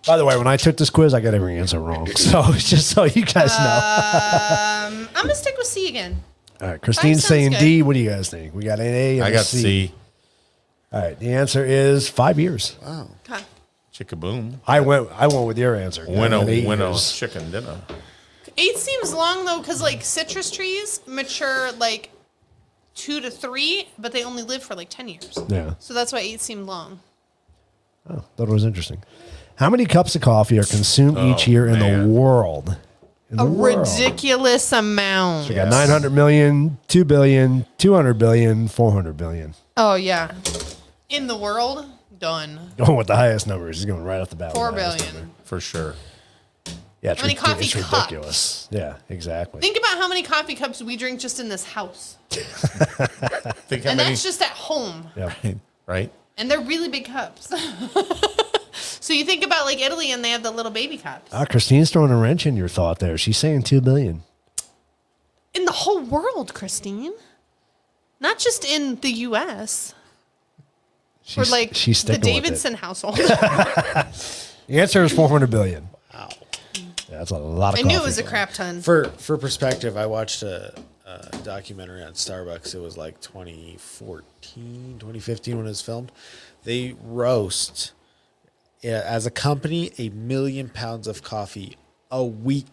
S1: By the way, when I took this quiz, I got every answer wrong. So just so you guys
S4: Uh,
S1: know.
S4: Um, I'm going to stick with C again.
S1: All right, Christine's
S4: sounds
S1: saying
S4: good.
S1: D. What do you guys think? We got an A and
S2: I
S1: a
S2: got
S1: C.
S2: C.
S1: All right, the answer is five years.
S4: Okay.
S2: Chickaboom.
S1: I went. I went with your answer.
S2: Winnow,
S1: Eight
S2: winnow,
S1: years.
S2: chicken dinner.
S4: Eight seems long though, because like citrus trees mature like two to three, but they only live for like ten years.
S1: Yeah,
S4: So that's why eight seemed long.
S1: that was interesting. How many cups of coffee are consumed each
S2: Oh,
S1: year in
S2: man.
S1: the world? In
S4: A
S1: the world.
S4: ridiculous amount.
S1: We got 900 million, 2 billion, 200 billion, 400 billion.
S4: Oh yeah. In the world, done.
S1: Going with the highest numbers. He's going right off the bat. with
S4: Four
S1: the highest
S4: billion.
S1: number.
S2: For sure.
S1: Yeah, it's,
S4: How many
S1: ridic-
S4: coffee
S1: it's
S4: cups?
S1: ridiculous. Yeah, exactly.
S4: Think about how many coffee cups we drink just in this house,
S2: Think how
S4: and
S2: many
S4: that's just at home.
S1: yeah.
S2: right?
S4: And they're really big cups. so you think about like Italy, and they have the little baby cups
S1: Ah, Christine's throwing a wrench in your thought there. She's saying 2 billion.
S4: in the whole world, Christine. Not just in the U.S.
S1: She's,
S4: Or like
S1: she's
S4: the
S1: sticking
S4: Davidson household.
S1: With it. The answer is 400 billion. Wow. that's a lot of
S4: I
S1: coffee.
S4: knew it was a crap ton.
S3: For for perspective, I watched a, a documentary on Starbucks. It was like 2014, 2015 when it was filmed. They roast yeah, as a company a million pounds of coffee a week.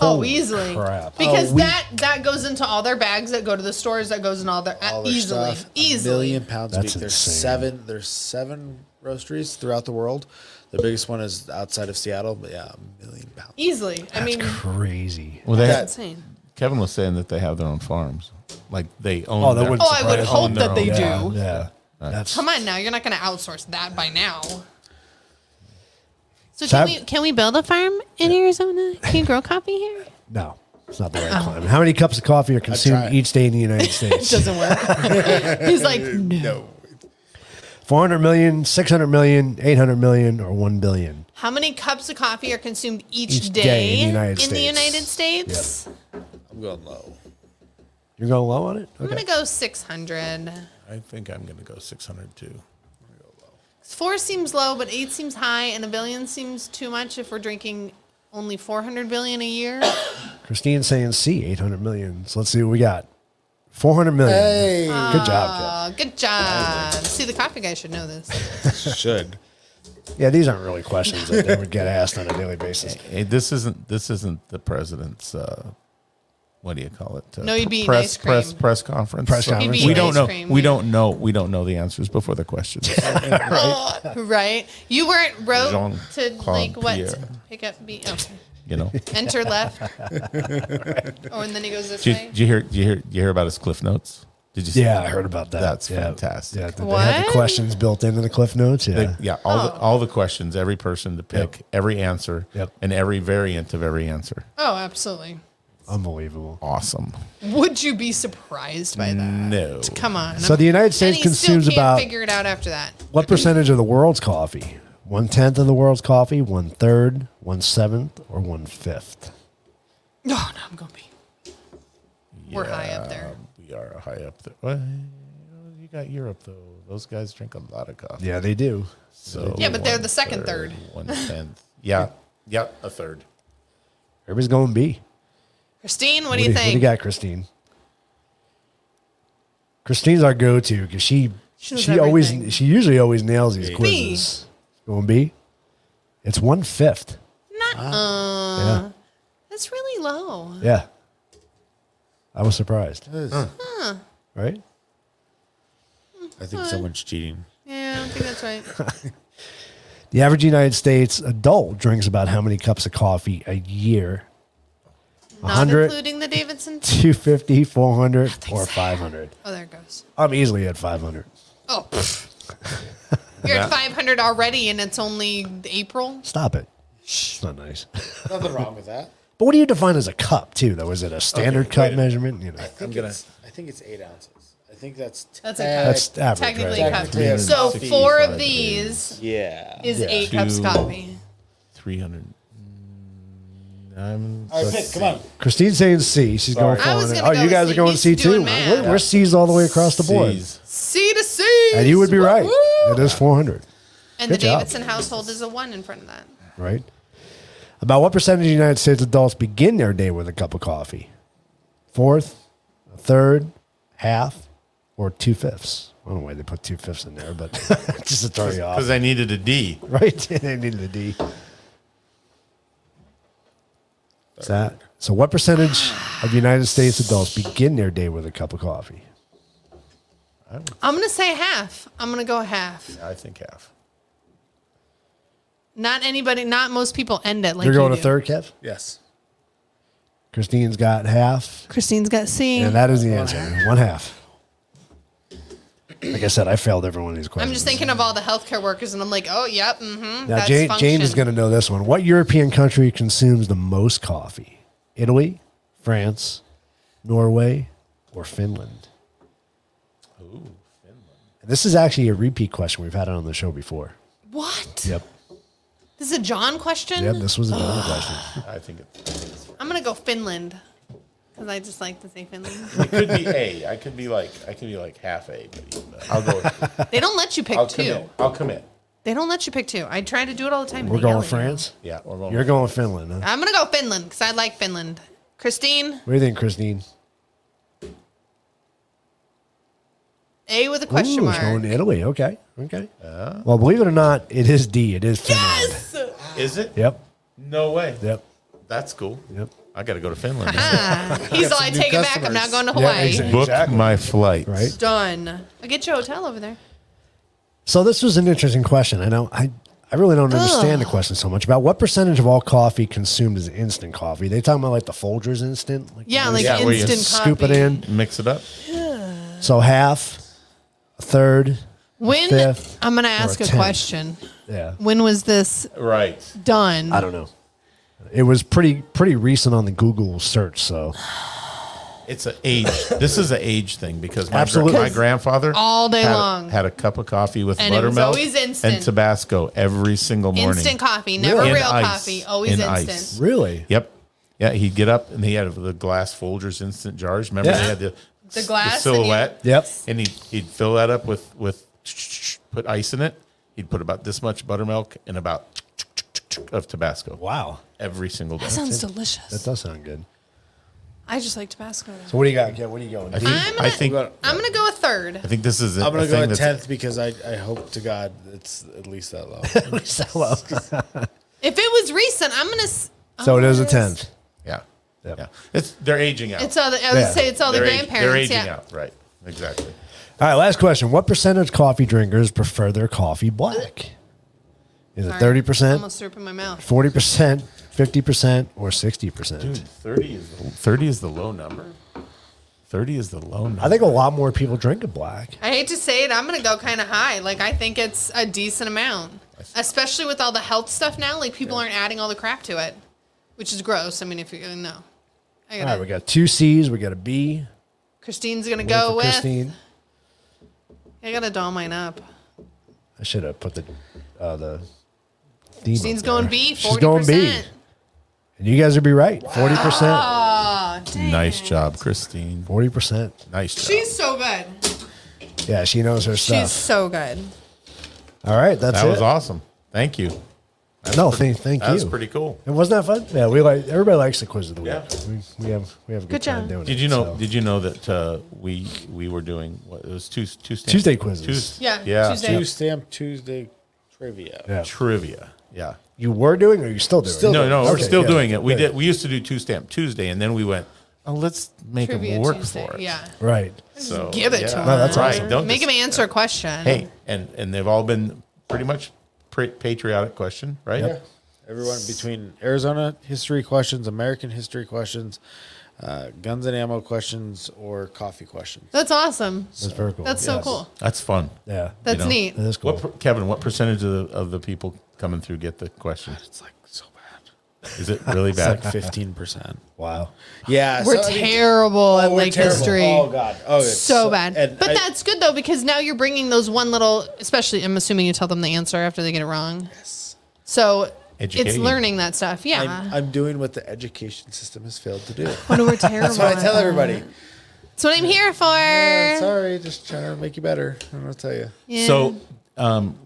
S4: oh, easily.
S1: crap.
S4: Because
S3: Oh, we-
S4: that that goes into all their bags that go to the stores that goes in all their, uh,
S3: All their
S4: easily
S3: stuff, a
S4: easily.
S3: million pounds a
S1: That's
S3: week. There's
S1: insane.
S3: seven. There's seven roasteries throughout the world. The biggest one is outside of Seattle, but yeah, a million pounds.
S4: Easily. I mean,
S1: Crazy.
S2: Well, they
S4: that's insane.
S2: Kevin was saying that they have their own farms, like they own.
S1: Oh, that
S2: their-
S1: wouldn't
S4: Oh, I would
S1: surprise
S4: hope
S1: me.
S4: that they
S1: yeah,
S4: do.
S1: Yeah. That's
S4: Come on now, you're not going to outsource that by now. So
S1: So
S4: can
S1: I've-
S4: we can we build a farm in Arizona? Can you grow coffee here?
S1: No, it's not the
S4: Oh.
S1: right climate. How many cups of coffee are consumed
S3: tried.
S1: each day in the United States?
S4: Doesn't work. He's like, no.
S1: 400 million, 600 million, 800 million, or 1 billion?
S4: How many cups of coffee are consumed each,
S1: Each
S4: day,
S1: day in the United
S4: in the
S1: States.
S4: United States?
S3: I'm going low.
S1: You're going low on it?
S4: I'm gonna go 600.
S2: I think I'm going to go 600 too.
S4: Four seems low, but eight seems high, and a billion seems too much if we're drinking only 400 billion a year.
S1: Christine's saying C, 800 million. So let's see what we got. 400 million.
S3: Hey,
S1: Good job,
S4: Uh, good job. See, the coffee guy should know this.
S3: should.
S1: Kev. Yeah, these aren't really questions that they would get asked on a daily basis.
S2: Hey, this isn't this isn't the president's. Uh, what do you call it? Uh,
S4: No, you'd be eating
S2: press
S4: ice
S2: press
S4: cream.
S2: press conference.
S1: Press
S2: So
S1: conference. You'd be
S2: We
S1: eating
S2: don't
S4: ice
S2: know.
S4: cream,
S2: We
S4: yeah.
S2: don't know. We don't know the answers before the questions.
S4: right? You weren't wrote to
S2: Jean-Claude
S4: like what
S2: Pierre.
S4: to pick up B. oh, Okay.
S2: you know.
S4: Enter left. oh, and then he goes this
S2: Did,
S4: way.
S2: did you hear? Did you hear? Did you hear about his Cliff Notes? Did you? see
S1: Yeah,
S2: that?
S1: I heard about that.
S2: That's
S1: Yeah.
S2: fantastic.
S1: Yeah, did they have the
S4: What?
S1: questions built into the Cliff Notes? Yeah.
S2: They- yeah, all
S4: Oh.
S2: the all the questions, every person to pick, every answer,
S1: Yep.
S2: and every variant of every answer.
S4: Oh, absolutely.
S1: Unbelievable.
S2: Awesome.
S4: Would you be surprised by that?
S2: No.
S4: Come on.
S1: Mm. So the United
S4: and
S1: States
S4: he
S1: consumes
S4: still can't
S1: about
S4: figure it out after that.
S1: what percentage of the world's coffee? One tenth of the world's coffee, one third, one seventh, or one fifth?
S4: No, Oh, no, I'm gonna be. We're high up there.
S2: We are high up there. Well, you got Europe though. Those guys drink a lot of coffee.
S1: Yeah, they do.
S2: So
S4: Yeah, but they're the second
S2: one-third,
S4: third.
S2: One tenth. Yeah. Yeah, a third.
S1: Everybody's going B.
S4: Christine, what, do you
S1: What
S4: think?
S1: do you got, Christine? Christine's our go-to because she
S4: She
S1: she,
S4: knows everything.
S1: always she usually always nails these quizzes. Going B, it's one fifth.
S4: Not, uh,
S1: yeah,
S4: that's really low.
S1: yeah. I was surprised. Right?
S3: I think someone's cheating.
S4: Yeah, I don't think that's right.
S1: The average United States adult drinks about how many cups of coffee a year?
S4: Not
S1: 100.
S4: including the Davidson.
S1: 250, 400, or 500.
S4: Oh, there it goes.
S1: I'm easily at 500.
S4: Oh. pfft. You're at 500 already, and it's only April.
S1: Stop it. It's not nice.
S3: Nothing wrong with that.
S1: But what do you define as a cup, too, though? Is it a standard cup measurement? You know,
S3: I think
S2: gonna-
S3: it's I think it's eight ounces. I think that's
S4: That's a
S3: ten-
S4: cup.
S1: that's average.
S4: Technically,
S1: right?
S4: a cup.
S3: Technically,
S4: So
S3: it's
S4: four
S2: 65
S4: of these
S3: Yeah.
S4: is
S1: Yeah.
S4: eight cups
S2: Two.
S4: coffee.
S2: Three hundred. I'm
S3: All right, pick. Come on.
S1: Christine's saying C. She's going
S4: I was
S1: for it.
S4: gonna
S1: Oh,
S4: go
S1: you
S4: with
S1: guys
S4: C.
S1: are going
S4: He's
S1: C, too.
S4: doing math.
S1: We're, we're C's all the way across the board.
S4: C to C.
S1: And you would be right. It is 400.
S4: And the
S1: Good job.
S4: Davidson household is a one in front of that.
S1: right? About what percentage of the United States adults begin their day with a cup of coffee? Fourth, a third, half, or two fifths? I don't know why they put two fifths in there, but just to throw you
S2: Because
S1: off,
S2: I needed a D.
S1: right? they needed a D. Is that so? What percentage of United States adults begin their day with a cup of coffee?
S4: I'm gonna say half. I'm gonna go half.
S2: I think half.
S4: Not anybody. Not most people end it like
S1: You're going
S4: you
S1: a
S4: do.
S1: third, Kev.
S3: Yes.
S1: Christine's got half,
S4: Christine's got C.
S1: and that is the answer. One half. Like I said, I failed every one of these questions.
S4: I'm just thinking of all the healthcare workers, and I'm like, oh, yep, mm-hmm.
S1: Now, Jane, Jane is going to know this one. What European country consumes the most coffee? Italy, France, Norway, or Finland?
S2: Ooh, Finland.
S1: This is actually a repeat question. We've had it on the show before.
S4: What?
S1: Yep.
S4: This is a John question.
S1: Yep. This was another question.
S2: I think it,
S4: I'm gonna go Finland because I just like to say Finland.
S2: it could be A. I could be like I could be like half A, but I'll go. With,
S4: they don't let you pick
S2: I'll
S4: two.
S2: commit. I'll commit.
S4: They don't let you pick two. I try to do it all the time.
S1: We're
S4: They yell
S1: going
S4: at you.
S1: France.
S2: Yeah, or won't.
S1: You're going Finland. Huh?
S4: I'm gonna go Finland because I like Finland. Christine,
S1: What do you think, Christine?
S4: A with a question
S1: Ooh, it's going
S4: mark.
S1: to Italy. Okay. Okay. well, believe it or not, it is D. It is Finland.
S4: Yes.
S2: Is it?
S1: Yep.
S2: No way.
S1: Yep.
S2: That's cool.
S1: Yep.
S2: I got to go to Finland.
S4: Ah, he's all I take it back. I'm not going to
S1: Yeah,
S4: Hawaii.
S1: exactly.
S2: Book my flight.
S1: Right.
S4: Done. I'll get you a hotel over there.
S1: So this was an interesting question. I know I I really don't understand the question so much about what percentage of all coffee consumed is instant coffee. They talking about like the Folgers instant, like
S4: Yeah, like
S2: Yeah, where you
S4: instant
S1: scoop
S4: coffee.
S1: it in.
S2: Mix it up.
S1: So half, a third,
S4: When
S1: fifth,
S4: I'm gonna ask
S1: a
S4: a,
S1: tenth.
S4: question.
S1: yeah.
S4: When was this
S2: Right.
S4: done?
S1: I don't know. It was pretty pretty recent on the Google search, so
S2: It's an age. this is an age thing because my,
S1: Absolutely.
S2: my grandfather
S4: All day
S2: had a-
S4: long.
S2: had a cup of coffee with
S4: And it was
S2: buttermilk
S4: always instant.
S2: and Tabasco every single morning.
S4: Instant coffee, never
S2: In
S4: real
S2: ice.
S4: coffee, always
S2: In
S4: instant.
S2: ice.
S1: really,
S2: Yep. Yeah, he'd get up and he had the glass Folgers instant jars. Remember
S1: Yeah.
S2: they had the,
S4: The glass and you-
S2: silhouette.
S1: Yep.
S2: And he'd, he'd fill that up with with put ice in it. He'd put about this much buttermilk and about of Tabasco
S1: wow,
S2: every single day.
S4: That sounds
S1: that
S4: delicious.
S1: does sound good.
S4: I just like Tabasco. though.
S1: So what do you got? Yeah, what are you going?
S2: I
S1: D?
S2: think,
S4: I'm
S2: I
S4: gonna-
S2: think
S4: I'm gonna go a third.
S2: I think this is.
S3: I'm gonna
S2: a thing
S3: go a
S2: that's-
S3: tenth because I, I hope to God it's at least that low.
S1: so,
S4: If it was recent, I'm gonna. s-
S1: so it is a
S4: I'm gonna s-
S1: tenth.
S2: Yeah.
S1: Yep.
S2: Yeah. It's they're aging out.
S4: It's all the, I would
S1: Yeah.
S4: say it's all Oh, the
S2: they're ag-
S4: grandparents.
S2: they're aging
S4: yeah.
S2: out. Right. Exactly.
S1: All right, last question. What percentage of coffee drinkers prefer their coffee black? Is it
S4: Sorry,
S1: thirty percent?
S4: Almost threw up in my mouth.
S1: forty percent, fifty percent, or sixty percent.
S2: Thirty is the, thirty is the low number. Thirty is the low number.
S1: I think a lot more people drink it black.
S4: I hate to say it, I'm gonna go kind of high. Like I think it's a decent amount, especially with all the health stuff now. Like people aren't adding all the crap to it, which is gross. I mean, if you no, I
S1: All
S4: gotta,
S1: right, we got two C's, we got a B.
S4: Christine's gonna
S1: One
S4: go
S1: for
S4: with.
S1: Christine.
S4: I gotta doll mine up.
S1: I should have put the uh, the. theme up
S4: Christine's going
S1: there.
S4: B. 40%.
S1: She's going B, and you guys would be right. Forty percent.
S4: Oh, dang.
S2: Nice job, Christine.
S1: Forty percent.
S2: Nice job.
S4: She's so good.
S1: Yeah, she knows her stuff.
S4: She's so good.
S1: All right, that's
S2: that
S1: it.
S2: was awesome. Thank you.
S1: No, thank, thank
S2: That
S1: you.
S2: was pretty cool.
S1: It wasn't that fun. Yeah, we like everybody likes the quiz of the week.
S2: Yeah.
S1: We, we have we have a good,
S4: Good
S1: time
S4: job.
S1: doing it.
S2: Did you know?
S1: so.
S2: Did you know that uh, we we were doing what it was two two stand-
S1: Tuesday quizzes.
S2: Tues-
S4: Yeah,
S2: yeah,
S4: Tuesday.
S3: Two stamp Tuesday trivia.
S1: Yeah.
S2: trivia. Yeah.
S1: you were doing, or you still doing?
S3: Still
S2: No, no, we're
S1: Okay,
S2: still
S1: yeah,
S2: doing it. We
S1: good.
S2: did. We used to do two stamp Tuesday, and then we went. Oh, let's make
S4: Trivia
S2: them work
S4: Tuesday.
S2: for it.
S4: Yeah.
S1: Right.
S2: So
S4: Give it
S2: yeah.
S4: to them.
S1: Oh, No, that's
S2: right.
S1: awesome.
S2: Don't
S4: Make
S2: just-
S4: him answer a question.
S2: Hey, and and they've all been pretty much pre- patriotic question, right?
S3: Yeah. Everyone between Arizona history questions, American history questions, uh, guns and ammo questions, or coffee questions.
S4: That's awesome.
S1: That's very cool.
S4: That's so cool.
S2: That's fun.
S1: Yeah.
S4: That's
S2: You know,
S4: neat.
S1: That is cool.
S2: What per, Kevin? What percentage of the, of the people coming through get the question?
S3: It's like so bad.
S2: Is it really
S3: It's
S2: bad?
S3: like fifteen percent.
S1: wow.
S3: Yeah,
S4: We're
S3: so, I mean,
S4: terrible at
S3: we're
S4: Lake
S3: terrible.
S4: History.
S3: Oh god. Oh, it's
S4: so, bad.
S3: and
S4: but
S3: I-
S4: that's good though because now you're bringing those one little. Especially, I'm assuming you tell them the answer after they get it wrong. Yes. So it's
S2: Educating.
S4: learning that stuff. Yeah.
S3: I'm, I'm doing what the education system has failed to do. That's
S4: Oh, no, we're terrible.
S3: what I
S4: at
S3: tell
S4: that.
S3: everybody.
S4: That's what I'm here for.
S3: Yeah, sorry, just trying to make you better. I'm gonna tell you.
S4: Yeah.
S2: So, um,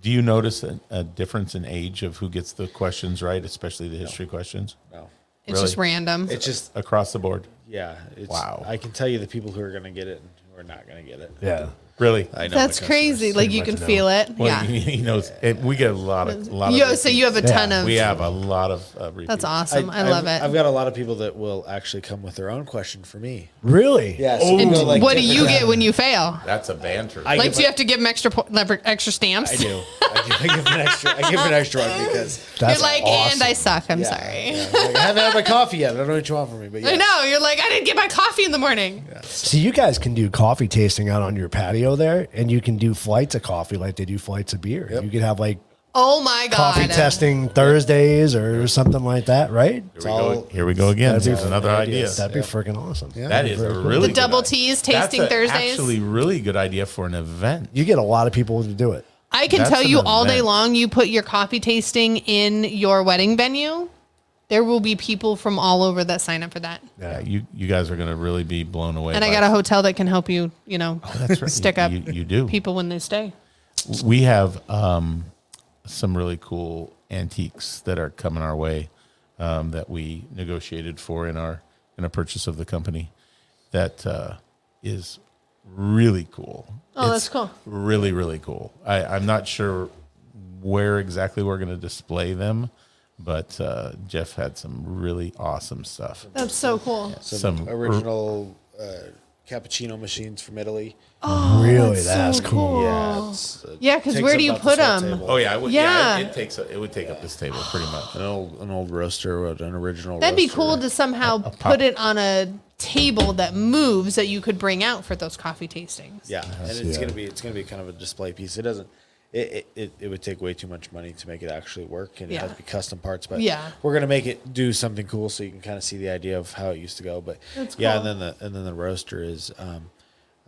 S2: do you notice a, a difference in age of who gets the questions right, especially the history questions
S3: No,
S4: it's just
S2: really?
S4: random.
S3: it's just
S2: across the board?
S3: yeah. It's,
S2: Wow.
S3: I can tell you the people who are gonna get it and who are not gonna get it.
S1: Yeah.
S2: Really?
S3: I know my
S4: that's
S3: customers.
S4: crazy. Like you
S1: much
S4: can
S1: know.
S4: feel it.
S2: Well,
S4: yeah.
S2: he, he knows. and we get a lot of a lot
S4: You,
S2: of.
S4: so you have a
S1: Yeah.
S4: ton of.
S2: we have a lot of. Uh, repeats.
S4: That's awesome. I, love
S3: I've-
S4: it.
S3: I've got a lot of people that will actually come with their own question for me.
S1: Really?
S2: Oh.
S3: so
S4: And
S3: we'll, like,
S4: what do you
S3: different-
S4: get when you fail?
S2: That's a banter.
S3: I
S4: Like,
S3: give
S4: do you
S3: a-
S4: have to give them extra po- lever- extra stamps?
S3: I do. I do. I give an extra. I give an extra one because
S4: You're
S1: That's
S4: like, and I suck. I'm
S3: Yeah,
S4: sorry.
S3: yeah. Like, I haven't had my coffee yet. I don't know what you want from me, but yeah.
S4: I know. You're like, I didn't get my coffee in the morning.
S1: So you guys can do coffee tasting out on your patio there, and you can do flights of coffee like they do flights of beer. You could have like
S4: Oh my god.
S1: coffee testing Thursdays or something like that, right?
S2: here,
S3: It's
S2: we
S3: all-
S2: go, here we go again.
S1: That'd be
S2: That's another idea.
S1: That'd be freaking awesome. Yeah.
S2: That is a really
S4: The
S2: good
S4: double
S2: idea.
S4: teas,
S2: That's
S4: tasting
S2: a
S4: Thursdays.
S2: Actually, really good idea for an event.
S1: You get a lot of people to do it.
S4: I can
S2: That's
S4: tell
S2: an
S4: you all day
S2: event.
S4: long you put your coffee tasting in your wedding venue, there will be people from all over that sign up for that.
S2: Yeah, you you guys are gonna really be blown away.
S4: And I
S2: by
S4: got a hotel that can help you, you know,
S2: Oh, That's right.
S4: stick up
S2: You, you do.
S4: people when they stay.
S2: We have um, some really cool antiques that are coming our way um, that we negotiated for in our in a purchase of the company that uh, is really cool.
S4: Oh, that's cool.
S2: Really, really cool. I, I'm not sure where exactly we're going to display them, but uh, Jeff had some really awesome stuff.
S4: That's so cool.
S3: Some,
S2: Some-
S3: original uh, cappuccino machines from Italy.
S1: really,
S4: that's
S1: that's,
S4: so
S1: cool.
S4: cool.
S3: Yeah, it's, uh,
S4: Oh. Yeah, 'cause
S3: takes
S4: where do you
S3: about
S4: put
S3: this whole
S4: 'em?
S3: table.
S2: Oh yeah, I would, yeah. it,
S4: Yeah.
S2: it takes a, it would take up this table pretty much.
S3: An old, an old roaster, uh, an original.
S4: That'd be
S3: roaster.
S4: cool to somehow put it on a table that moves that you could bring out for those coffee tastings.
S3: Yeah, and it's gonna be it's gonna be kind of a display piece. It doesn't. It, it, it, it would take way too much money to make it actually work, and it
S4: Yeah.
S3: has to be custom parts. But
S4: Yeah.
S3: we're gonna make it do something cool, so you can kind of see the idea of how it used to go. But
S4: That's
S3: yeah,
S4: cool.
S3: and then the and then the roaster is, um,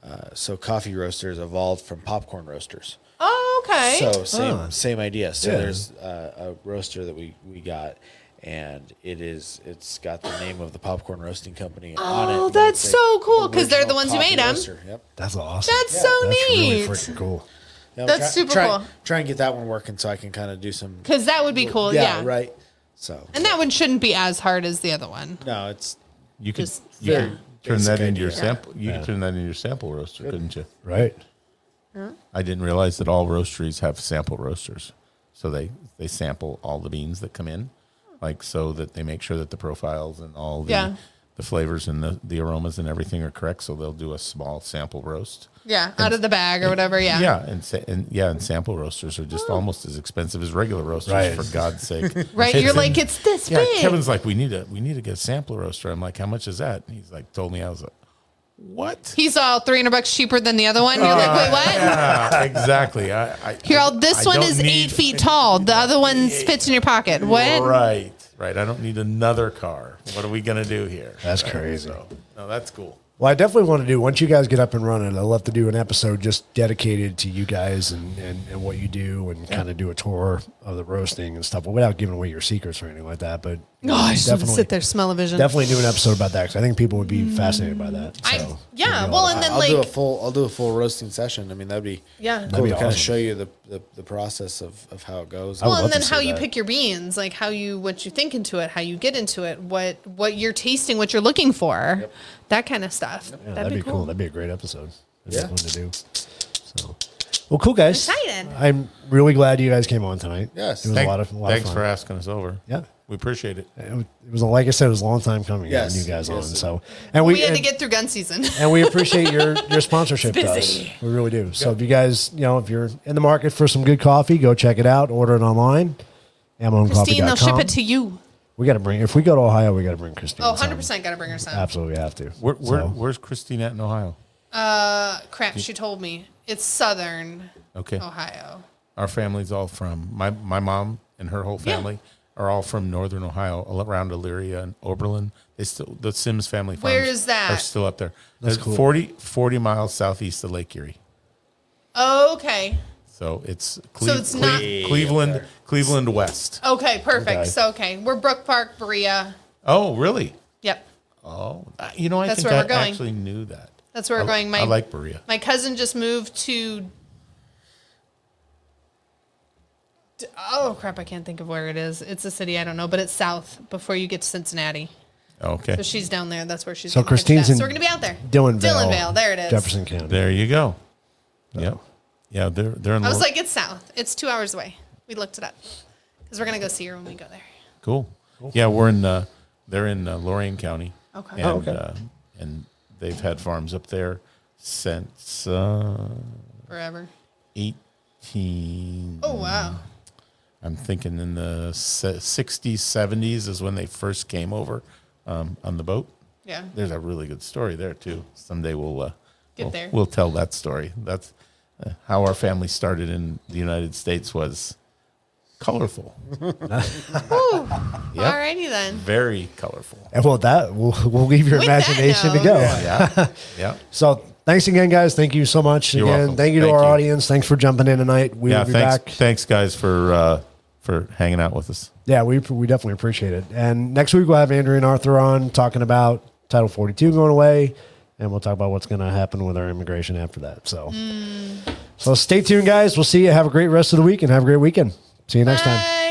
S3: uh, so coffee roasters evolved from popcorn roasters.
S4: Oh, okay.
S3: So same same idea. So
S1: Yeah.
S3: there's uh, a roaster that we we got, and it is it's got the name of the popcorn roasting company on it.
S4: Oh,
S3: and then
S4: that's
S3: it's a
S4: so cool, 'cause they're
S3: original
S4: the ones who
S3: coffee
S4: made 'em.
S3: roaster. Yep.
S1: That's awesome.
S4: That's so
S1: That's really
S4: neat.
S1: freaking cool.
S3: Yeah,
S4: That's
S3: try-
S4: super
S3: try,
S4: cool.
S3: Try and get that one working so I can kind of do some.
S4: Because that would be cool. Yeah,
S3: right. So
S4: And that one shouldn't be as hard as the other one.
S3: no, it's
S2: You could
S4: Just
S2: you
S3: very
S2: could turn
S3: basic
S2: that into your
S3: idea.
S2: sample. You could turn that into your sample roaster, couldn't you?
S1: Right.
S2: I didn't realize that all roasteries have sample roasters, so they they sample all the beans that come in, like so that they make sure that the profiles and all the
S4: Yeah.
S2: the flavors and the the aromas and everything are correct. So they'll do a small sample roast.
S4: Yeah, out of the bag or whatever. Yeah. Oh.
S2: Yeah, and sa- and yeah, and sample roasters are just almost as expensive as regular roasters.
S1: Right.
S2: For God's sake,
S4: Right? You're
S2: And-
S4: like, it's this
S2: Yeah,
S4: big.
S2: Kevin's like, we need to we need to get a sample roaster. I'm like, how much is that? And he's like, told me I was like, what?
S4: He's all 300 bucks cheaper than the other one. You're like, wait, what?
S2: Yeah, exactly. I, I
S4: Here, all
S2: I
S4: this one
S2: don't
S4: is
S2: need-
S4: eight feet tall. The other one fits in your pocket. What?
S2: Right, right. right? I don't need another car. What are we going to do here?
S1: That's
S2: Right?
S1: crazy.
S2: So, no, that's cool.
S1: Well, I definitely want to do once you guys get up and running. I'd love to do an episode just dedicated to you guys and, and, and what you do, and kind of do a tour of the roasting and stuff, but without giving away your secrets or anything like that. But
S4: Oh, I just want to
S1: Definitely.
S4: sit there, smell a vision.
S1: definitely do an episode about that because I think people would be fascinated by that. So,
S4: I,
S1: you
S4: yeah.
S1: know,
S4: Well, and then
S3: I'll do a
S4: like,
S3: full. I'll do a full roasting session. I mean, that'd be
S4: yeah.
S1: That'd
S3: cool
S1: be
S3: to kind of
S1: awesome.
S3: show you the, the, the process of, of how it goes.
S1: would
S4: Well,
S1: love
S4: and
S1: to
S4: then
S1: see
S4: how you
S1: that.
S4: pick your beans, like how you what you think into it, how you get into it, what what you're tasting, what you're looking for, that kind of stuff.
S1: yeah, that'd, be cool. That'd be a great episode. That'd
S3: Yeah.
S1: be fun to do. So, well, cool guys.
S4: Excited.
S1: I'm really glad you guys came on tonight.
S3: Yes.
S1: it was
S2: Thank-
S1: a lot of a lot
S2: thanks
S1: of
S2: for
S1: fun.
S2: asking us over.
S1: Yeah.
S2: We appreciate it.
S1: it was- it was like I said, it was a long time coming.
S3: Yes.
S1: having you guys on.
S3: Yes.
S1: So, and we,
S4: we had
S1: and,
S4: to get through gun season.
S1: and we appreciate your your sponsorship to us.
S4: busy.
S1: We really do. So if you guys, you know, if you're in the market for some good coffee, go check it out. Order it online.
S4: Christine, they'll ship
S1: AmmoandCoffee.com.
S4: it to you.
S1: we got to bring. If we go to Ohio, we got to bring Christine.
S4: Oh,
S1: some.
S4: 100% got to bring her some.
S1: Absolutely, we have to.
S2: Where, where,
S1: So,
S2: Where's Christine at in Ohio?
S4: Uh, crap, she told me. It's Southern
S2: Okay.
S4: Oh, Ohio.
S2: Our family's all from my my mom and her whole
S4: Yeah.
S2: family are all from northern Ohio, all around Elyria and Oberlin. They still the Sims family farms
S4: Where is that?
S2: are still up there. That's
S1: cool.
S2: 40, 40 miles southeast of Lake Erie.
S4: Okay.
S2: So it's, Cle-
S4: it's
S2: Cle-
S4: not-
S2: Cleveland Cleveland West.
S4: Okay, perfect.
S1: Okay.
S4: So, okay. We're Brook Park, Berea.
S2: Oh, really?
S4: Yep.
S2: Oh, I- you know I
S4: That's
S2: think
S4: where
S2: I
S4: we're going.
S2: actually knew that.
S4: That's where we're
S2: I-
S4: going. My,
S2: I like Berea.
S4: my cousin just moved to. D- Oh, crap. I can't think of where it is. It's a city I don't know, but it's south before you get to Cincinnati.
S2: Okay.
S4: So she's down there. That's where she's
S1: So
S4: gonna head to
S1: Christine's
S4: that.
S1: in
S4: So we're going to be out there.
S1: Dillonvale,
S4: Dillonvale. There it is.
S1: Jefferson County.
S2: There you go. Yep. Yeah, they're they're in
S4: I
S2: the
S4: was like, it's south. It's two hours away. We looked it up because we're gonna go see her when we go there.
S2: Cool. Yeah, we're in. Uh, they're in uh, Lorain County.
S4: Okay.
S2: And,
S4: Oh,
S1: okay.
S2: Uh, and they've had farms up there since uh,
S4: Forever.
S2: eighteen.
S4: Oh wow.
S2: I'm thinking in the se- 60s, 70s is when they first came over um, on the boat.
S4: Yeah.
S2: There's a really good story there too. Someday we'll uh,
S4: Get
S2: we'll,
S4: there.
S2: We'll tell that story. That's uh, how our family started in the United States was colorful,
S4: Woo.
S2: Yep.
S4: Alrighty then.
S2: very colorful.
S1: And well, that we'll, we'll leave your
S4: With that
S1: imagination to
S4: note-
S1: go.
S2: Yeah, yeah.
S1: So thanks again, guys. Thank you so much.
S2: You're
S1: again,
S2: welcome.
S1: thank you to
S2: Thank
S1: our
S2: you.
S1: audience. Thanks for jumping in tonight. We
S2: yeah,
S1: will be
S2: thanks,
S1: back.
S2: thanks guys for uh, for hanging out with us.
S1: Yeah, we we definitely appreciate it. And next week we'll have Andrew and Arthur on talking about Title 42 going away, and we'll talk about what's going to happen with our immigration after that. So, so stay tuned, guys. We'll see you. Have a great rest of the week, and have a great weekend. See you next time.
S4: Bye.